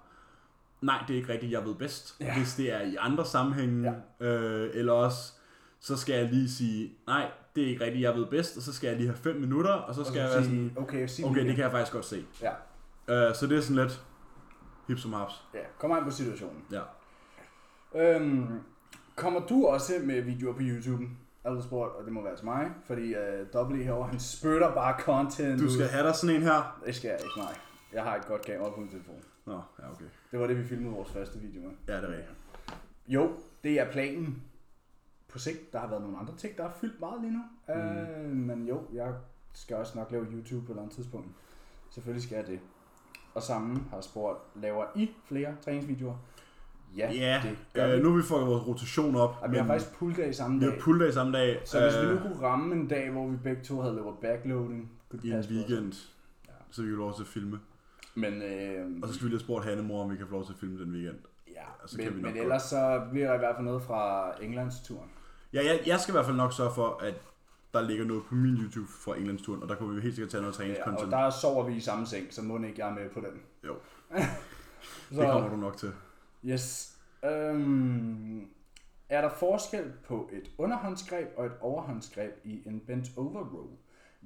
[SPEAKER 1] nej, det er ikke rigtigt, jeg ved bedst, ja. hvis det er i andre sammenhænge, ja. øh, eller også, så skal jeg lige sige, nej, det er ikke rigtigt, jeg ved bedst, og så skal jeg lige have 5 minutter, og så skal og så jeg være sådan,
[SPEAKER 3] okay, sig
[SPEAKER 1] okay,
[SPEAKER 3] lige
[SPEAKER 1] det kan jeg faktisk godt se.
[SPEAKER 3] Ja.
[SPEAKER 1] Øh, så det er sådan lidt, hip som haps.
[SPEAKER 3] ja, kommer ind på situationen.
[SPEAKER 1] Ja.
[SPEAKER 3] Øhm, kommer du også med videoer på YouTube? Er du spurgt, og det må være til mig, fordi øh, Double E herovre, han spytter bare content
[SPEAKER 1] Du skal
[SPEAKER 3] ud.
[SPEAKER 1] have dig sådan en her.
[SPEAKER 3] Det skal jeg ikke, nej. Jeg har et godt kamera på min telefon.
[SPEAKER 1] Nå, ja, okay.
[SPEAKER 3] Det var det, vi filmede vores første video med.
[SPEAKER 1] Ja, det er rigtigt.
[SPEAKER 3] Jo, det er planen. På sigt, der har været nogle andre ting, der har fyldt meget lige nu. Mm. Øh, men jo, jeg skal også nok lave YouTube på et eller andet tidspunkt. Selvfølgelig skal jeg det. Og sammen har spurgt, laver I flere træningsvideoer? Ja,
[SPEAKER 1] Ja,
[SPEAKER 3] det gør
[SPEAKER 1] yeah,
[SPEAKER 3] øh,
[SPEAKER 1] øh,
[SPEAKER 3] vi.
[SPEAKER 1] nu har vi fået vores rotation op.
[SPEAKER 3] Og vi har faktisk pull day samme
[SPEAKER 1] vi
[SPEAKER 3] dag.
[SPEAKER 1] har pull day samme dag
[SPEAKER 3] Så hvis vi nu
[SPEAKER 1] øh,
[SPEAKER 3] kunne ramme en dag, hvor vi begge to havde lavet backloading, kunne
[SPEAKER 1] i
[SPEAKER 3] det
[SPEAKER 1] en
[SPEAKER 3] passe på os.
[SPEAKER 1] weekend,
[SPEAKER 3] Ja.
[SPEAKER 1] så vi kan få lov til at filme.
[SPEAKER 3] Men, øh,
[SPEAKER 1] Og så skal vi lige have spurgt Hanne mor, om vi kan få lov til at filme den weekend.
[SPEAKER 3] ja,
[SPEAKER 1] så kan vi
[SPEAKER 3] men,
[SPEAKER 1] nok
[SPEAKER 3] men
[SPEAKER 1] godt.
[SPEAKER 3] ellers så bliver der i hvert fald noget fra Englands turen.
[SPEAKER 1] Ja, jeg, jeg skal i hvert fald nok sørge for, at der ligger noget på min YouTube fra Englandsturen, og der kunne vi helt sikkert tage noget
[SPEAKER 3] Ja, og
[SPEAKER 1] træningscontent. Ja,
[SPEAKER 3] der sover vi i samme seng, så må ikke jeg er med på den.
[SPEAKER 1] Jo,
[SPEAKER 3] Så,
[SPEAKER 1] det kommer du nok til.
[SPEAKER 3] Yes. Øhm, er der forskel på et underhåndsgreb og et overhåndsgreb i en bent over row?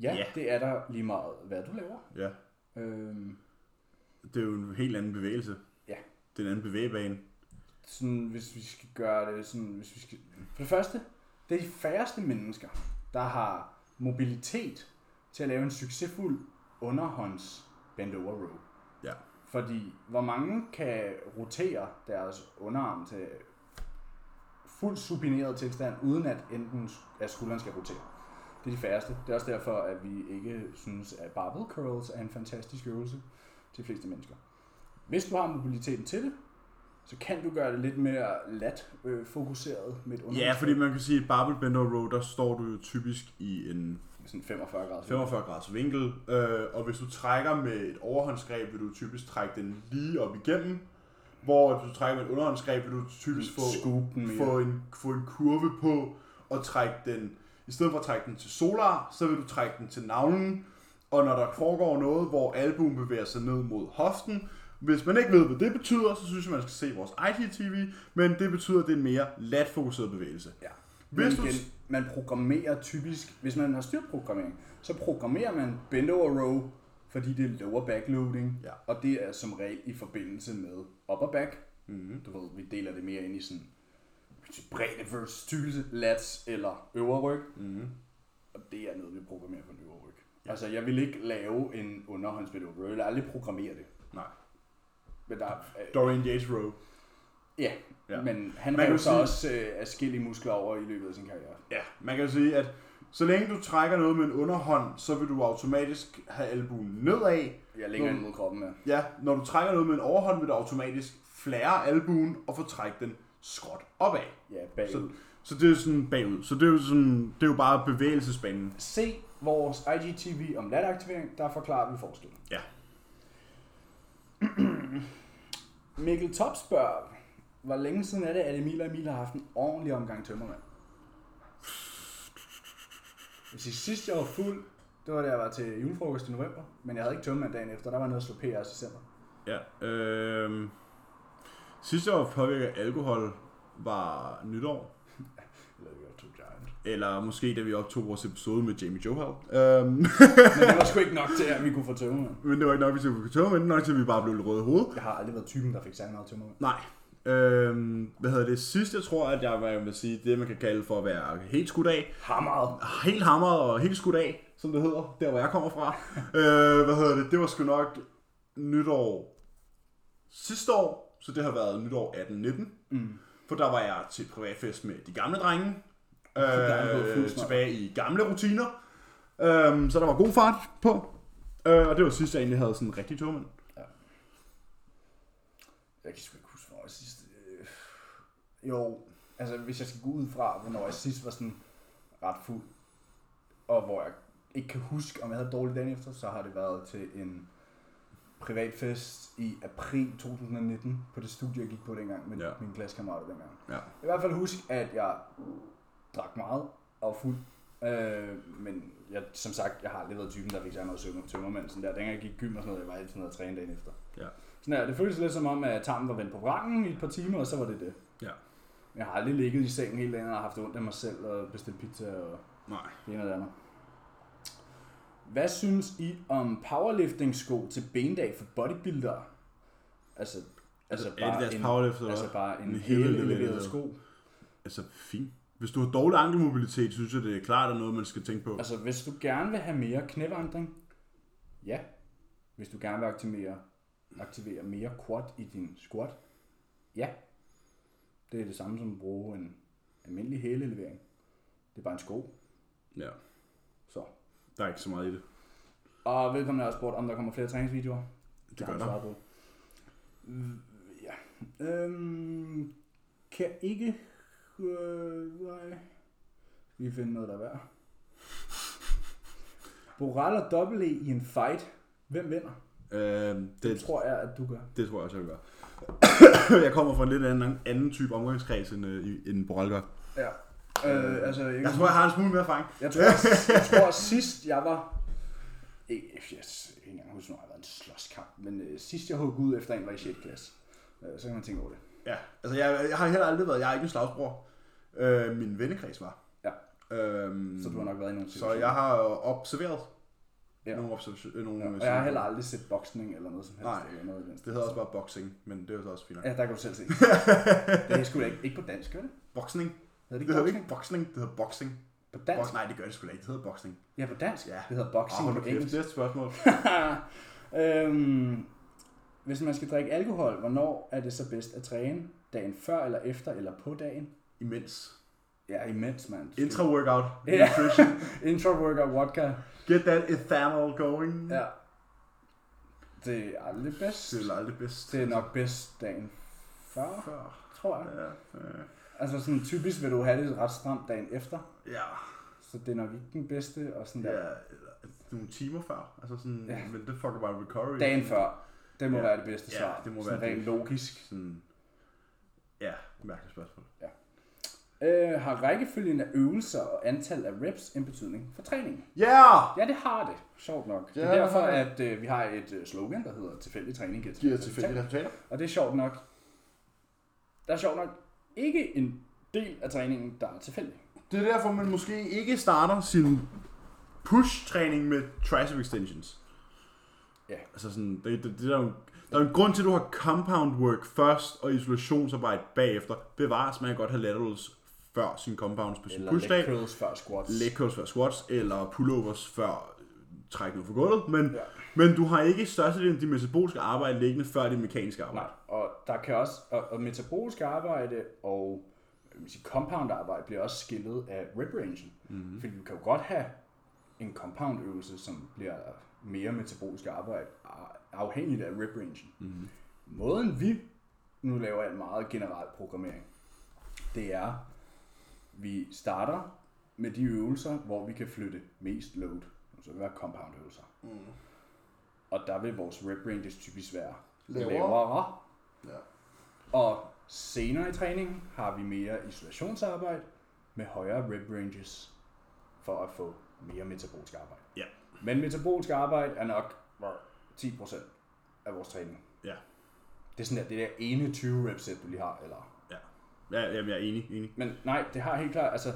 [SPEAKER 3] Ja,
[SPEAKER 1] Ja.
[SPEAKER 3] yeah. det er der lige meget, hvad du laver.
[SPEAKER 1] Ja,
[SPEAKER 3] Øhm,
[SPEAKER 1] det er jo en helt anden bevægelse.
[SPEAKER 3] Ja.
[SPEAKER 1] Det er en anden bevægebane.
[SPEAKER 3] sådan, hvis vi skal gøre det sådan, hvis vi skal... For det første, det er de færreste mennesker, der har mobilitet til at lave en succesfuld underhånds bent over row.
[SPEAKER 1] Ja.
[SPEAKER 3] Fordi hvor mange kan rotere deres underarm til fuldt supineret tilstand, uden at enten at skulderen skal rotere. Det er de færreste. Det er også derfor, at vi ikke synes, at barbell curls er en fantastisk øvelse til de fleste mennesker. Hvis du har mobiliteten til det, så kan du gøre det lidt mere lat øh, fokuseret med et underhold.
[SPEAKER 1] Ja, fordi man kan sige, at barbell bend over row, der står du jo typisk i en
[SPEAKER 3] Sådan 45 grader.
[SPEAKER 1] 45 graders vinkel, øh, og hvis du trækker med et overhåndsgreb, vil du typisk trække den lige op igennem, hvor hvis du trækker med et underhåndsgreb, vil du typisk få,
[SPEAKER 3] Scoop den mere.
[SPEAKER 1] få, en, få en kurve på og trække den, i stedet for at trække den til solar, så vil du trække den til navlen, og når der foregår noget, hvor albuen bevæger sig ned mod hoften, hvis man ikke ved, hvad det betyder, så synes jeg, man skal se vores IGTV, men det betyder, at det er en mere latfokuseret bevægelse.
[SPEAKER 3] Ja.
[SPEAKER 1] Hvis
[SPEAKER 3] Hvis
[SPEAKER 1] du-
[SPEAKER 3] du... igen, man programmerer typisk, hvis man har styr på programmering, så programmerer man bend over row, fordi det er lower back loading,
[SPEAKER 1] Ja.
[SPEAKER 3] og det er som regel i forbindelse med upper back.
[SPEAKER 1] Mhm.
[SPEAKER 3] Mm-hmm. Du ved, vi deler det mere ind i sådan bredde versus tykkelse, lats eller øvre ryg. Mm-hmm.
[SPEAKER 1] Mhm.
[SPEAKER 3] Og det er noget, vi programmerer på en øvre ryg. Ja. Altså, jeg vil ikke lave en underhåndsbend over row, jeg vil aldrig programmere det.
[SPEAKER 1] Nej.
[SPEAKER 3] Men der, er-
[SPEAKER 1] Dorian Yates Row.
[SPEAKER 3] ja,
[SPEAKER 1] Ja.
[SPEAKER 3] ja, men han
[SPEAKER 1] Man kan
[SPEAKER 3] rev
[SPEAKER 1] jo
[SPEAKER 3] så
[SPEAKER 1] sige-
[SPEAKER 3] også øh, afskillige muskler over i løbet af sin karriere.
[SPEAKER 1] Ja, man kan jo sige, at så længe du trækker noget med en underhånd, så vil du automatisk have albuen nedad.
[SPEAKER 3] Jeg lægger
[SPEAKER 1] Nå.
[SPEAKER 3] ind mod kroppen her.
[SPEAKER 1] Ja, når du trækker noget med en overhånd, vil du automatisk flære albuen og få trækket den skråt opad.
[SPEAKER 3] Ja, bagud.
[SPEAKER 1] Så, så det er sådan bagud. Så det er jo, sådan, det er jo bare bevægelsesbanen.
[SPEAKER 3] Se vores IGTV om lataktivering, der forklarer vi forskellen.
[SPEAKER 1] Ja.
[SPEAKER 3] Mikkel Top spørger, hvor længe siden er det, at Emil og Emil har haft en ordentlig omgang tømmermand? Hvis I sidst jeg var fuld, det var da jeg var til julefrokost i november, men jeg havde ikke tømmermand dagen efter, der var noget at slå PR i december.
[SPEAKER 1] Ja, øh, sidste år påvirket af alkohol var nytår.
[SPEAKER 3] Eller vi var to giant.
[SPEAKER 1] Eller måske da vi optog vores episode med Jamie Johal. Øhm,
[SPEAKER 3] Men det var sgu ikke nok til, at vi kunne få tømmermand.
[SPEAKER 1] men det var ikke nok, vi skulle på tog, men det var nok til, at vi bare blev lidt røde i hovedet.
[SPEAKER 3] Jeg har aldrig været typen, der fik særlig meget tømmermand.
[SPEAKER 1] Nej. Øhm, hvad hedder det sidste, jeg tror, at jeg var, jeg vil sige, det man kan kalde for at være helt skudt af.
[SPEAKER 3] Hammeret.
[SPEAKER 1] Helt hamret og helt skudt af, som det hedder, der hvor jeg kommer fra. øh, hvad hedder det, det var sgu nok nytår sidste år, så det har været nytår 18-19. Mm. For der var jeg til privatfest med de gamle drenge,
[SPEAKER 3] er han gået
[SPEAKER 1] øh,
[SPEAKER 3] fuld snart.
[SPEAKER 1] tilbage i gamle rutiner. Øhm, så der var god fart på. Øh, og det var sidst, jeg egentlig havde sådan en rigtig togmand.
[SPEAKER 3] Jeg kan sgu ikke huske, hvor jeg sidst... Øh... Jo, altså hvis jeg skal gå ud fra, hvornår jeg sidst var sådan ret fuld, og hvor jeg ikke kan huske, om jeg havde dårlig dagen efter, så har det været til en privatfest i april 2019 på det studie, jeg gik på dengang med
[SPEAKER 1] Ja.
[SPEAKER 3] ja. mine klassekammerater dengang.
[SPEAKER 1] Ja.
[SPEAKER 3] Jeg kan i hvert fald huske, at jeg drak meget og var fuld. Øh, men jeg, som sagt, jeg har aldrig været typen, der fik sig noget søvn tømmermænd. Sådan der. Dengang jeg gik i gym og sådan noget, jeg var altid nede og træne dagen efter.
[SPEAKER 1] Ja.
[SPEAKER 3] Sådan der, det føltes lidt som om, at tarmen var vendt på vrangen i et par timer, og så var det det.
[SPEAKER 1] Ja.
[SPEAKER 3] Jeg har aldrig ligget i sengen hele dagen og haft ondt af mig selv og bestilt pizza og
[SPEAKER 1] Nej.
[SPEAKER 3] det ene og det andet. Hvad synes I om powerlifting-sko til bendag for bodybuildere? Altså, altså, bare,
[SPEAKER 1] Adidas
[SPEAKER 3] en,
[SPEAKER 1] powerlift eller
[SPEAKER 3] altså
[SPEAKER 1] hvad?
[SPEAKER 3] bare en,
[SPEAKER 1] En
[SPEAKER 3] en
[SPEAKER 1] hælleleveret.
[SPEAKER 3] hele sko.
[SPEAKER 1] Altså, fint. Hvis du har dårlig ankelmobilitet, synes jeg, det er klart, at noget, man skal tænke på.
[SPEAKER 3] Altså, hvis du gerne vil have mere knævandring, ja. Hvis du gerne vil aktivere, aktivere mere quad i din squat, ja. Det er det samme som at bruge en almindelig hælelevering. Det er bare en sko.
[SPEAKER 1] Ja,
[SPEAKER 3] Så.
[SPEAKER 1] der er ikke så meget i det.
[SPEAKER 3] Og velkommen har også spurgt, om der kommer flere træningsvideoer.
[SPEAKER 1] Det gør
[SPEAKER 3] har
[SPEAKER 1] der.
[SPEAKER 3] jeg svaret på. Mm, Ja. Øhm, kan ikke... Øh, nej. Skal vi finde noget, der er værd? Boral og dobbelt E i en fight. Hvem vinder?
[SPEAKER 1] Øh,
[SPEAKER 3] Det
[SPEAKER 1] det,
[SPEAKER 3] tror jeg, at du gør.
[SPEAKER 1] det tror jeg også, jeg vil gøre. jeg kommer fra en lidt anden, anden type omgangskreds, end, øh, i- end Borrell gør.
[SPEAKER 3] Ja. Øh, altså, jeg,
[SPEAKER 1] Jeg tror, jeg har en smule mere erfaring.
[SPEAKER 3] jeg, tror, jeg, jeg tror sidst jeg var... Jeg, jeg, jeg, jeg kan ikke engang huske, når jeg var en slåskamp, men øh, sidst jeg huggede ud efter en var i 6. klasse. Øh, så kan man tænke over det.
[SPEAKER 1] Ja, altså jeg, jeg har heller aldrig været, jeg er ikke en slagsbror. Øh, min vennekreds var.
[SPEAKER 3] Ja.
[SPEAKER 1] Øhm,
[SPEAKER 3] Så du har nok været i nogle
[SPEAKER 1] så jeg har observeret ja.
[SPEAKER 3] Ja.
[SPEAKER 1] nogle observationer. Øh, nogle
[SPEAKER 3] Ja, og jeg har
[SPEAKER 1] situationer.
[SPEAKER 3] heller aldrig set boksning eller noget som helst.
[SPEAKER 1] Nej,
[SPEAKER 3] eller noget i den stil.
[SPEAKER 1] Det hedder også bare boxing, men det er jo så også fint. Ja.
[SPEAKER 3] Ja, der kan du selv se. det er sgu da ikke, ikke på dansk, gør det?
[SPEAKER 1] Boxning?
[SPEAKER 3] Hedder det
[SPEAKER 1] Det
[SPEAKER 3] ikke
[SPEAKER 1] hedder
[SPEAKER 3] boksning?
[SPEAKER 1] ikke boxing, det hedder boxing.
[SPEAKER 3] På dansk?
[SPEAKER 1] Box, nej, det gør det sgu da ikke, det hedder boxing.
[SPEAKER 3] Ja, på dansk.
[SPEAKER 1] Ja.
[SPEAKER 3] Det hedder boxing
[SPEAKER 1] Åh,
[SPEAKER 3] på
[SPEAKER 1] oh, kæft,
[SPEAKER 3] engelsk.
[SPEAKER 1] næste spørgsmål.
[SPEAKER 3] øhm, hvis man skal drikke alkohol, hvornår er det så bedst at træne? Dagen før eller efter eller på dagen?
[SPEAKER 1] Imens.
[SPEAKER 3] Ja, imens, mand.
[SPEAKER 1] Intra-workout.
[SPEAKER 3] Ja.
[SPEAKER 1] Nutrition.
[SPEAKER 3] Intro workout vodka.
[SPEAKER 1] Get that ethanol going.
[SPEAKER 3] Ja. Det er aldrig bedst.
[SPEAKER 1] Det er vel aldrig bedst.
[SPEAKER 3] Det er nok bedst dagen før,
[SPEAKER 1] Før.
[SPEAKER 3] tror jeg.
[SPEAKER 1] Ja, øh,
[SPEAKER 3] Altså sådan typisk vil du have det ret stramt dagen efter.
[SPEAKER 1] ja,
[SPEAKER 3] Så det er nok ikke den bedste, og sådan der.
[SPEAKER 1] ja, eller nogle timer før. Altså sådan,
[SPEAKER 3] Ja.
[SPEAKER 1] men det fucker bare recovery.
[SPEAKER 3] Dagen før, det må
[SPEAKER 1] Ja.
[SPEAKER 3] være det bedste
[SPEAKER 1] Ja,
[SPEAKER 3] svar.
[SPEAKER 1] det må
[SPEAKER 3] sådan
[SPEAKER 1] være
[SPEAKER 3] rent
[SPEAKER 1] det.
[SPEAKER 3] logisk.
[SPEAKER 1] Sådan, ja, mærkeligt spørgsmål.
[SPEAKER 3] Øh, har rækkefølgen af øvelser og antal af reps en betydning for træningen?
[SPEAKER 1] Ja!
[SPEAKER 3] Ja, det har det. Sjovt nok. Ja, det
[SPEAKER 1] Ja,
[SPEAKER 3] er
[SPEAKER 1] det
[SPEAKER 3] derfor,
[SPEAKER 1] har
[SPEAKER 3] at øh, vi har et øh, slogan, der hedder tilfældig træning giver
[SPEAKER 1] Giver
[SPEAKER 3] tilfældige
[SPEAKER 1] tilfældige
[SPEAKER 3] resultater."
[SPEAKER 1] resultater.
[SPEAKER 3] Og det er sjovt nok. Der er sjovt nok ikke en del af træningen, der er tilfældig.
[SPEAKER 1] Det er derfor, man måske ikke starter sin push-træning med tricep extensions.
[SPEAKER 3] Ja.
[SPEAKER 1] Altså sådan, det, det, det er der, jo, der er jo en grund til, at du har compound work først og isolationsarbejde bagefter. Bevares, man kan godt have laterals før sin compounds på sin
[SPEAKER 3] Eller
[SPEAKER 1] push-dag.
[SPEAKER 3] leg curls før squats.
[SPEAKER 1] leg curls før squats, eller pullovers før træk noget for gulvet, men, ja.
[SPEAKER 3] Ja.
[SPEAKER 1] men du har ikke størstedelen af dit metaboliske arbejde liggende før det mekaniske arbejde.
[SPEAKER 3] Nej, og der kan også, og, og metabolisk arbejde og hvad kan man sige, compound arbejde bliver også skillet af rep rangen. Mm-hmm. Fordi du kan jo godt have en compound øvelse, som bliver mere metabolisk arbejde a- afhængigt af rep rangen. Mm-hmm. Måden vi nu laver en meget generel programmering, det er, vi starter med de øvelser, hvor vi kan flytte mest load. Så det vil være compound øvelser. Mm. Og der vil vores rep ranges typisk være
[SPEAKER 1] Lavere.
[SPEAKER 3] lavere. lavere.
[SPEAKER 1] Ja.
[SPEAKER 3] Og senere i træningen har vi mere isolationsarbejde med højere rep ranges for at få mere metabolisk arbejde.
[SPEAKER 1] Ja.
[SPEAKER 3] Men metabolisk arbejde er nok hvor, 10% af vores træning.
[SPEAKER 1] Ja.
[SPEAKER 3] Det er sådan der, det der ene 20 rep set, du lige har. Eller...
[SPEAKER 1] Ja. ja. Jamen, jeg er enig, enig.
[SPEAKER 3] Men nej, det har helt klart, altså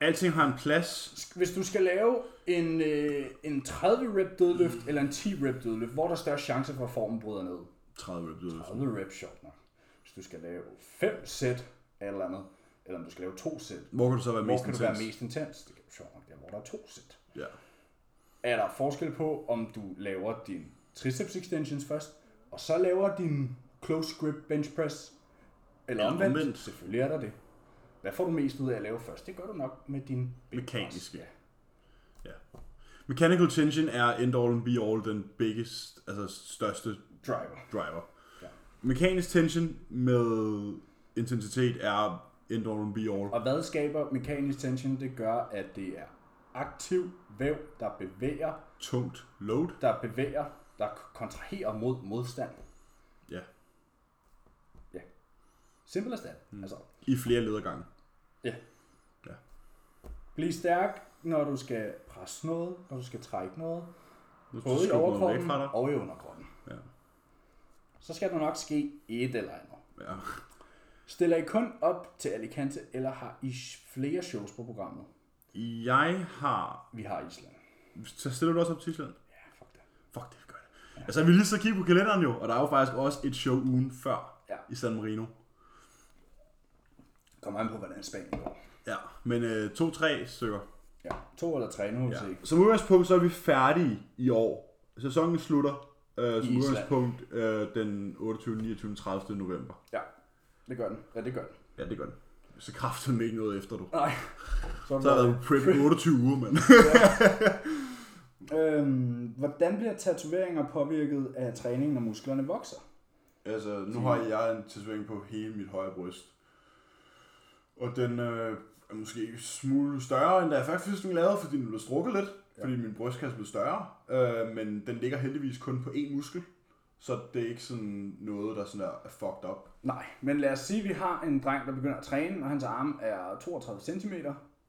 [SPEAKER 1] Alting har en plads.
[SPEAKER 3] sk- hvis du skal lave en, øh, en 30 rep dødløft eller en 10 rep dødløft, hvor er der større chance for, at formen bryder ned?
[SPEAKER 1] 30 reps ud.
[SPEAKER 3] 30 rep sjovt nok. Hvis du skal lave 5 sæt af et eller andet, eller om du skal lave 2 sæt,
[SPEAKER 1] Hvor kan du så være
[SPEAKER 3] Hvor
[SPEAKER 1] mest
[SPEAKER 3] kan du være
[SPEAKER 1] intens?
[SPEAKER 3] mest intens? Det kan du sjovt nok der, hvor der er to sæt.
[SPEAKER 1] Ja.
[SPEAKER 3] Er der forskel på, om du laver din triceps extensions først, og så laver din close grip bench press? Eller
[SPEAKER 1] Eller
[SPEAKER 3] omvendt?
[SPEAKER 1] omvendt.
[SPEAKER 3] omvendt. Selvfølgelig er der det. Hvad får du mest ud af at lave først? Det gør du nok med din bench press.
[SPEAKER 1] Mekaniske.
[SPEAKER 3] Ja.
[SPEAKER 1] ja. Mechanical tension er end all and be all den biggest, altså største
[SPEAKER 3] Driver.
[SPEAKER 1] driver.
[SPEAKER 3] Ja.
[SPEAKER 1] Mekanisk tension med intensitet er end all and be all.
[SPEAKER 3] Og hvad skaber mekanisk tension? Det gør, at det er aktiv væv, der bevæger,
[SPEAKER 1] Tungt load.
[SPEAKER 3] der bevæger, der kontraherer mod modstand.
[SPEAKER 1] Ja.
[SPEAKER 3] Simpel as that. Mm. Altså,
[SPEAKER 1] I flere ledergange.
[SPEAKER 3] ja.
[SPEAKER 1] Ja.
[SPEAKER 3] Bliv stærk, når du skal presse noget, når du skal trække noget.
[SPEAKER 1] Nu skal
[SPEAKER 3] Både i
[SPEAKER 1] skubbe nogen væk
[SPEAKER 3] overkroppen
[SPEAKER 1] fra dig.
[SPEAKER 3] og i underkroppen.
[SPEAKER 1] Ja.
[SPEAKER 3] Så skal der nok ske et eller andet.
[SPEAKER 1] ja.
[SPEAKER 3] Stiller I kun op til Alicante, eller har I flere shows på programmet?
[SPEAKER 1] Jeg har...
[SPEAKER 3] Vi har Island.
[SPEAKER 1] Så stiller du også op til Island?
[SPEAKER 3] Ja, fuck det.
[SPEAKER 1] Fuck, det er godt. Altså, vi lige så kigge på kalenderen jo, og der er jo faktisk også et show ugen før
[SPEAKER 3] Ja.
[SPEAKER 1] i San Marino.
[SPEAKER 3] Kommer an på, hvordan Spanien går.
[SPEAKER 1] Ja, men øh, to-tre stykker.
[SPEAKER 3] Ja, to eller tre, nu må vi se.
[SPEAKER 1] Som udgangspunkt, så er vi færdige i år. Sæsonen slutter øh, som
[SPEAKER 3] Island.
[SPEAKER 1] udgangspunkt øh, den 28. 29. 30. november.
[SPEAKER 3] Ja, det gør den. Ja, det gør den.
[SPEAKER 1] Ja, det gør den. Så kræfter ikke noget efter, du.
[SPEAKER 3] Nej. Så,
[SPEAKER 1] Så har jeg været på prep i 28 uger, mand.
[SPEAKER 3] øhm, hvordan bliver tatoveringer påvirket af træning, når musklerne vokser?
[SPEAKER 1] Altså, nu har jeg en tatovering på hele mit højre bryst. Og den øh, er måske en smule større, end da jeg faktisk den lavede, fordi den blev strukket lidt. Ja. Fordi min brystkasse blev større. Øh, men den ligger heldigvis kun på én muskel. Så det er ikke sådan noget, der sådan er, er fucked up.
[SPEAKER 3] Nej, men lad os sige, at vi har en dreng, der begynder at træne, og hans arm er 32 cm,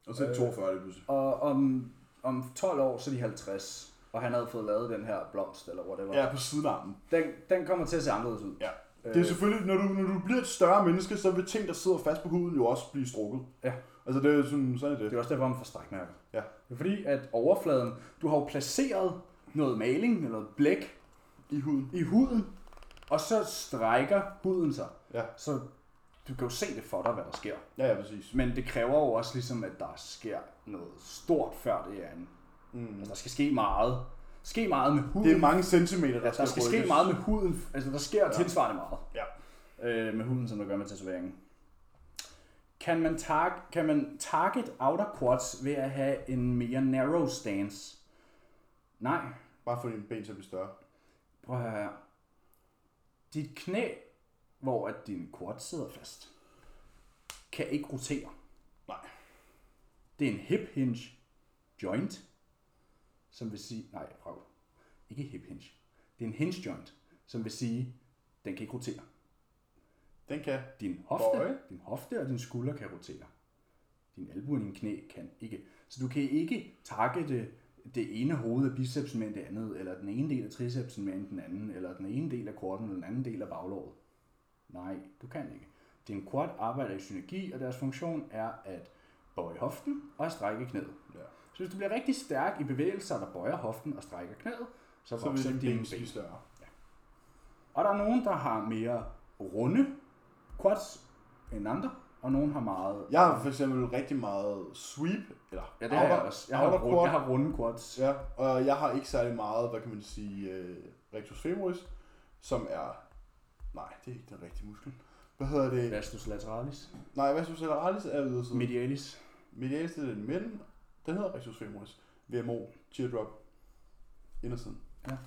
[SPEAKER 1] Og så er det 42 lige pludselig.
[SPEAKER 3] og om, om 12 år, så er de 50, og han havde fået lavet den her blomst, eller whatever.
[SPEAKER 1] Ja, på sidearmen.
[SPEAKER 3] Den, den kommer til at se anderledes ud.
[SPEAKER 1] Ja. Det er selvfølgelig, når du, når du bliver et større menneske, så vil ting, der sidder fast på huden, jo også blive strukket.
[SPEAKER 3] Ja.
[SPEAKER 1] Altså, det er sådan, sådan er det.
[SPEAKER 3] Det er også derfor, man får strækmærker.
[SPEAKER 1] Ja.
[SPEAKER 3] Det er fordi, at overfladen, du har jo placeret noget maling, eller noget blæk,
[SPEAKER 1] I huden.
[SPEAKER 3] i huden, og så strækker huden sig.
[SPEAKER 1] Ja.
[SPEAKER 3] Så du kan jo se det for dig, hvad der sker.
[SPEAKER 1] Ja, ja, præcis.
[SPEAKER 3] Men det kræver jo også ligesom, at der sker noget stort før det andet. Mm. Altså, der skal ske meget. Ske meget med huden.
[SPEAKER 1] Det er mange centimeter, der skal
[SPEAKER 3] der skal ske
[SPEAKER 1] rykkes.
[SPEAKER 3] meget med huden. Altså, der sker ja. tilsvarende meget
[SPEAKER 1] Ja.
[SPEAKER 3] øh, med huden, som der gør med tatoveringen. Kan man, tar- kan man target outer quads ved at have en mere narrow stance? Nej.
[SPEAKER 1] Bare få dine ben til at blive større.
[SPEAKER 3] Prøv at høre her. Dit knæ, hvor at din quads sidder fast, kan ikke rotere.
[SPEAKER 1] Nej.
[SPEAKER 3] Det er en hip hinge joint, som vil sige... Nej, prøv. Ikke hip hinge. Det er en hinge joint, som vil sige, den kan ikke rotere.
[SPEAKER 1] Den kan.
[SPEAKER 3] Din hofte,
[SPEAKER 1] Bøje.
[SPEAKER 3] din hofte og din skulder kan rotere. Din albu og din knæ kan ikke. Så du kan ikke targete det ene hoved af bicepsen med det andet, eller den ene del af tricepsen med den anden, eller den ene del af korten eller den anden del af baglåret. Nej, du kan ikke. Din quad arbejder i synergi, og deres funktion er at bøje hoften og at strække knæet.
[SPEAKER 1] Ja.
[SPEAKER 3] Så hvis du bliver rigtig stærk i bevægelser, der bøjer hoften og strækker knæet, så,
[SPEAKER 1] Så vil
[SPEAKER 3] vokser
[SPEAKER 1] dine
[SPEAKER 3] dine
[SPEAKER 1] ben
[SPEAKER 3] ben.
[SPEAKER 1] blive større.
[SPEAKER 3] Og der er nogen, der har mere runde quads end andre, og nogen har meget...
[SPEAKER 1] Jeg har for eksempel rigtig meget sweep, eller
[SPEAKER 3] ja det har jeg
[SPEAKER 1] outer-
[SPEAKER 3] også. Jeg har,
[SPEAKER 1] outer
[SPEAKER 3] runde,
[SPEAKER 1] quad.
[SPEAKER 3] jeg har runde quads.
[SPEAKER 1] Ja, og jeg har ikke særlig meget, hvad kan man sige, øh, rectus femoris, som er... Nej, det er ikke den rigtige muskel. Hvad hedder det?
[SPEAKER 3] Vastus lateralis,
[SPEAKER 1] Nej, hvad synes du, Lateralis er ydersiden? Mid-
[SPEAKER 3] medialis.
[SPEAKER 1] Medialis det er den midten. Den hedder rectus femoris. VMO, teardrop, indersiden.
[SPEAKER 3] Ja.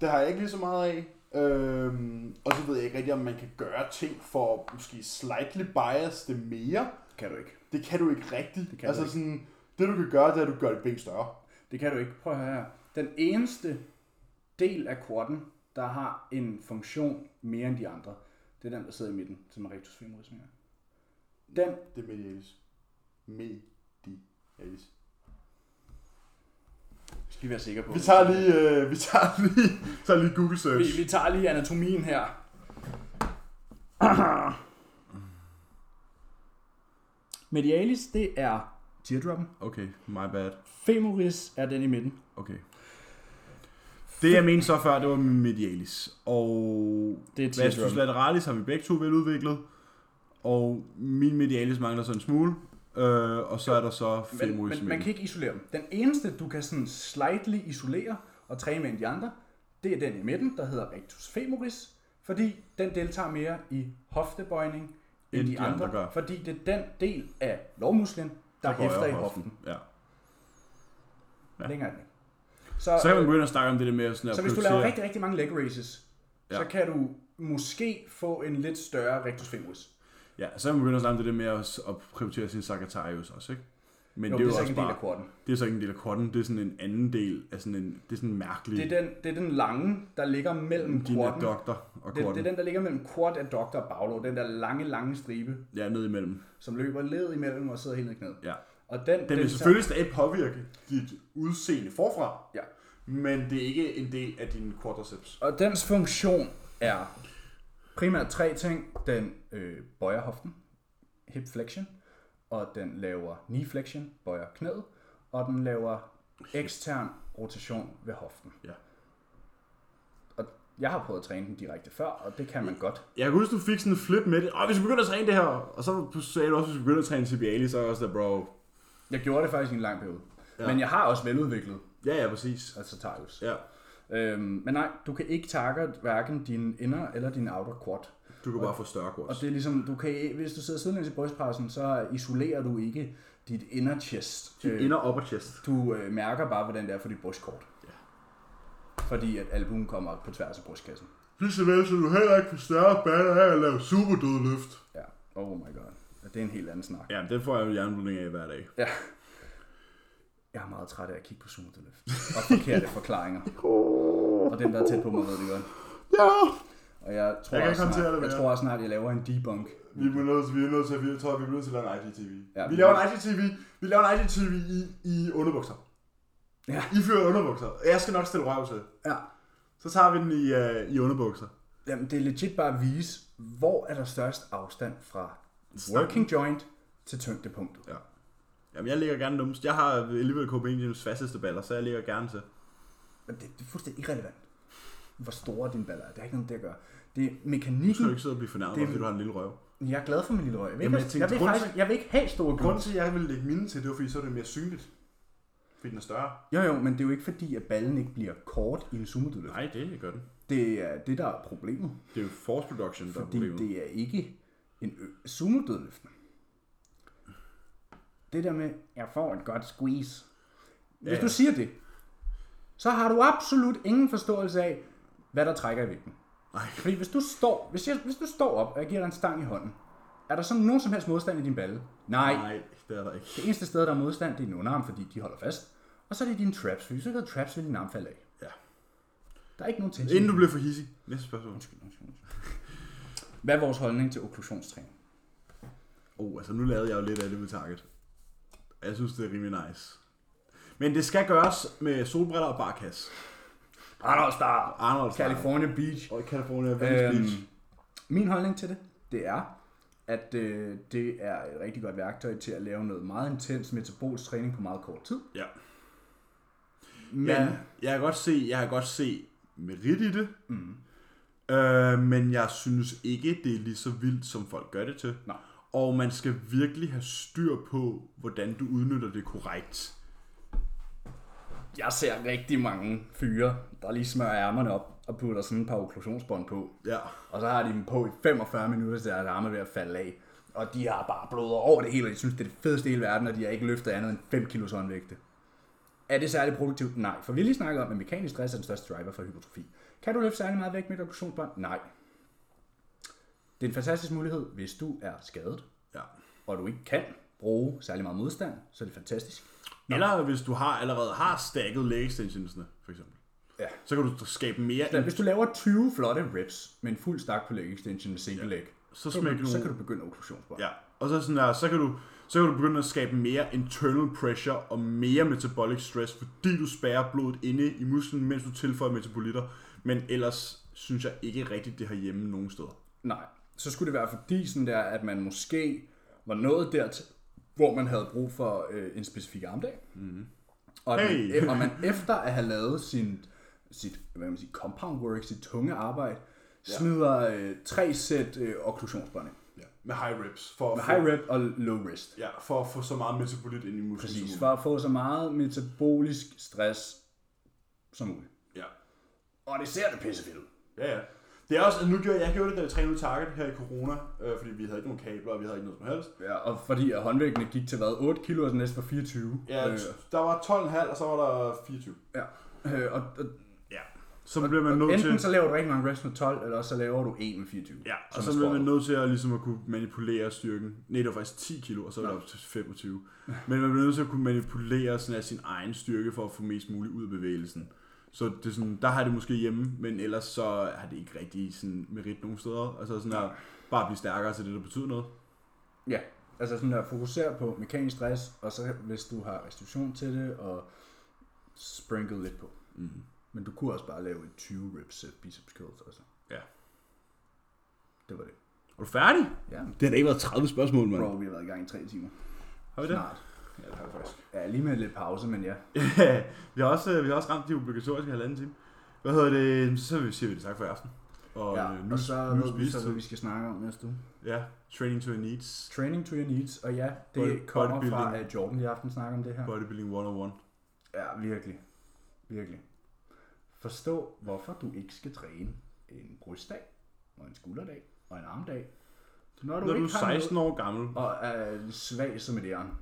[SPEAKER 1] Det har jeg ikke lige så meget af. Øhm, og så ved jeg ikke rigtig, om man kan gøre ting for at måske slightly bias det mere.
[SPEAKER 3] Kan du ikke.
[SPEAKER 1] Det kan du ikke rigtigt.
[SPEAKER 3] Det kan
[SPEAKER 1] altså
[SPEAKER 3] du ikke.
[SPEAKER 1] sådan, det du kan gøre, det er, at du gør dit ben større.
[SPEAKER 3] Det kan du ikke. Prøv at høre her. Den eneste del af quadden, der har en funktion mere end de andre, det er den, der sidder i midten, som er rectus femoris. mener jeg. Den,
[SPEAKER 1] Det er medialis. Medialis.
[SPEAKER 3] skal vi være sikre på.
[SPEAKER 1] Vi tager lige, øh, vi tager lige, tager lige Google search.
[SPEAKER 3] Vi, vi tager lige anatomien her. Medialis, det er teardroppen.
[SPEAKER 1] Okay, my bad.
[SPEAKER 3] Femoris er den i midten.
[SPEAKER 1] Okay. Det jeg mente så før, det var medialis. Og
[SPEAKER 3] Det er
[SPEAKER 1] vastus
[SPEAKER 3] teardroppen.
[SPEAKER 1] lateralis har vi begge to veludviklet. Og min medialis mangler så en smule. Øh, og så er der så
[SPEAKER 3] Men,
[SPEAKER 1] femoris
[SPEAKER 3] men man kan ikke isolere dem. Den eneste, du kan sådan slightly isolere og træne med end de andre, det er den i midten, der hedder rectus femoris, fordi den deltager mere i hoftebøjning end, de, andre,
[SPEAKER 1] gør.
[SPEAKER 3] fordi det er den del af lårmusklen, der hæfter i hoften.
[SPEAKER 1] Ja.
[SPEAKER 3] Længere er den ikke.
[SPEAKER 1] Så kan man begynde at snakke om det der med sådan at
[SPEAKER 3] Så hvis du
[SPEAKER 1] prioritere-
[SPEAKER 3] laver rigtig, rigtig mange leg raises, ja.
[SPEAKER 1] Ja.
[SPEAKER 3] så kan du måske få en lidt større rectus femoris.
[SPEAKER 1] Ja, så er man begyndt at snakke om det der med at, at prioritere sin Sagittarius også, ikke? Men jo, det er jo
[SPEAKER 3] så
[SPEAKER 1] også
[SPEAKER 3] ikke en del
[SPEAKER 1] bare,
[SPEAKER 3] af korten.
[SPEAKER 1] det er så ikke en del af korten, det er sådan en anden del af sådan en, det er sådan en mærkelig,
[SPEAKER 3] Det er, den, det er den lange, der ligger mellem
[SPEAKER 1] din
[SPEAKER 3] korten.
[SPEAKER 1] doktor og
[SPEAKER 3] Det, det
[SPEAKER 1] korten,
[SPEAKER 3] er den, der ligger mellem kort af doktor og baglov. Den der lange, lange stribe,
[SPEAKER 1] ja, ned imellem.
[SPEAKER 3] som løber led imellem og sidder helt ned i knæet.
[SPEAKER 1] Ja.
[SPEAKER 3] Og den,
[SPEAKER 1] Den vil selvfølgelig stadig påvirke dit udseende forfra,
[SPEAKER 3] Ja.
[SPEAKER 1] men det er ikke en del af din quadriceps.
[SPEAKER 3] Og dens funktion er primært tre ting. Den øh, bøjer hoften, hip flexion, og den laver knee flexion, bøjer knæet, og den laver ekstern rotation ved hoften.
[SPEAKER 1] Ja.
[SPEAKER 3] Og jeg har prøvet at træne den direkte før, og det kan man godt.
[SPEAKER 1] Jeg kan huske, du fik sådan en flip med det. Åh, hvis vi begynder at træne det her. Og så sagde du også, hvis vi begynder at træne tibialis, så er jeg også der, bro.
[SPEAKER 3] Jeg gjorde det faktisk i en lang periode. Ja. Men jeg har også veludviklet,
[SPEAKER 1] Ja, ja, præcis.
[SPEAKER 3] altså Tarius.
[SPEAKER 1] Ja.
[SPEAKER 3] Øhm, men nej, du kan ikke takke hverken din inner eller din outer quad.
[SPEAKER 1] Du kan bare få større kurs.
[SPEAKER 3] Og det er ligesom, du kan, hvis du sidder sidelæns i brystpressen, så isolerer du ikke dit inner chest. Øh,
[SPEAKER 1] Din inner upper chest.
[SPEAKER 3] Du øh, mærker bare, hvordan det er for dit brystkort. Fordi at albuen kommer op på tværs af brystkassen.
[SPEAKER 1] Lige så vel, så du heller ikke får større baller af at lave superdøde løft.
[SPEAKER 3] Ja. Oh my god. Det er en helt anden snak.
[SPEAKER 1] Ja, det får jeg jo jernblødning af hver dag.
[SPEAKER 3] Ja. Jeg er meget træt af at kigge på sumodoløft. Og forkerte forklaringer. Og dem, der er tæt på mig, ved det godt.
[SPEAKER 1] Ja!
[SPEAKER 3] Og jeg tror,
[SPEAKER 1] Jeg kan
[SPEAKER 3] jeg,
[SPEAKER 1] ikke håndtere
[SPEAKER 3] snart,
[SPEAKER 1] det
[SPEAKER 3] jeg,
[SPEAKER 1] mere.
[SPEAKER 3] tror også snart, jeg laver en debunk.
[SPEAKER 1] Vi er nødt til, vi er nødt til, vi tror, vi er nødt til at lave en IGTV.
[SPEAKER 3] Ja.
[SPEAKER 1] vi laver en IGTV, vi laver en IGTV i, i underbukser.
[SPEAKER 3] Ja.
[SPEAKER 1] I fører underbukser. Jeg skal nok stille røv til.
[SPEAKER 3] Ja.
[SPEAKER 1] Så tager vi den i, uh, i underbukser.
[SPEAKER 3] Jamen, det er legit bare at vise, hvor er der størst afstand fra working joint til tyngdepunktet.
[SPEAKER 1] Ja. Jamen, jeg ligger gerne numst. Jeg har alligevel KB Indians fasteste baller, så jeg ligger gerne til.
[SPEAKER 3] Men det, det er fuldstændig irrelevant, hvor store dine baller er. Det har ikke noget med det at gøre. Det er
[SPEAKER 1] Så du
[SPEAKER 3] mekanikken.
[SPEAKER 1] ikke sidde og blive fornærmet,
[SPEAKER 3] Det er-
[SPEAKER 1] fordi du har en lille røv.
[SPEAKER 3] Jeg er glad for min lille røg. Jeg vil,
[SPEAKER 1] Jamen,
[SPEAKER 3] Jamen,
[SPEAKER 1] jeg tænkte,
[SPEAKER 3] jeg, jeg, vil
[SPEAKER 1] grunden
[SPEAKER 3] faktisk, jeg vil ikke have store
[SPEAKER 1] Grunden
[SPEAKER 3] grunde.
[SPEAKER 1] til, at jeg ville lægge mine til, det var fordi, så er det mere synligt. Fordi den er større.
[SPEAKER 3] Jo, jo, men det er jo ikke fordi, at ballen ikke bliver kort i en sumodøløft.
[SPEAKER 1] Nej, det gør den.
[SPEAKER 3] Det er det, der er problemet.
[SPEAKER 1] Det er jo force production, der er
[SPEAKER 3] Fordi
[SPEAKER 1] problemet.
[SPEAKER 3] det er ikke en ø- sumodødløft. Det der med, jeg får et godt squeeze. Hvis
[SPEAKER 1] Ja.
[SPEAKER 3] du siger det, så har du absolut ingen forståelse af, hvad der trækker i vægten.
[SPEAKER 1] Nej.
[SPEAKER 3] Fordi hvis du står, hvis, jeg, hvis du står op, og jeg giver dig en stang i hånden, er der så nogen som helst modstand i din balle? Nej.
[SPEAKER 1] Nej, det er der ikke.
[SPEAKER 3] Det eneste sted, der er modstand, det er din underarm, fordi de holder fast. Og så er det dine traps, fordi hvis du ikke havde traps, vil din arm falde af.
[SPEAKER 1] Ja.
[SPEAKER 3] Der er ikke nogen tension.
[SPEAKER 1] Inden du bliver for hissig. Næste spørgsmål.
[SPEAKER 3] Undskyld, undskyld, undskyld. Hvad er vores holdning til okklusionstræning?
[SPEAKER 1] Oh, altså nu lavede jeg jo lidt af det med Target. Jeg synes, det er rimelig nice. Men det skal gøres med solbriller og barkas.
[SPEAKER 3] Arnold Star.
[SPEAKER 1] Arnold Style.
[SPEAKER 3] California Beach.
[SPEAKER 1] Og California Venice
[SPEAKER 3] Øhm,
[SPEAKER 1] Beach.
[SPEAKER 3] min holdning til det, det er, at øh, det er et rigtig godt værktøj til at lave noget meget intens metabolisk træning på meget kort tid.
[SPEAKER 1] Ja.
[SPEAKER 3] Men
[SPEAKER 1] Men jeg kan godt se, jeg kan godt se merit i det. Mm. Øh, men jeg synes ikke, det er lige så vildt, som folk gør det til.
[SPEAKER 3] Nej.
[SPEAKER 1] Og man skal virkelig have styr på, hvordan du udnytter det korrekt.
[SPEAKER 3] jeg ser rigtig mange fyre, der lige smører ærmerne op og putter sådan et par okklusionsbånd på.
[SPEAKER 1] Ja.
[SPEAKER 3] Og så har de dem på i 45 minutter, så deres arme er ved at falde af. Og de har bare blod over det hele, og de synes, det er det fedeste i hele verden, og de har ikke løftet andet end 5 kg håndvægte. Er det særlig produktivt? Nej, for vi har lige snakket om, at mekanisk stress er den største driver for hypertrofi. Kan du løfte særlig meget vægt med et okklusionsbånd? Nej. Det er en fantastisk mulighed, hvis du er skadet,
[SPEAKER 1] ja.
[SPEAKER 3] og du ikke kan bruge særlig meget modstand, så er det fantastisk.
[SPEAKER 1] Eller hvis du har allerede har stacket leg extensionsene, for eksempel.
[SPEAKER 3] Ja.
[SPEAKER 1] Så kan du skabe mere,
[SPEAKER 3] Men
[SPEAKER 1] end,
[SPEAKER 3] hvis du laver 20 flotte reps med en fuld stak på leg extension med single leg,
[SPEAKER 1] så
[SPEAKER 3] så, kan
[SPEAKER 1] smækker
[SPEAKER 3] du-
[SPEAKER 1] du...
[SPEAKER 3] så kan du begynde okklusionsbånd.
[SPEAKER 1] Ja. Og så, sådan der, så, kan du, så kan du begynde at skabe mere internal pressure og mere metabolic stress, fordi du spærrer blodet inde i musklen, mens du tilføjer metabolitter. Men ellers synes jeg ikke rigtigt, det har hjemme nogen steder.
[SPEAKER 3] Nej, så skulle det være fordi sådan der, at man måske var nået dertil, hvor man havde brug for øh, en specifik armdag. Mm-hmm. Og, at
[SPEAKER 1] Hey!
[SPEAKER 3] man, e- og man efter at have lavet sin, sit hvad kan man sige, compound work, sit tunge arbejde, smider øh, tre sæt øh, okklusionsbånd. ind.
[SPEAKER 1] Ja. Med high reps. For
[SPEAKER 3] Med high rep og low wrist.
[SPEAKER 1] Ja, for at få så meget metabolit ind i musklen
[SPEAKER 3] Præcis,
[SPEAKER 1] som
[SPEAKER 3] for at få så meget metabolisk stress som muligt.
[SPEAKER 1] muligt. Ja.
[SPEAKER 3] Og det ser det pissefedt ud.
[SPEAKER 1] Ja, ja. Det er også, nu gjorde jeg gjorde det, da jeg trænede ud Target her i corona, øh, fordi vi havde ikke nogen kabler, og vi havde ikke noget som helst.
[SPEAKER 3] Ja, og fordi at håndvægtene gik til hvad? 8 kilo, og den næste var 24.
[SPEAKER 1] Ja,
[SPEAKER 3] øh,
[SPEAKER 1] der var 12,5, og så var der 24.
[SPEAKER 3] ja. Øh, og, og
[SPEAKER 1] Ja. så bliver man nødt
[SPEAKER 3] Enten
[SPEAKER 1] til...
[SPEAKER 3] så laver du rigtig mange reps med 12, eller så laver du 1 med 24.
[SPEAKER 1] Ja, og
[SPEAKER 3] som
[SPEAKER 1] så
[SPEAKER 3] er
[SPEAKER 1] bliver man
[SPEAKER 3] squat.
[SPEAKER 1] nødt til at, ligesom at kunne manipulere styrken. Nej, det var faktisk 10 kilo, og så var det op til 25. Men man bliver nødt til at kunne manipulere sådan af sin egen styrke for at få mest muligt ud af bevægelsen. Så det er sådan, der har det måske hjemme, men ellers så har det ikke rigtig sådan merit nogen steder. Altså sådan at bare blive stærkere til det, der betyder noget.
[SPEAKER 3] Ja, altså sådan at fokusere på mekanisk stress, og så hvis du har restitution til det, og sprinkle lidt på.
[SPEAKER 1] Mm.
[SPEAKER 3] Men du kunne også bare lave et 20 rep set biceps curls også.
[SPEAKER 1] Ja.
[SPEAKER 3] Det var det.
[SPEAKER 1] Er du færdig?
[SPEAKER 3] Ja,
[SPEAKER 1] Det har da ikke været 30 spørgsmål, mand.
[SPEAKER 3] bro, vi har været i gang i tre timer.
[SPEAKER 1] Har vi det?
[SPEAKER 3] Snart. Ja, det har vi faktisk. Ja, lige med lidt pause, men ja.
[SPEAKER 1] Ja, vi har også, øh, vi har også ramt de obligatoriske halvanden time. Hvad hedder det? Så vil- siger vi det tak for i aften. Og,
[SPEAKER 3] ja,
[SPEAKER 1] øh,
[SPEAKER 3] og så ved vi
[SPEAKER 1] spiste
[SPEAKER 3] så, hvad
[SPEAKER 1] tid.
[SPEAKER 3] vi skal snakke om næste uge.
[SPEAKER 1] Ja, training to your needs.
[SPEAKER 3] Training to your needs, og ja,
[SPEAKER 1] Body-
[SPEAKER 3] det kommer fra,
[SPEAKER 1] bodybuilding.
[SPEAKER 3] at Jordan i aften snakker om det her.
[SPEAKER 1] Bodybuilding 101.
[SPEAKER 3] Ja, virkelig. Virkelig. Forstå, hvorfor du ikke skal træne en brystdag, og en skulderdag, og en armdag, når du,
[SPEAKER 1] Når
[SPEAKER 3] ikke
[SPEAKER 1] du er
[SPEAKER 3] har noget
[SPEAKER 1] 16 år gammel.
[SPEAKER 3] og er svag som et jern.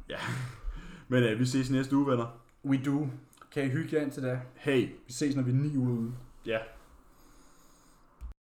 [SPEAKER 1] Men øh, vi ses næste uge, venner.
[SPEAKER 3] We do. Kan I hygge jer indtil da?
[SPEAKER 1] Hey.
[SPEAKER 3] Vi ses, når vi er ni uger ude.
[SPEAKER 1] Ja.